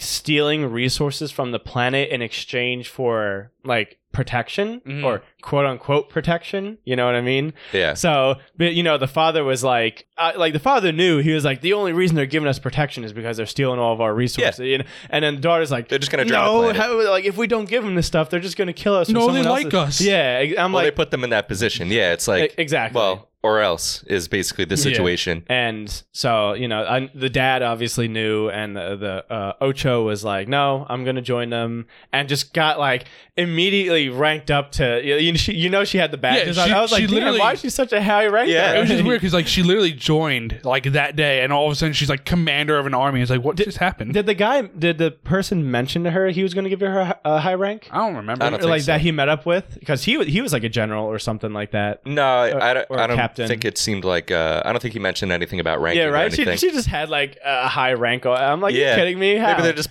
[SPEAKER 1] stealing resources from the planet in exchange for like protection
[SPEAKER 2] Mm-hmm.
[SPEAKER 3] Mhm.
[SPEAKER 1] or quote unquote protection. You know what I mean?
[SPEAKER 2] Yeah.
[SPEAKER 1] So, but you know, the father was like, uh, like the father knew he was like, the only reason they're giving us protection is because they're stealing all of our resources. You know? And then the daughter's like,
[SPEAKER 2] They're just gonna drown the
[SPEAKER 1] no,
[SPEAKER 2] planet.
[SPEAKER 1] how, like if we don't give them this stuff, they're just gonna kill us. or
[SPEAKER 3] No,
[SPEAKER 1] someone
[SPEAKER 3] they like
[SPEAKER 1] else's-
[SPEAKER 3] us.
[SPEAKER 1] Yeah, ex- I'm
[SPEAKER 2] well, they
[SPEAKER 1] like,
[SPEAKER 2] put them in that position. Yeah, it's like
[SPEAKER 1] e- exactly.
[SPEAKER 2] well, or else is basically the
[SPEAKER 3] Yeah.
[SPEAKER 2] situation.
[SPEAKER 1] and so you know, and the dad obviously knew, and the, the uh, Ocho was like, no, I'm gonna join them, and just got like immediately ranked up to you. You, she, you know, she had the
[SPEAKER 3] Yeah,
[SPEAKER 1] badges. on.
[SPEAKER 3] she-
[SPEAKER 1] I was
[SPEAKER 3] she
[SPEAKER 1] like, damn,
[SPEAKER 3] literally-
[SPEAKER 1] why is she such a high rank?
[SPEAKER 2] Yeah.
[SPEAKER 3] It was just
[SPEAKER 1] already?
[SPEAKER 3] weird because like she literally joined like that day, and all of a sudden she's like commander of an army. It's like what just happened?
[SPEAKER 1] Did the guy, did the person mention to her he was going to give her a hi- a high rank?
[SPEAKER 3] I don't remember.
[SPEAKER 2] I don't think
[SPEAKER 1] like
[SPEAKER 2] so.
[SPEAKER 1] that he met up with? Because he, wa- he was like a general or something like that.
[SPEAKER 2] No, I, I don't.
[SPEAKER 1] or
[SPEAKER 2] I don't
[SPEAKER 1] captain.
[SPEAKER 2] think it seemed like. Uh, I don't think he mentioned anything about ranking
[SPEAKER 1] yeah,
[SPEAKER 2] or
[SPEAKER 1] right? She,
[SPEAKER 2] anything.
[SPEAKER 1] she just had like a high rank. I'm like,
[SPEAKER 2] Yeah.
[SPEAKER 1] you kidding me? How?
[SPEAKER 2] Maybe they're just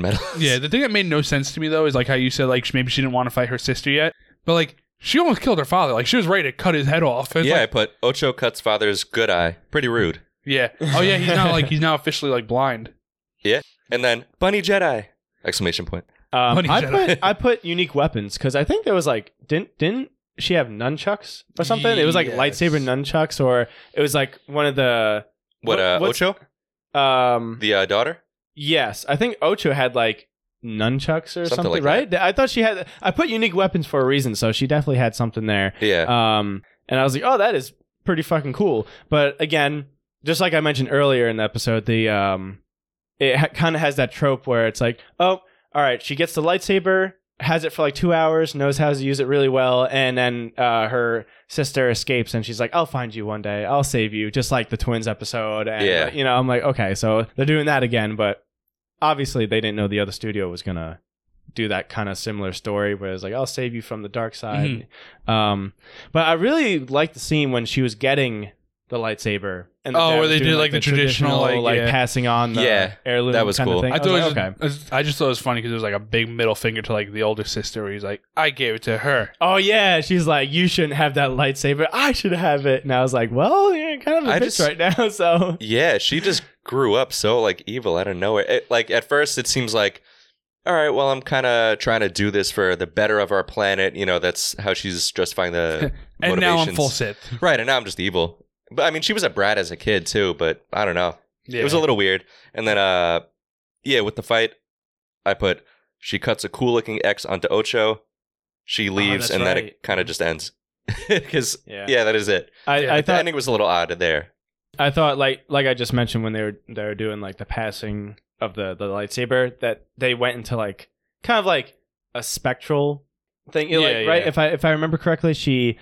[SPEAKER 2] medals.
[SPEAKER 3] Yeah, the thing that made no sense to me though is like how you said like maybe she didn't want to fight her sister yet, but like she almost killed her father. Like she was ready to cut his head off. It's
[SPEAKER 2] yeah. I
[SPEAKER 3] like-
[SPEAKER 2] put Ocho cuts father's good eye. Pretty rude.
[SPEAKER 3] yeah. Oh yeah, he's now like he's now officially like blind.
[SPEAKER 2] And then Bunny Jedi exclamation point.
[SPEAKER 1] Um,
[SPEAKER 3] Bunny
[SPEAKER 1] I,
[SPEAKER 3] Jedi.
[SPEAKER 1] put, I put unique weapons because I think there was like, didn't, didn't she have nunchucks or something? It was like
[SPEAKER 2] Yes.
[SPEAKER 1] lightsaber nunchucks or it was like one of the,
[SPEAKER 2] What?
[SPEAKER 1] What-
[SPEAKER 2] uh,
[SPEAKER 1] what's-
[SPEAKER 2] Ocho,
[SPEAKER 1] um,
[SPEAKER 2] the uh, daughter.
[SPEAKER 1] yes, I think Ocho had like, Nunchucks or
[SPEAKER 2] Something
[SPEAKER 1] something,
[SPEAKER 2] like that.
[SPEAKER 1] right? I thought she had. I put unique weapons for a reason, so she definitely had something there.
[SPEAKER 2] Yeah.
[SPEAKER 1] Um, and I was like, oh, that is pretty fucking cool. But again, just like I mentioned earlier in the episode, the um, it ha- kind of has that trope where it's like, oh, all right, she gets the lightsaber, has it for like two hours, knows how to use it really well, and then uh, her sister escapes, and she's like, I'll find you one day, I'll save you, just like the twins episode. And
[SPEAKER 2] Yeah.
[SPEAKER 1] you know, I'm like, okay, so they're doing that again, but obviously they didn't know the other studio was gonna do that kind of similar story where it's like, I'll save you from the dark side. Um, but I really liked the scene when she was getting the lightsaber. And the
[SPEAKER 3] Oh,
[SPEAKER 1] dad
[SPEAKER 3] where
[SPEAKER 1] was
[SPEAKER 3] they
[SPEAKER 1] doing,
[SPEAKER 3] did, like, the traditional, like, yeah.
[SPEAKER 1] passing on the
[SPEAKER 2] Yeah,
[SPEAKER 1] heirloom.
[SPEAKER 2] that was
[SPEAKER 1] kind
[SPEAKER 2] cool.
[SPEAKER 1] Of thing.
[SPEAKER 3] I,
[SPEAKER 1] I,
[SPEAKER 3] thought
[SPEAKER 1] was
[SPEAKER 3] it
[SPEAKER 1] like,
[SPEAKER 3] was
[SPEAKER 1] okay.
[SPEAKER 3] just- I just thought it was funny because it was like a big middle finger to like the older sister, where he's like, "I gave it to her."
[SPEAKER 1] Oh yeah, she's like, you shouldn't have that lightsaber. I should have it. And I was like, well, you're kind of a
[SPEAKER 2] I
[SPEAKER 1] bitch
[SPEAKER 2] just-
[SPEAKER 1] right now. So
[SPEAKER 2] Yeah, she just grew up so like evil out of nowhere. It, like at first, it seems like, all right, well, I'm kind of trying to do this for the better of our planet. You know, that's how she's justifying the
[SPEAKER 3] And now I'm
[SPEAKER 2] motivations.
[SPEAKER 3] full Sith.
[SPEAKER 2] right, and now I'm just evil. But I mean, she was a brat as a kid too. But I don't know,
[SPEAKER 3] Yeah.
[SPEAKER 2] it was a little weird. And then, uh, yeah, with the fight, I put she cuts a cool looking X onto Ocho. She leaves,
[SPEAKER 1] Ah, that's
[SPEAKER 2] and then
[SPEAKER 1] right.
[SPEAKER 2] it kind of just ends. Because
[SPEAKER 1] yeah,
[SPEAKER 2] yeah, that is it.
[SPEAKER 1] I,
[SPEAKER 3] Yeah,
[SPEAKER 1] I
[SPEAKER 2] The
[SPEAKER 1] thought
[SPEAKER 2] ending was a little odd there.
[SPEAKER 1] I thought like like I just mentioned when they were they were doing like the passing of the the lightsaber that they went into like kind of like a spectral thing. You know,
[SPEAKER 3] Yeah,
[SPEAKER 1] like, Right?
[SPEAKER 3] yeah.
[SPEAKER 1] If I if I remember correctly, she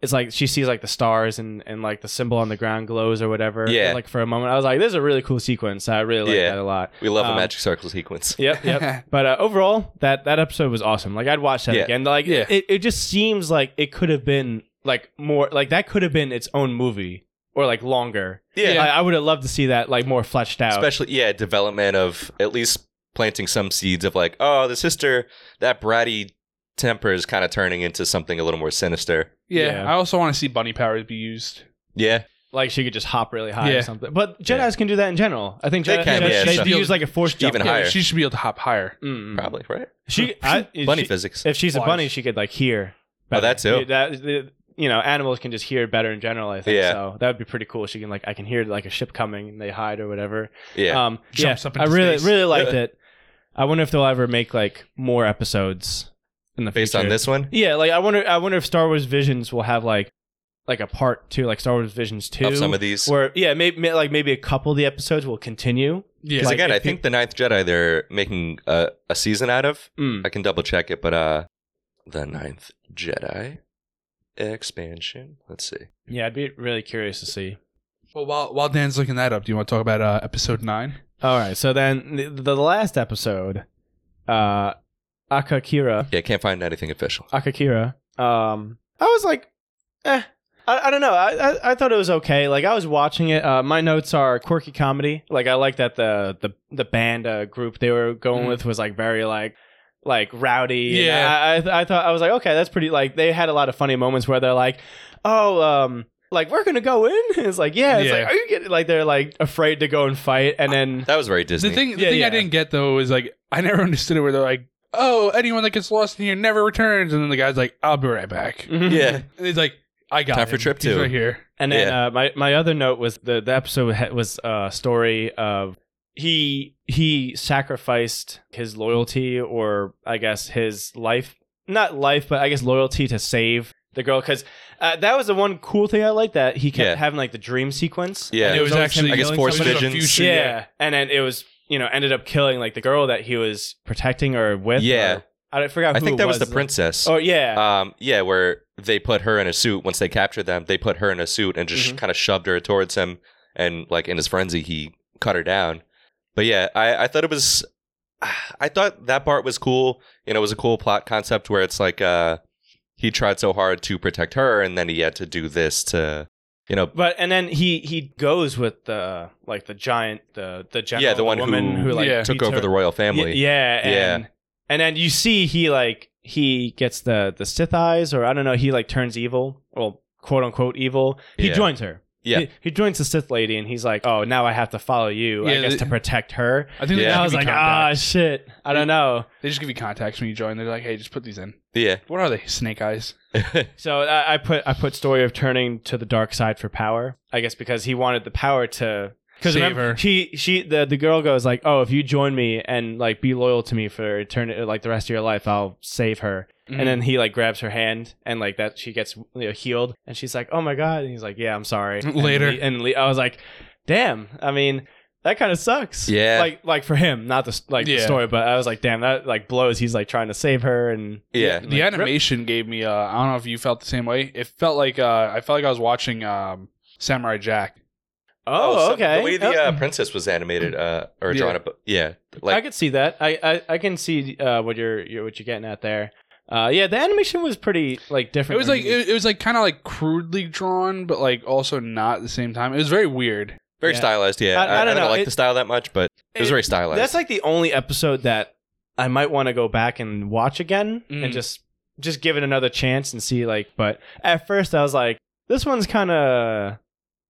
[SPEAKER 1] it's like she sees like the stars and and like the symbol on the ground glows or whatever.
[SPEAKER 2] Yeah.
[SPEAKER 1] Like for a moment, I was like, this is a really cool sequence. I really like
[SPEAKER 2] Yeah.
[SPEAKER 1] that a lot.
[SPEAKER 2] We love a
[SPEAKER 1] Um,
[SPEAKER 2] magic circle sequence.
[SPEAKER 1] Yep. Yep. But uh, overall, that that episode was awesome. Like I'd watch that
[SPEAKER 2] Yeah.
[SPEAKER 1] again. Like
[SPEAKER 3] Yeah.
[SPEAKER 1] it, it just seems like it could have been like more like that could have been its own movie or like longer.
[SPEAKER 2] Yeah.
[SPEAKER 1] I, I would have loved to see that like more fleshed out.
[SPEAKER 2] especially yeah development of at least planting some seeds of like oh the sister that bratty temper is kind of turning into something a little more sinister
[SPEAKER 3] yeah.
[SPEAKER 1] Yeah.
[SPEAKER 3] I also want to see bunny powers be used.
[SPEAKER 2] yeah
[SPEAKER 1] like she could just hop really high
[SPEAKER 3] Yeah.
[SPEAKER 1] or something. But Jedi's
[SPEAKER 2] Yeah.
[SPEAKER 1] can do that in general. I think
[SPEAKER 2] They
[SPEAKER 1] Jedi,
[SPEAKER 2] can,
[SPEAKER 1] Jedi-
[SPEAKER 2] yeah,
[SPEAKER 1] they
[SPEAKER 2] so-
[SPEAKER 1] use like a force jump.
[SPEAKER 2] Even
[SPEAKER 1] Yeah.
[SPEAKER 2] higher.
[SPEAKER 3] She should be able to hop higher.
[SPEAKER 1] Mm.
[SPEAKER 2] probably right
[SPEAKER 1] She I,
[SPEAKER 2] bunny
[SPEAKER 1] she-
[SPEAKER 2] physics
[SPEAKER 1] If she's a
[SPEAKER 3] Wise.
[SPEAKER 1] bunny, she could like hear.
[SPEAKER 2] Oh,
[SPEAKER 1] better.
[SPEAKER 2] that too.
[SPEAKER 1] You- That the- you know, animals can just hear better in general. I think
[SPEAKER 2] Yeah.
[SPEAKER 1] so. That would be pretty cool. She can like I can hear like a ship coming and they hide or whatever.
[SPEAKER 2] yeah
[SPEAKER 1] Um,
[SPEAKER 3] Jumps
[SPEAKER 1] yeah,
[SPEAKER 3] up into
[SPEAKER 1] I really,
[SPEAKER 3] space.
[SPEAKER 1] really liked
[SPEAKER 2] Yeah.
[SPEAKER 1] it. I wonder if they'll ever make like more episodes in the
[SPEAKER 2] based
[SPEAKER 1] future.
[SPEAKER 2] on this one
[SPEAKER 1] Yeah, like I wonder, I wonder if Star Wars Visions will have like like a part two, like Star Wars Visions two,
[SPEAKER 2] of some of these
[SPEAKER 1] where yeah, maybe like maybe a couple of the episodes will continue.
[SPEAKER 3] Yeah.
[SPEAKER 2] because
[SPEAKER 1] like,
[SPEAKER 2] again
[SPEAKER 1] if
[SPEAKER 2] i think the ninth jedi they're making a, a season out of
[SPEAKER 1] Mm.
[SPEAKER 2] i can double check it but uh the ninth jedi expansion let's see
[SPEAKER 1] Yeah, I'd be really curious to see.
[SPEAKER 3] well, while while Dan's looking that up, do you want to talk about uh, episode nine?
[SPEAKER 1] All right, so then the, the last episode, uh, Akakira.
[SPEAKER 2] yeah can't find anything official
[SPEAKER 1] Uh, Akakira. Um, I was like, eh. I, I don't know. I, I I thought it was okay. Like I was watching it. Uh, my notes are quirky comedy. Like I like that the the the band uh, group they were going
[SPEAKER 3] Mm.
[SPEAKER 1] with was like very like like rowdy. And
[SPEAKER 3] Yeah.
[SPEAKER 1] I, I th- I thought I was like okay that's pretty like they had a lot of funny moments where they're like oh um like we're gonna go in. it's like yeah. It's
[SPEAKER 3] Yeah.
[SPEAKER 1] like are you getting like they're like afraid to go and fight and then
[SPEAKER 2] that was very disney
[SPEAKER 3] The thing, the
[SPEAKER 1] Yeah,
[SPEAKER 3] thing I
[SPEAKER 1] yeah.
[SPEAKER 3] didn't get though is like I never understood it. Where they're like, oh, anyone that gets lost in here never returns. And then the guy's like, I'll be right back.
[SPEAKER 2] Yeah.
[SPEAKER 3] And he's like, I got
[SPEAKER 2] Time
[SPEAKER 3] him.
[SPEAKER 2] for trip
[SPEAKER 3] He's
[SPEAKER 2] two."
[SPEAKER 3] right here.
[SPEAKER 1] And then
[SPEAKER 2] Yeah.
[SPEAKER 1] uh, my my other note was the the episode ha- was a story of he he sacrificed his loyalty or I guess his life not life but I guess loyalty to save the girl because uh, that was the one cool thing I liked that he kept
[SPEAKER 2] Yeah.
[SPEAKER 1] having like the dream sequence
[SPEAKER 2] Yeah.
[SPEAKER 3] And it was
[SPEAKER 1] always
[SPEAKER 3] actually,
[SPEAKER 1] him
[SPEAKER 2] I guess
[SPEAKER 1] killing
[SPEAKER 2] Force
[SPEAKER 1] somebody.
[SPEAKER 2] Visions.
[SPEAKER 3] Future,
[SPEAKER 1] yeah.
[SPEAKER 3] yeah.
[SPEAKER 1] and then it was you know ended up killing like the girl that he was protecting or with
[SPEAKER 2] Yeah.
[SPEAKER 1] or- I forgot
[SPEAKER 2] I
[SPEAKER 1] who
[SPEAKER 2] think
[SPEAKER 1] it
[SPEAKER 2] that was the
[SPEAKER 1] Like-
[SPEAKER 2] princess.
[SPEAKER 1] oh yeah
[SPEAKER 2] Um, yeah, where they put her in a suit. Once they captured them, they put her in a suit and just
[SPEAKER 1] Mhm.
[SPEAKER 2] kind of shoved her towards him. And like in his frenzy, he cut her down. But yeah, I, I thought it was, I thought that part was cool. You know, it was a cool plot concept where it's like, uh, he tried so hard to protect her, and then he had to do this to, you know,
[SPEAKER 1] But and then he he goes with the like the giant the the general
[SPEAKER 2] Yeah, the one
[SPEAKER 1] woman
[SPEAKER 2] who
[SPEAKER 1] who, like
[SPEAKER 3] Yeah.
[SPEAKER 2] took
[SPEAKER 1] beats
[SPEAKER 2] over
[SPEAKER 1] her.
[SPEAKER 2] the royal
[SPEAKER 1] Y-
[SPEAKER 2] family.
[SPEAKER 1] yeah,
[SPEAKER 2] Yeah.
[SPEAKER 1] and and then you see he like he gets the the Sith eyes or I don't know he like turns evil well quote unquote evil. He
[SPEAKER 2] Yeah.
[SPEAKER 1] joins her.
[SPEAKER 2] Yeah.
[SPEAKER 1] He, he joins the Sith lady and he's like, oh, now I have to follow you. I
[SPEAKER 3] Yeah,
[SPEAKER 1] guess
[SPEAKER 3] the-
[SPEAKER 1] to protect her.
[SPEAKER 3] I think
[SPEAKER 2] Yeah.
[SPEAKER 3] they,
[SPEAKER 1] And I
[SPEAKER 3] just give
[SPEAKER 1] was
[SPEAKER 3] you
[SPEAKER 1] like, ah,
[SPEAKER 3] contacts.
[SPEAKER 1] shit. I don't know.
[SPEAKER 2] "Ah."
[SPEAKER 3] they just give you contacts when you join. They're like, hey, just put these in.
[SPEAKER 2] yeah.
[SPEAKER 3] What are they? Snake eyes.
[SPEAKER 1] So I, I put I put story of turning to the dark side for power. I guess because he wanted the power to because
[SPEAKER 3] Save
[SPEAKER 1] remember
[SPEAKER 3] her.
[SPEAKER 1] she she the the girl goes like oh if you join me and like be loyal to me for eternity like the rest of your life I'll save her
[SPEAKER 3] Mhm.
[SPEAKER 1] and then he like grabs her hand and like that she gets you know, healed and she's like oh my god and he's like yeah I'm sorry And
[SPEAKER 3] Later.
[SPEAKER 1] le- and, le- I was like damn I mean that kind of sucks
[SPEAKER 2] Yeah.
[SPEAKER 1] like like for him not the s- like the
[SPEAKER 3] Yeah.
[SPEAKER 1] story but I was like damn that like blows he's like trying to save her and
[SPEAKER 2] Yeah.
[SPEAKER 1] and,
[SPEAKER 3] the
[SPEAKER 1] like, rip-
[SPEAKER 3] animation gave me uh i don't know if you felt the same way it felt like uh i felt like i was watching um samurai jack
[SPEAKER 1] oh
[SPEAKER 2] so
[SPEAKER 1] okay
[SPEAKER 2] The way the
[SPEAKER 1] Oh.
[SPEAKER 2] uh, princess was animated, uh, or
[SPEAKER 3] Yeah.
[SPEAKER 2] drawn up, yeah,
[SPEAKER 1] I
[SPEAKER 2] like
[SPEAKER 1] could see that. I I, I can see uh, what you're, you're what you're getting at there. Uh, yeah, the animation was pretty like
[SPEAKER 3] it
[SPEAKER 1] different.
[SPEAKER 3] was like it, it was like kind of like crudely drawn but like also not at the same time it was very weird
[SPEAKER 2] very
[SPEAKER 1] yeah.
[SPEAKER 2] stylized. Yeah,
[SPEAKER 1] I-
[SPEAKER 2] I,
[SPEAKER 1] I
[SPEAKER 2] I
[SPEAKER 1] don't
[SPEAKER 2] don't,
[SPEAKER 1] know,
[SPEAKER 2] like
[SPEAKER 1] it-
[SPEAKER 2] the style that much, but it, was
[SPEAKER 1] It-
[SPEAKER 2] very stylized.
[SPEAKER 1] that's like the only episode that I might want to go back and watch again
[SPEAKER 3] Mm.
[SPEAKER 1] and just just give it another chance and see like. But at first, I was like, this one's kind of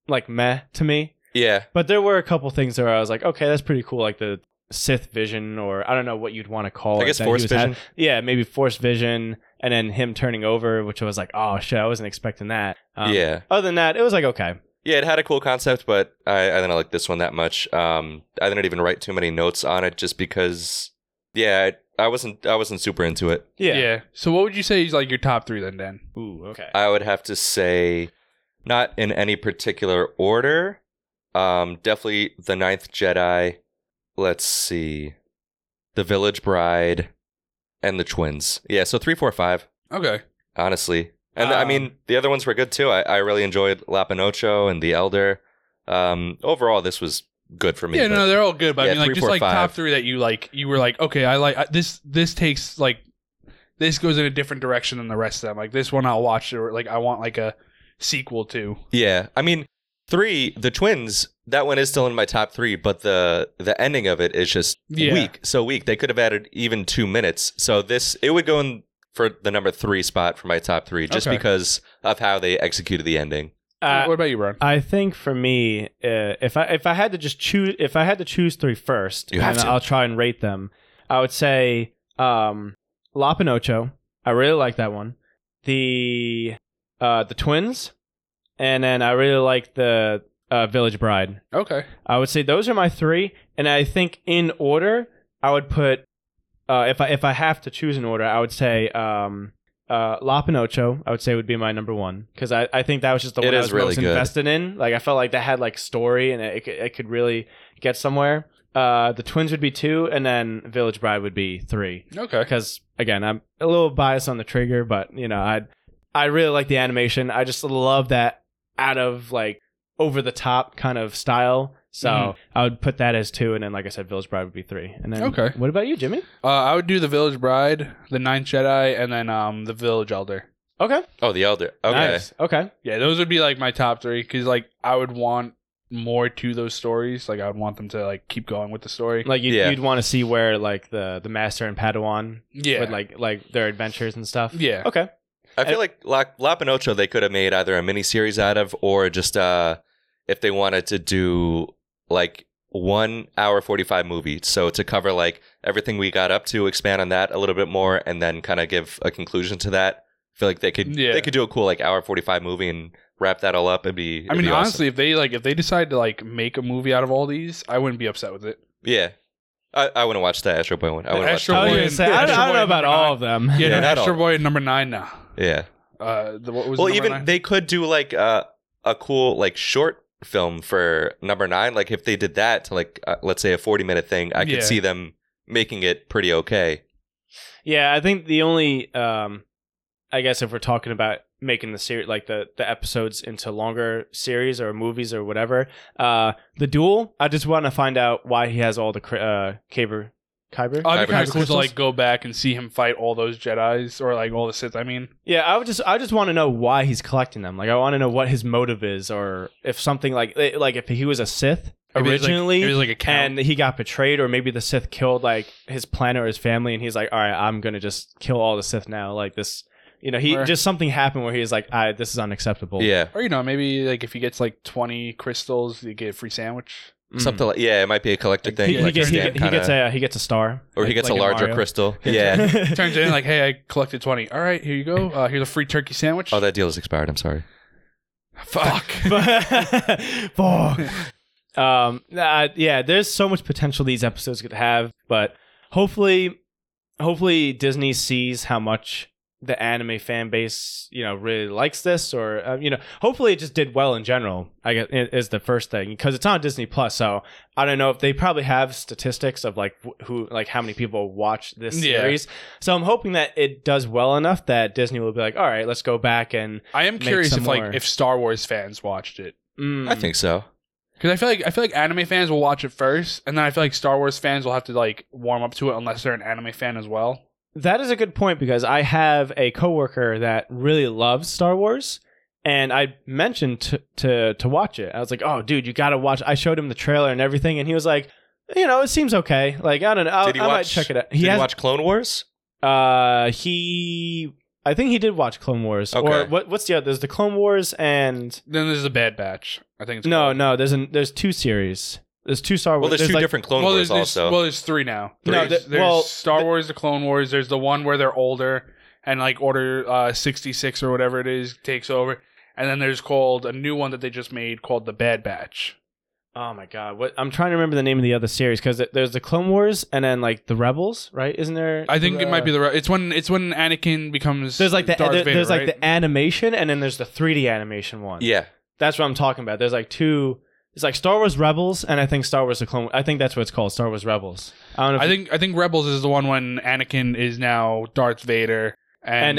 [SPEAKER 1] like meh to me.
[SPEAKER 2] yeah.
[SPEAKER 1] But there were a couple things where I was like, okay, that's pretty cool. Like the Sith vision, or I don't know what you'd want to call it.
[SPEAKER 2] I guess
[SPEAKER 1] that he
[SPEAKER 2] Force
[SPEAKER 1] was ha-
[SPEAKER 2] Vision.
[SPEAKER 1] yeah, maybe Force Vision, and then him turning over, which I was like, oh shit, I wasn't expecting that. Um,
[SPEAKER 2] yeah,
[SPEAKER 1] Other than that, it was like okay.
[SPEAKER 2] yeah, it had a cool concept, but I, I didn't like this one that much. Um, I didn't even write too many notes on it, just because. Yeah, I, I wasn't. I wasn't super into it.
[SPEAKER 1] Yeah.
[SPEAKER 3] so what would you say is like your top three then dan
[SPEAKER 1] Ooh. Okay.
[SPEAKER 2] I would have to say, not in any particular order. Um, definitely the Ninth Jedi. Let's see, the Village Bride, and the Twins. Yeah, so three, four, five.
[SPEAKER 3] okay
[SPEAKER 2] honestly. And I
[SPEAKER 1] Um,
[SPEAKER 2] mean, the other ones were good too. I, I really enjoyed Lapinocho and The Elder. Um, overall, this was good for me.
[SPEAKER 3] yeah
[SPEAKER 2] but-
[SPEAKER 3] no they're all good but i
[SPEAKER 2] Yeah,
[SPEAKER 3] mean like
[SPEAKER 2] three,
[SPEAKER 3] just
[SPEAKER 2] four,
[SPEAKER 3] like top
[SPEAKER 2] five.
[SPEAKER 3] three that you like you were like okay i like I, this this takes like this goes in a different direction than the rest of them like this one i'll watch or like i want like a sequel to
[SPEAKER 2] yeah. I mean, three, the twins, that one is still in my top three, but the the ending of it is just
[SPEAKER 3] Yeah.
[SPEAKER 2] weak. So weak. They could have added even two minutes. So this, it would go in for the number three spot for my top three just
[SPEAKER 3] Okay.
[SPEAKER 2] because of how they executed the ending.
[SPEAKER 1] Uh,
[SPEAKER 3] what about you Ron?
[SPEAKER 1] I think for me, uh, if I if I had to just choose, if I had to choose three first,
[SPEAKER 2] You have
[SPEAKER 1] and
[SPEAKER 2] to.
[SPEAKER 1] I'll try and rate them. I would say um, La Pinocho. I really like that one. The uh, the twins, and then I really like the uh, Village Bride.
[SPEAKER 3] okay
[SPEAKER 1] I would say those are my three, and I think in order, I would put uh, if I if I have to choose an order, I would say um, uh, La Pinocho. I would say would be my number one because I, I think that was just the
[SPEAKER 2] It
[SPEAKER 1] one I
[SPEAKER 2] is
[SPEAKER 1] was
[SPEAKER 2] really
[SPEAKER 1] most
[SPEAKER 2] good.
[SPEAKER 1] invested in. Like I felt like that had like story and it it, could- it could really get somewhere. Uh, the twins would be two, and then Village Bride would be three.
[SPEAKER 3] okay
[SPEAKER 1] Because again, I'm a little biased on the trigger, but you know, I I really like the animation. I just love that out of like over the top kind of style. So
[SPEAKER 3] Mhm.
[SPEAKER 1] I would put that as two, and then like I said, Village Bride would be three. And then
[SPEAKER 3] Okay.
[SPEAKER 1] what about you, Jimmy?
[SPEAKER 3] Uh, I would do the Village Bride, the Ninth Jedi, and then um the Village Elder.
[SPEAKER 1] Okay,
[SPEAKER 2] Oh, The Elder. Okay.
[SPEAKER 1] nice. Okay,
[SPEAKER 3] Yeah, those would be like my top three because like I would want more to those stories. Like I would want them to like keep going with the story.
[SPEAKER 1] like you'd,
[SPEAKER 2] Yeah.
[SPEAKER 1] you'd want to see where like the the master and Padawan
[SPEAKER 3] yeah,
[SPEAKER 1] would like like their adventures and stuff.
[SPEAKER 3] yeah,
[SPEAKER 1] Okay.
[SPEAKER 2] I feel like La, La Pinocho they could have made either a mini series out of or just uh if they wanted to do like one hour 45 movie. So to cover like everything we got up to, expand on that a little bit more, and then kind of give a conclusion to that. I feel like they could
[SPEAKER 3] Yeah.
[SPEAKER 2] they could do a cool like hour 45 movie and wrap that all up. It'd be
[SPEAKER 3] I
[SPEAKER 2] it'd
[SPEAKER 3] mean,
[SPEAKER 2] be awesome.
[SPEAKER 3] honestly, if they like, if they decide to like make a movie out of all these, I wouldn't be upset with it.
[SPEAKER 2] yeah. I, I wouldn't watch that Astro Boy one. I
[SPEAKER 3] The
[SPEAKER 2] wouldn't
[SPEAKER 3] Astro
[SPEAKER 2] watch
[SPEAKER 1] I
[SPEAKER 2] that
[SPEAKER 1] was gonna
[SPEAKER 2] one.
[SPEAKER 3] Boy-
[SPEAKER 1] say, I, don't- I don't know about all of them.
[SPEAKER 3] Yeah,
[SPEAKER 2] Yeah,
[SPEAKER 3] yeah
[SPEAKER 2] not
[SPEAKER 3] Astro
[SPEAKER 2] all.
[SPEAKER 3] Boy at number nine now.
[SPEAKER 2] Yeah.
[SPEAKER 3] Uh, the, what was
[SPEAKER 2] Well,
[SPEAKER 3] number
[SPEAKER 2] even
[SPEAKER 3] nine?
[SPEAKER 2] they could do like uh, a cool like short film for number nine. Like if they did that to like uh, let's say a forty minute thing, I could
[SPEAKER 3] Yeah.
[SPEAKER 2] see them making it pretty okay.
[SPEAKER 1] Yeah, I think the only, um, I guess if we're talking about making the series, like the the episodes into longer series or movies or whatever, uh, the duel. I just want to find out why he has all the cri- uh, Kyber, Kyber.
[SPEAKER 2] Kyber
[SPEAKER 3] I'd be kind of cool
[SPEAKER 1] crystals?
[SPEAKER 3] to like go back and see him fight all those Jedi's or like all the Sith. I mean,
[SPEAKER 1] yeah, I would just, I just want to know why he's collecting them. Like, I want to know what his motive is, or if something like, eh, like if he was a Sith
[SPEAKER 3] maybe it's, like-
[SPEAKER 1] originally.
[SPEAKER 3] maybe it's like a
[SPEAKER 1] and
[SPEAKER 3] count.
[SPEAKER 1] he got betrayed, or maybe the Sith killed like his planet or his family, and he's like, "All right, I'm gonna just kill all the Sith now." Like this, you know, he
[SPEAKER 3] Or-
[SPEAKER 1] just something happened where he's like, "I this is unacceptable."
[SPEAKER 2] Yeah,
[SPEAKER 3] or you know, maybe like if he gets like twenty crystals, you get a free sandwich.
[SPEAKER 1] Mhm.
[SPEAKER 2] something like yeah, it might be a collector
[SPEAKER 3] Like,
[SPEAKER 2] thing.
[SPEAKER 1] He, he
[SPEAKER 2] like
[SPEAKER 1] gets, he,
[SPEAKER 2] Stan
[SPEAKER 1] he
[SPEAKER 2] kinda-
[SPEAKER 1] gets a he gets a star,
[SPEAKER 2] or he
[SPEAKER 1] like-
[SPEAKER 2] gets
[SPEAKER 1] like
[SPEAKER 2] a
[SPEAKER 1] in
[SPEAKER 2] larger
[SPEAKER 1] Mario.
[SPEAKER 2] crystal. Yeah.
[SPEAKER 3] Turns in like, hey, I collected twenty. All right, here you go. Uh, here's a free turkey sandwich.
[SPEAKER 2] Oh, that deal is expired. I'm sorry.
[SPEAKER 3] fuck.
[SPEAKER 1] Fuck. um, uh, yeah, there's so much potential these episodes could have, but hopefully, hopefully Disney sees how much the anime fan base, you know, really likes this, or uh, you know, hopefully it just did well in general. I guess i- is the first thing because it's on Disney Plus, so I don't know if they probably have statistics of like wh- who, like how many people watch this
[SPEAKER 3] Yeah.
[SPEAKER 1] series. So I'm hoping that it does well enough that Disney will be like, all right, let's go back and.
[SPEAKER 3] I am
[SPEAKER 1] Make
[SPEAKER 3] curious
[SPEAKER 1] some
[SPEAKER 3] if
[SPEAKER 1] more.
[SPEAKER 3] like if Star Wars fans watched it
[SPEAKER 1] mm,
[SPEAKER 2] I think so.
[SPEAKER 3] because I feel like I feel like anime fans will watch it first, and then I feel like Star Wars fans will have to like warm up to it unless they're an anime fan as well.
[SPEAKER 1] That is a good point because I have a coworker that really loves Star Wars, and I mentioned to to to watch it. I was like, "Oh, dude, you gotta watch!" I showed him the trailer and everything, and he was like, "You know, it seems okay. Like, I don't know. I'll,
[SPEAKER 2] Did he
[SPEAKER 1] I might
[SPEAKER 2] watch-
[SPEAKER 1] check it out."
[SPEAKER 2] Did
[SPEAKER 1] He
[SPEAKER 2] you
[SPEAKER 1] has.
[SPEAKER 2] watch Clone Wars?
[SPEAKER 1] uh, he. I think he did watch Clone Wars. Or
[SPEAKER 2] Okay.
[SPEAKER 1] what? What's the other? There's the Clone Wars and
[SPEAKER 3] Then there's a Bad Batch. I think it's
[SPEAKER 1] no,
[SPEAKER 3] called.
[SPEAKER 1] no. There's an there's two series. There's two Star Wars.
[SPEAKER 2] Well, there's, two
[SPEAKER 1] like-
[SPEAKER 2] different Clone
[SPEAKER 3] well,
[SPEAKER 2] Wars
[SPEAKER 3] there's, there's-
[SPEAKER 2] also.
[SPEAKER 3] Well, there's three now.
[SPEAKER 2] No,
[SPEAKER 3] There's,
[SPEAKER 1] the-
[SPEAKER 3] there's
[SPEAKER 1] well,
[SPEAKER 3] Star
[SPEAKER 1] the-
[SPEAKER 3] Wars, the Clone Wars. There's the one where they're older and like Order uh, 66 or whatever it is takes over. And then there's called a new one that they just made called the Bad Batch.
[SPEAKER 1] Oh my god! What I'm trying to remember the name of the other series because there's the Clone Wars and then like the Rebels, right? Isn't there?
[SPEAKER 3] I think it
[SPEAKER 1] uh,
[SPEAKER 3] might be the re- it's when it's when Anakin becomes
[SPEAKER 1] There's like the
[SPEAKER 3] Darth
[SPEAKER 1] there-
[SPEAKER 3] Vader,
[SPEAKER 1] there's like
[SPEAKER 3] right?
[SPEAKER 1] the animation and then there's the 3D animation one.
[SPEAKER 2] yeah,
[SPEAKER 1] that's what I'm talking about. There's like two. It's like Star Wars Rebels and I think Star Wars the Clone. I think that's what it's called, Star Wars Rebels. I don't know. If
[SPEAKER 3] I think I think Rebels is the one when Anakin is now Darth Vader and,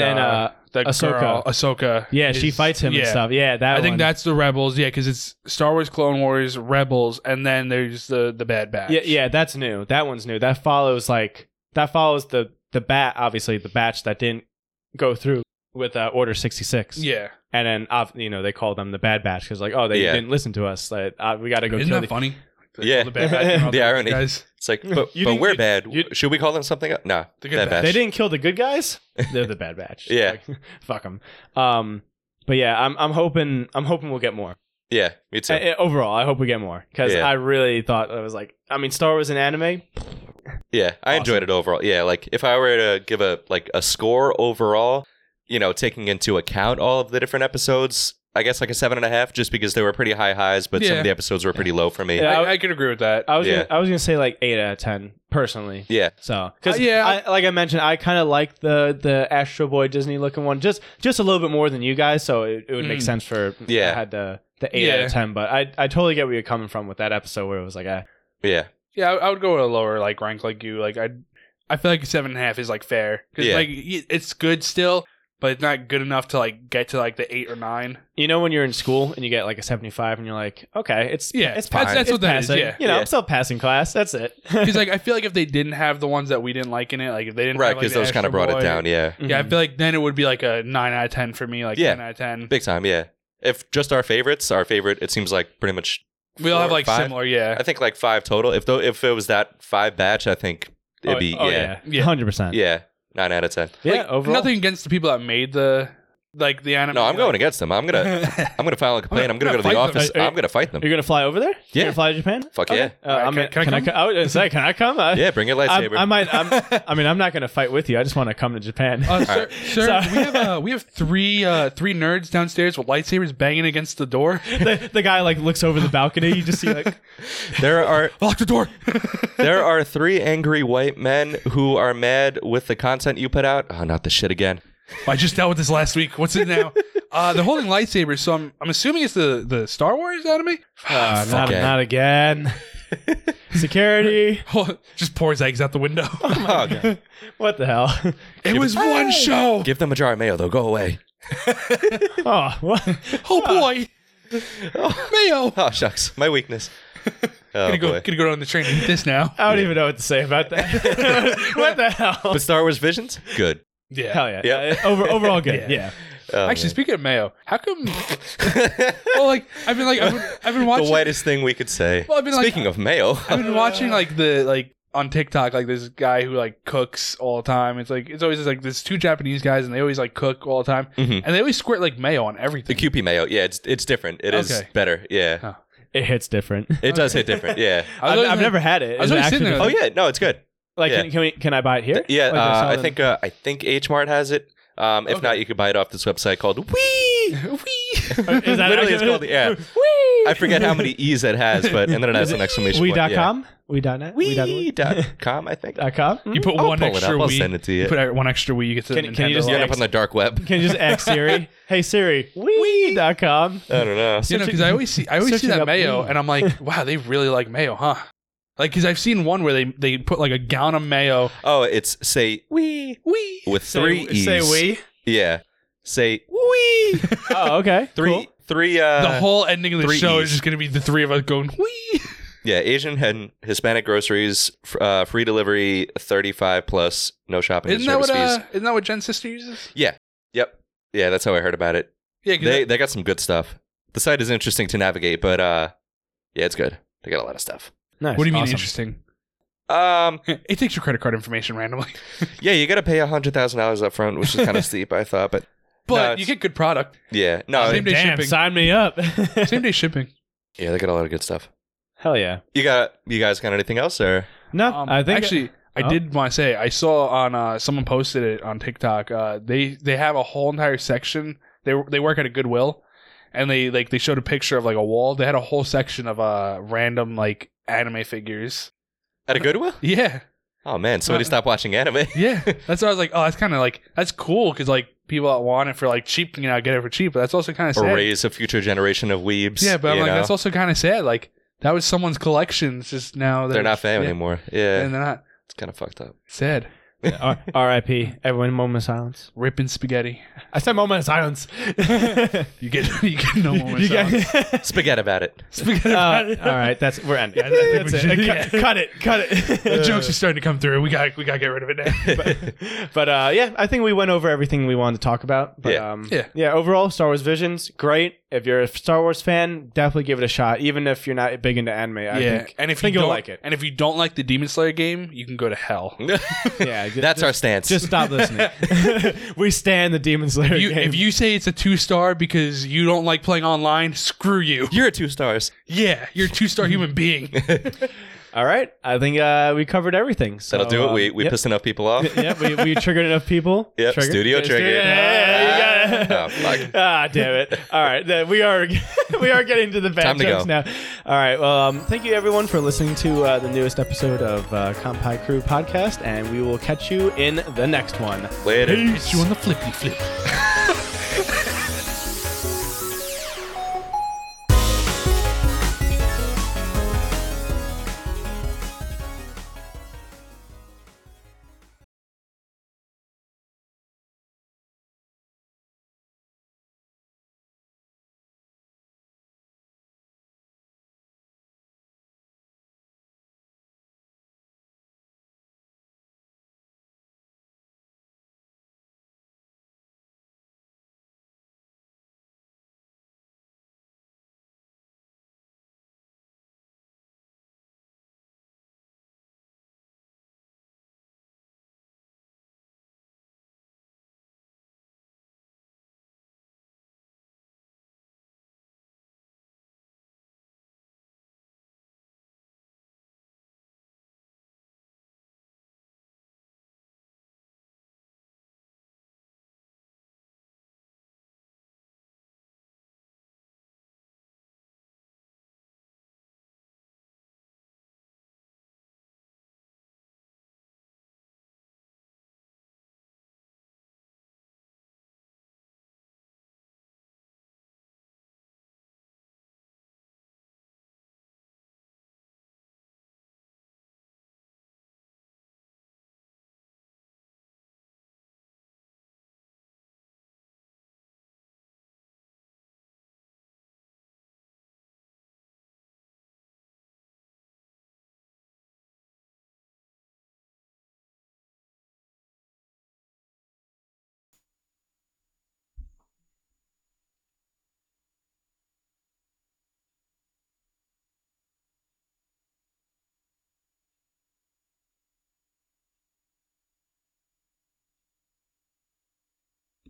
[SPEAKER 1] And then, uh,
[SPEAKER 3] the
[SPEAKER 1] Ahsoka.
[SPEAKER 3] girl Ahsoka.
[SPEAKER 1] yeah, she
[SPEAKER 3] is-
[SPEAKER 1] fights him and
[SPEAKER 3] yeah.
[SPEAKER 1] stuff. Yeah, that.
[SPEAKER 3] I think
[SPEAKER 1] one.
[SPEAKER 3] that's the Rebels, yeah, because it's Star Wars, Clone Wars, Rebels, and then there's the the Bad Batch.
[SPEAKER 1] Yeah, yeah, that's new. That one's new. That follows like that follows the the bat obviously the batch that didn't go through with uh, Order 66.
[SPEAKER 3] yeah.
[SPEAKER 1] and then ob- you know they call them the Bad Batch because like oh they
[SPEAKER 2] Yeah.
[SPEAKER 1] didn't listen to us like uh, we got to go
[SPEAKER 3] Isn't
[SPEAKER 1] kill
[SPEAKER 3] that
[SPEAKER 1] the-
[SPEAKER 3] funny?
[SPEAKER 2] Yeah.
[SPEAKER 3] the Bad Batch came out
[SPEAKER 2] The
[SPEAKER 3] there,
[SPEAKER 2] irony.
[SPEAKER 3] guys.
[SPEAKER 2] it's like, but,
[SPEAKER 1] You
[SPEAKER 2] but
[SPEAKER 1] didn't-
[SPEAKER 2] we're
[SPEAKER 1] you-
[SPEAKER 2] bad.
[SPEAKER 1] you-
[SPEAKER 2] Should we call them something? else? No,
[SPEAKER 3] The Good
[SPEAKER 2] Bad
[SPEAKER 3] Batch.
[SPEAKER 1] they didn't kill the good guys they're the Bad Batch
[SPEAKER 2] Yeah.
[SPEAKER 1] Like, fuck them um but yeah I'm I'm hoping I'm hoping we'll get more
[SPEAKER 2] Yeah, me too.
[SPEAKER 1] Uh, uh, overall I hope we get more because
[SPEAKER 2] Yeah.
[SPEAKER 1] I really thought I was like I mean Star Wars and anime
[SPEAKER 2] Yeah, I enjoyed it overall. Yeah, like if I were to give a like a score overall, you know, taking into account all of the different episodes, I guess like a seven and a half, just because they were pretty high highs, but some
[SPEAKER 3] Yeah.
[SPEAKER 2] of the episodes were pretty low for me.
[SPEAKER 1] Yeah.
[SPEAKER 2] Yeah,
[SPEAKER 3] I, I could agree with that.
[SPEAKER 1] I was
[SPEAKER 2] Yeah.
[SPEAKER 1] gonna, I was gonna say like eight out of ten personally so because
[SPEAKER 3] Uh, yeah,
[SPEAKER 1] I, like I mentioned I kind of like the the Astro Boy Disney looking one just just a little bit more than you guys so it, it would make
[SPEAKER 3] Mm.
[SPEAKER 1] sense for
[SPEAKER 2] Yeah.
[SPEAKER 1] I had the the eight out
[SPEAKER 3] Yeah.
[SPEAKER 1] of ten but I I totally get where you're coming from with that episode where it was like eh.
[SPEAKER 2] yeah,
[SPEAKER 3] Yeah, I, I would go with a lower like rank like you. Like I, I feel like seven and a half is like fair because
[SPEAKER 2] Yeah.
[SPEAKER 3] like y- it's good still, but it's not good enough to like get to like the eight or nine.
[SPEAKER 1] you know when you're in school and you get like a 75 and you're like okay it's
[SPEAKER 3] Yeah,
[SPEAKER 1] it's
[SPEAKER 3] that's-
[SPEAKER 1] fine.
[SPEAKER 3] that's
[SPEAKER 1] It's
[SPEAKER 3] what that is,
[SPEAKER 1] passing.
[SPEAKER 3] yeah.
[SPEAKER 1] you know
[SPEAKER 2] Yeah.
[SPEAKER 1] i'm still passing class that's it
[SPEAKER 3] Because like I feel like if they didn't have the ones that we didn't like in it, like if they didn't
[SPEAKER 2] right,
[SPEAKER 3] have, like,
[SPEAKER 2] because
[SPEAKER 3] the
[SPEAKER 2] those kind
[SPEAKER 3] Astro
[SPEAKER 2] of brought
[SPEAKER 3] Boy-
[SPEAKER 2] it down. Yeah,
[SPEAKER 1] Mhm.
[SPEAKER 3] Yeah, I feel like then it would be like a nine out of ten for me, like
[SPEAKER 2] Yeah.
[SPEAKER 3] ten out of ten.
[SPEAKER 2] big time. Yeah, if just our favorites, our favorite, it seems like pretty much.
[SPEAKER 3] We all have
[SPEAKER 2] four or
[SPEAKER 3] like
[SPEAKER 2] five.
[SPEAKER 3] similar, yeah,
[SPEAKER 2] I think like five total. If though, if it was that five batch, I think it'd
[SPEAKER 1] oh,
[SPEAKER 2] be
[SPEAKER 1] oh,
[SPEAKER 2] yeah,
[SPEAKER 1] yeah
[SPEAKER 3] Yeah.
[SPEAKER 1] 100%
[SPEAKER 2] yeah, nine out of ten.
[SPEAKER 1] yeah
[SPEAKER 3] Like,
[SPEAKER 1] overall
[SPEAKER 3] Nothing against the people that made the like the anime.
[SPEAKER 2] No, I'm going against them. I'm gonna
[SPEAKER 3] to.
[SPEAKER 2] I'm gonna file a complaint. I'm gonna, go to the
[SPEAKER 3] fight them.
[SPEAKER 2] office.
[SPEAKER 1] Are you-
[SPEAKER 2] I'm gonna fight them.
[SPEAKER 1] You're gonna fly over there?
[SPEAKER 2] Yeah.
[SPEAKER 1] You're gonna fly to Japan?
[SPEAKER 2] Fuck
[SPEAKER 1] Okay.
[SPEAKER 2] yeah.
[SPEAKER 1] Uh,
[SPEAKER 3] Alright,
[SPEAKER 1] I'm
[SPEAKER 3] can-
[SPEAKER 1] gonna-
[SPEAKER 3] can I
[SPEAKER 1] can I
[SPEAKER 3] come?
[SPEAKER 1] co- I was gonna say, can I come? Uh, I,
[SPEAKER 2] Yeah, bring your
[SPEAKER 1] I'm-
[SPEAKER 2] lightsaber.
[SPEAKER 1] I might. I'm, I mean, I'm not gonna fight with you. I just want to come to Japan.
[SPEAKER 3] Uh, sir,
[SPEAKER 2] right.
[SPEAKER 3] sir,
[SPEAKER 1] Sorry.
[SPEAKER 3] we have uh, we have three uh, three nerds downstairs with lightsabers banging against the door.
[SPEAKER 1] the, the guy like looks over the balcony. You just see like
[SPEAKER 2] there are
[SPEAKER 3] Lock the door.
[SPEAKER 2] there are three angry white men who are mad with the content you put out. Oh, not the shit again.
[SPEAKER 3] I just dealt with this last week. What's it now? Uh, they're holding lightsabers, so I'm, I'm assuming it's the, the Star Wars anime.
[SPEAKER 2] Ah,
[SPEAKER 3] Ah,
[SPEAKER 1] uh, not,
[SPEAKER 2] Okay.
[SPEAKER 1] not again. Security.
[SPEAKER 3] just pours eggs out the window.
[SPEAKER 2] Oh, God.
[SPEAKER 1] What the hell?
[SPEAKER 3] it was one show.
[SPEAKER 2] Give them a jar of mayo. They'll go away.
[SPEAKER 1] Oh, what?
[SPEAKER 3] Oh boy, mayo.
[SPEAKER 2] Oh shucks, my weakness. Oh,
[SPEAKER 3] Gonna go,
[SPEAKER 2] boy.
[SPEAKER 3] gonna go down the train and eat this now.
[SPEAKER 1] I don't even know what to say about that. what the hell?
[SPEAKER 2] But Star Wars Visions, good.
[SPEAKER 3] Yeah.
[SPEAKER 1] Hell yeah.
[SPEAKER 2] Yeah.
[SPEAKER 1] Uh, over, overall good.
[SPEAKER 3] Yeah.
[SPEAKER 1] Yeah.
[SPEAKER 2] Oh,
[SPEAKER 3] Actually, speaking of mayo, how come?
[SPEAKER 2] man.
[SPEAKER 3] Well, like I've been like I've been, I've been watching.
[SPEAKER 2] the whitest thing we could say.
[SPEAKER 3] Well, I've been, like-
[SPEAKER 2] Speaking of mayo,
[SPEAKER 3] I've been watching like the like on TikTok like this guy who like cooks all the time. It's like it's always just, like there's two Japanese guys and they always like cook all the time
[SPEAKER 2] Mhm.
[SPEAKER 3] and they always squirt like mayo on
[SPEAKER 2] the
[SPEAKER 3] everything.
[SPEAKER 2] QP mayo, yeah, it's it's different. It is
[SPEAKER 3] Okay.
[SPEAKER 2] better. Yeah,
[SPEAKER 3] Huh.
[SPEAKER 1] It hits different.
[SPEAKER 2] it does
[SPEAKER 3] Okay.
[SPEAKER 2] hit different. Yeah.
[SPEAKER 3] I was
[SPEAKER 1] I've,
[SPEAKER 3] always,
[SPEAKER 1] I've
[SPEAKER 3] like-
[SPEAKER 1] never had it.
[SPEAKER 3] I
[SPEAKER 1] Is
[SPEAKER 3] was
[SPEAKER 1] it
[SPEAKER 3] always
[SPEAKER 1] actually
[SPEAKER 3] sitting there,
[SPEAKER 2] Oh
[SPEAKER 1] different?
[SPEAKER 2] yeah, no, it's good.
[SPEAKER 1] Like,
[SPEAKER 2] Oh, yeah.
[SPEAKER 1] can, can we? Can I buy it here?
[SPEAKER 2] Yeah,
[SPEAKER 1] Like, there's
[SPEAKER 2] uh, I
[SPEAKER 1] solid-
[SPEAKER 2] think uh, I think H Mart has it. Um, if
[SPEAKER 3] Okay.
[SPEAKER 2] not, you could buy it off this website called Wee.
[SPEAKER 1] Is that
[SPEAKER 2] Literally, it's
[SPEAKER 1] actually-
[SPEAKER 2] called yeah.
[SPEAKER 1] Wee.
[SPEAKER 2] I forget how many e's it has, but and then it has an exclamation
[SPEAKER 1] We
[SPEAKER 2] point.
[SPEAKER 1] dot
[SPEAKER 2] yeah.
[SPEAKER 1] com. We dot net.
[SPEAKER 2] Wee
[SPEAKER 1] dot Uh,
[SPEAKER 2] dot com, I think.
[SPEAKER 1] dot com.
[SPEAKER 3] You put
[SPEAKER 2] I'll
[SPEAKER 3] one
[SPEAKER 2] pull it
[SPEAKER 3] extra
[SPEAKER 2] up. I'll
[SPEAKER 3] Wii.
[SPEAKER 2] send it to you.
[SPEAKER 3] you put out one extra Wii. You get to the
[SPEAKER 1] Can- can you
[SPEAKER 3] Nintendo
[SPEAKER 1] just
[SPEAKER 2] You end
[SPEAKER 3] logo.
[SPEAKER 2] up on the dark web.
[SPEAKER 1] Can you just ask Siri? hey Siri, we dot com.
[SPEAKER 2] I don't know.
[SPEAKER 3] you know because I always see I always see
[SPEAKER 1] searching
[SPEAKER 3] that
[SPEAKER 1] up
[SPEAKER 3] mayo
[SPEAKER 1] Wii.
[SPEAKER 3] and I'm like wow they really like mayo huh like because I've seen one where they they put like a gallon of mayo
[SPEAKER 2] Oh, it's say
[SPEAKER 3] Wii Wii
[SPEAKER 2] with three e's.
[SPEAKER 1] Say we.
[SPEAKER 2] Yeah. Say wee.
[SPEAKER 1] Oh, okay.
[SPEAKER 2] Three.
[SPEAKER 3] E.
[SPEAKER 1] Cool.
[SPEAKER 2] Three. Uh,
[SPEAKER 3] the whole ending of the
[SPEAKER 2] three
[SPEAKER 3] show
[SPEAKER 2] E's.
[SPEAKER 3] is just gonna be the three of us going Wii
[SPEAKER 2] yeah. Asian and Hispanic groceries, f- uh, free delivery, thirty-five plus, no shopping and
[SPEAKER 3] isn't that
[SPEAKER 2] service
[SPEAKER 3] what uh,
[SPEAKER 2] fees.
[SPEAKER 3] isn't that what Jen's sister uses
[SPEAKER 2] Yep. Yeah, that's how I heard about it.
[SPEAKER 3] yeah 'cause
[SPEAKER 2] They they got some good stuff. The site is interesting to navigate, but uh, yeah, it's good. They got a lot of stuff.
[SPEAKER 1] Nice.
[SPEAKER 3] What do you mean
[SPEAKER 1] Awesome.
[SPEAKER 3] interesting?
[SPEAKER 2] Um,
[SPEAKER 3] It takes your credit card information randomly.
[SPEAKER 2] yeah, you got to pay hundred thousand dollars up front, which is kind of steep, I thought. But
[SPEAKER 3] But
[SPEAKER 2] it's-
[SPEAKER 3] you get good product.
[SPEAKER 2] yeah, no,
[SPEAKER 3] Same day
[SPEAKER 1] Damn,
[SPEAKER 3] shipping.
[SPEAKER 1] sign me up.
[SPEAKER 3] Same day shipping.
[SPEAKER 2] yeah, they got a lot of good stuff.
[SPEAKER 1] Hell yeah.
[SPEAKER 2] You got you guys got anything else or
[SPEAKER 1] No,
[SPEAKER 3] Um,
[SPEAKER 1] I think
[SPEAKER 3] actually I
[SPEAKER 1] oh.
[SPEAKER 3] did want to say I saw on uh, someone posted it on TikTok. Uh, they they have a whole entire section. They they work at a Goodwill, and they like they showed a picture of like a wall. They had a whole section of uh random like anime figures.
[SPEAKER 2] at a Goodwill?
[SPEAKER 3] Yeah,
[SPEAKER 2] Oh man, somebody
[SPEAKER 3] Uh,
[SPEAKER 2] stopped watching anime.
[SPEAKER 3] yeah. that's what I was like. Oh, that's kind of like that's cool because like people that want it for like cheap can now get it for cheap. But that's also kind of
[SPEAKER 2] or
[SPEAKER 3] sad.
[SPEAKER 2] raise a future generation of weebs.
[SPEAKER 3] Yeah, but I'm
[SPEAKER 2] you
[SPEAKER 3] like
[SPEAKER 2] know?
[SPEAKER 3] that's also kind of sad. Like that was someone's collection. It's just now
[SPEAKER 2] they're not fam
[SPEAKER 3] yeah,
[SPEAKER 2] anymore. Yeah,
[SPEAKER 3] and they're not
[SPEAKER 2] it's kind of fucked up.
[SPEAKER 3] sad.
[SPEAKER 1] R- R.I.P. Everyone, moment of silence.
[SPEAKER 3] Ripping spaghetti.
[SPEAKER 1] I said moment of silence.
[SPEAKER 3] You get you get no moment.
[SPEAKER 1] You
[SPEAKER 3] silence.
[SPEAKER 1] got-
[SPEAKER 2] Spaghetti about it.
[SPEAKER 3] Spaghetti.
[SPEAKER 1] Uh, all right, that's we're ending.
[SPEAKER 3] Yeah, I think we
[SPEAKER 1] That's
[SPEAKER 3] should-
[SPEAKER 1] it.
[SPEAKER 3] yeah.
[SPEAKER 1] Cut, cut it, cut
[SPEAKER 3] The
[SPEAKER 1] it.
[SPEAKER 3] jokes are starting to come through. We got we got to get rid of it now.
[SPEAKER 1] but, but, uh, yeah, I think we went over everything we wanted to talk about. But
[SPEAKER 2] Yeah.
[SPEAKER 1] Um,
[SPEAKER 3] Yeah.
[SPEAKER 1] Overall, Star Wars Visions, great. If you're a Star Wars fan, definitely give it a shot. Even if you're not big into anime, I think.
[SPEAKER 3] and if
[SPEAKER 1] think
[SPEAKER 3] you
[SPEAKER 1] you'll
[SPEAKER 3] don't
[SPEAKER 1] like it.
[SPEAKER 3] and if you don't like the Demon Slayer game, you can go to hell.
[SPEAKER 1] Yeah, ju- just,
[SPEAKER 2] that's our stance.
[SPEAKER 1] Just stop listening. we stand the Demon Slayer
[SPEAKER 3] You,
[SPEAKER 1] game.
[SPEAKER 3] if you say it's a two star because you don't like playing online, screw you.
[SPEAKER 2] you're at two stars.
[SPEAKER 3] Yeah, you're a two star human being.
[SPEAKER 1] all right, I think uh, we covered everything. So,
[SPEAKER 2] That'll do it.
[SPEAKER 1] um,
[SPEAKER 2] We we
[SPEAKER 1] yep.
[SPEAKER 2] pissed enough people off.
[SPEAKER 1] yeah, we, we triggered enough people.
[SPEAKER 2] Yep,
[SPEAKER 1] Trigger.
[SPEAKER 2] studio
[SPEAKER 1] Yeah,
[SPEAKER 2] triggered.
[SPEAKER 1] Yeah, yeah, you
[SPEAKER 2] Ah,
[SPEAKER 1] got
[SPEAKER 2] fuck.
[SPEAKER 1] it. ah, damn it. All right, then we are we are getting to the bad
[SPEAKER 2] Time to
[SPEAKER 1] jokes
[SPEAKER 2] go.
[SPEAKER 1] now. All right, well, um, thank you everyone for listening to uh, the newest episode of uh, Compi Crew podcast, and we will catch you in the next one.
[SPEAKER 2] Later.
[SPEAKER 3] you on the flippy flip.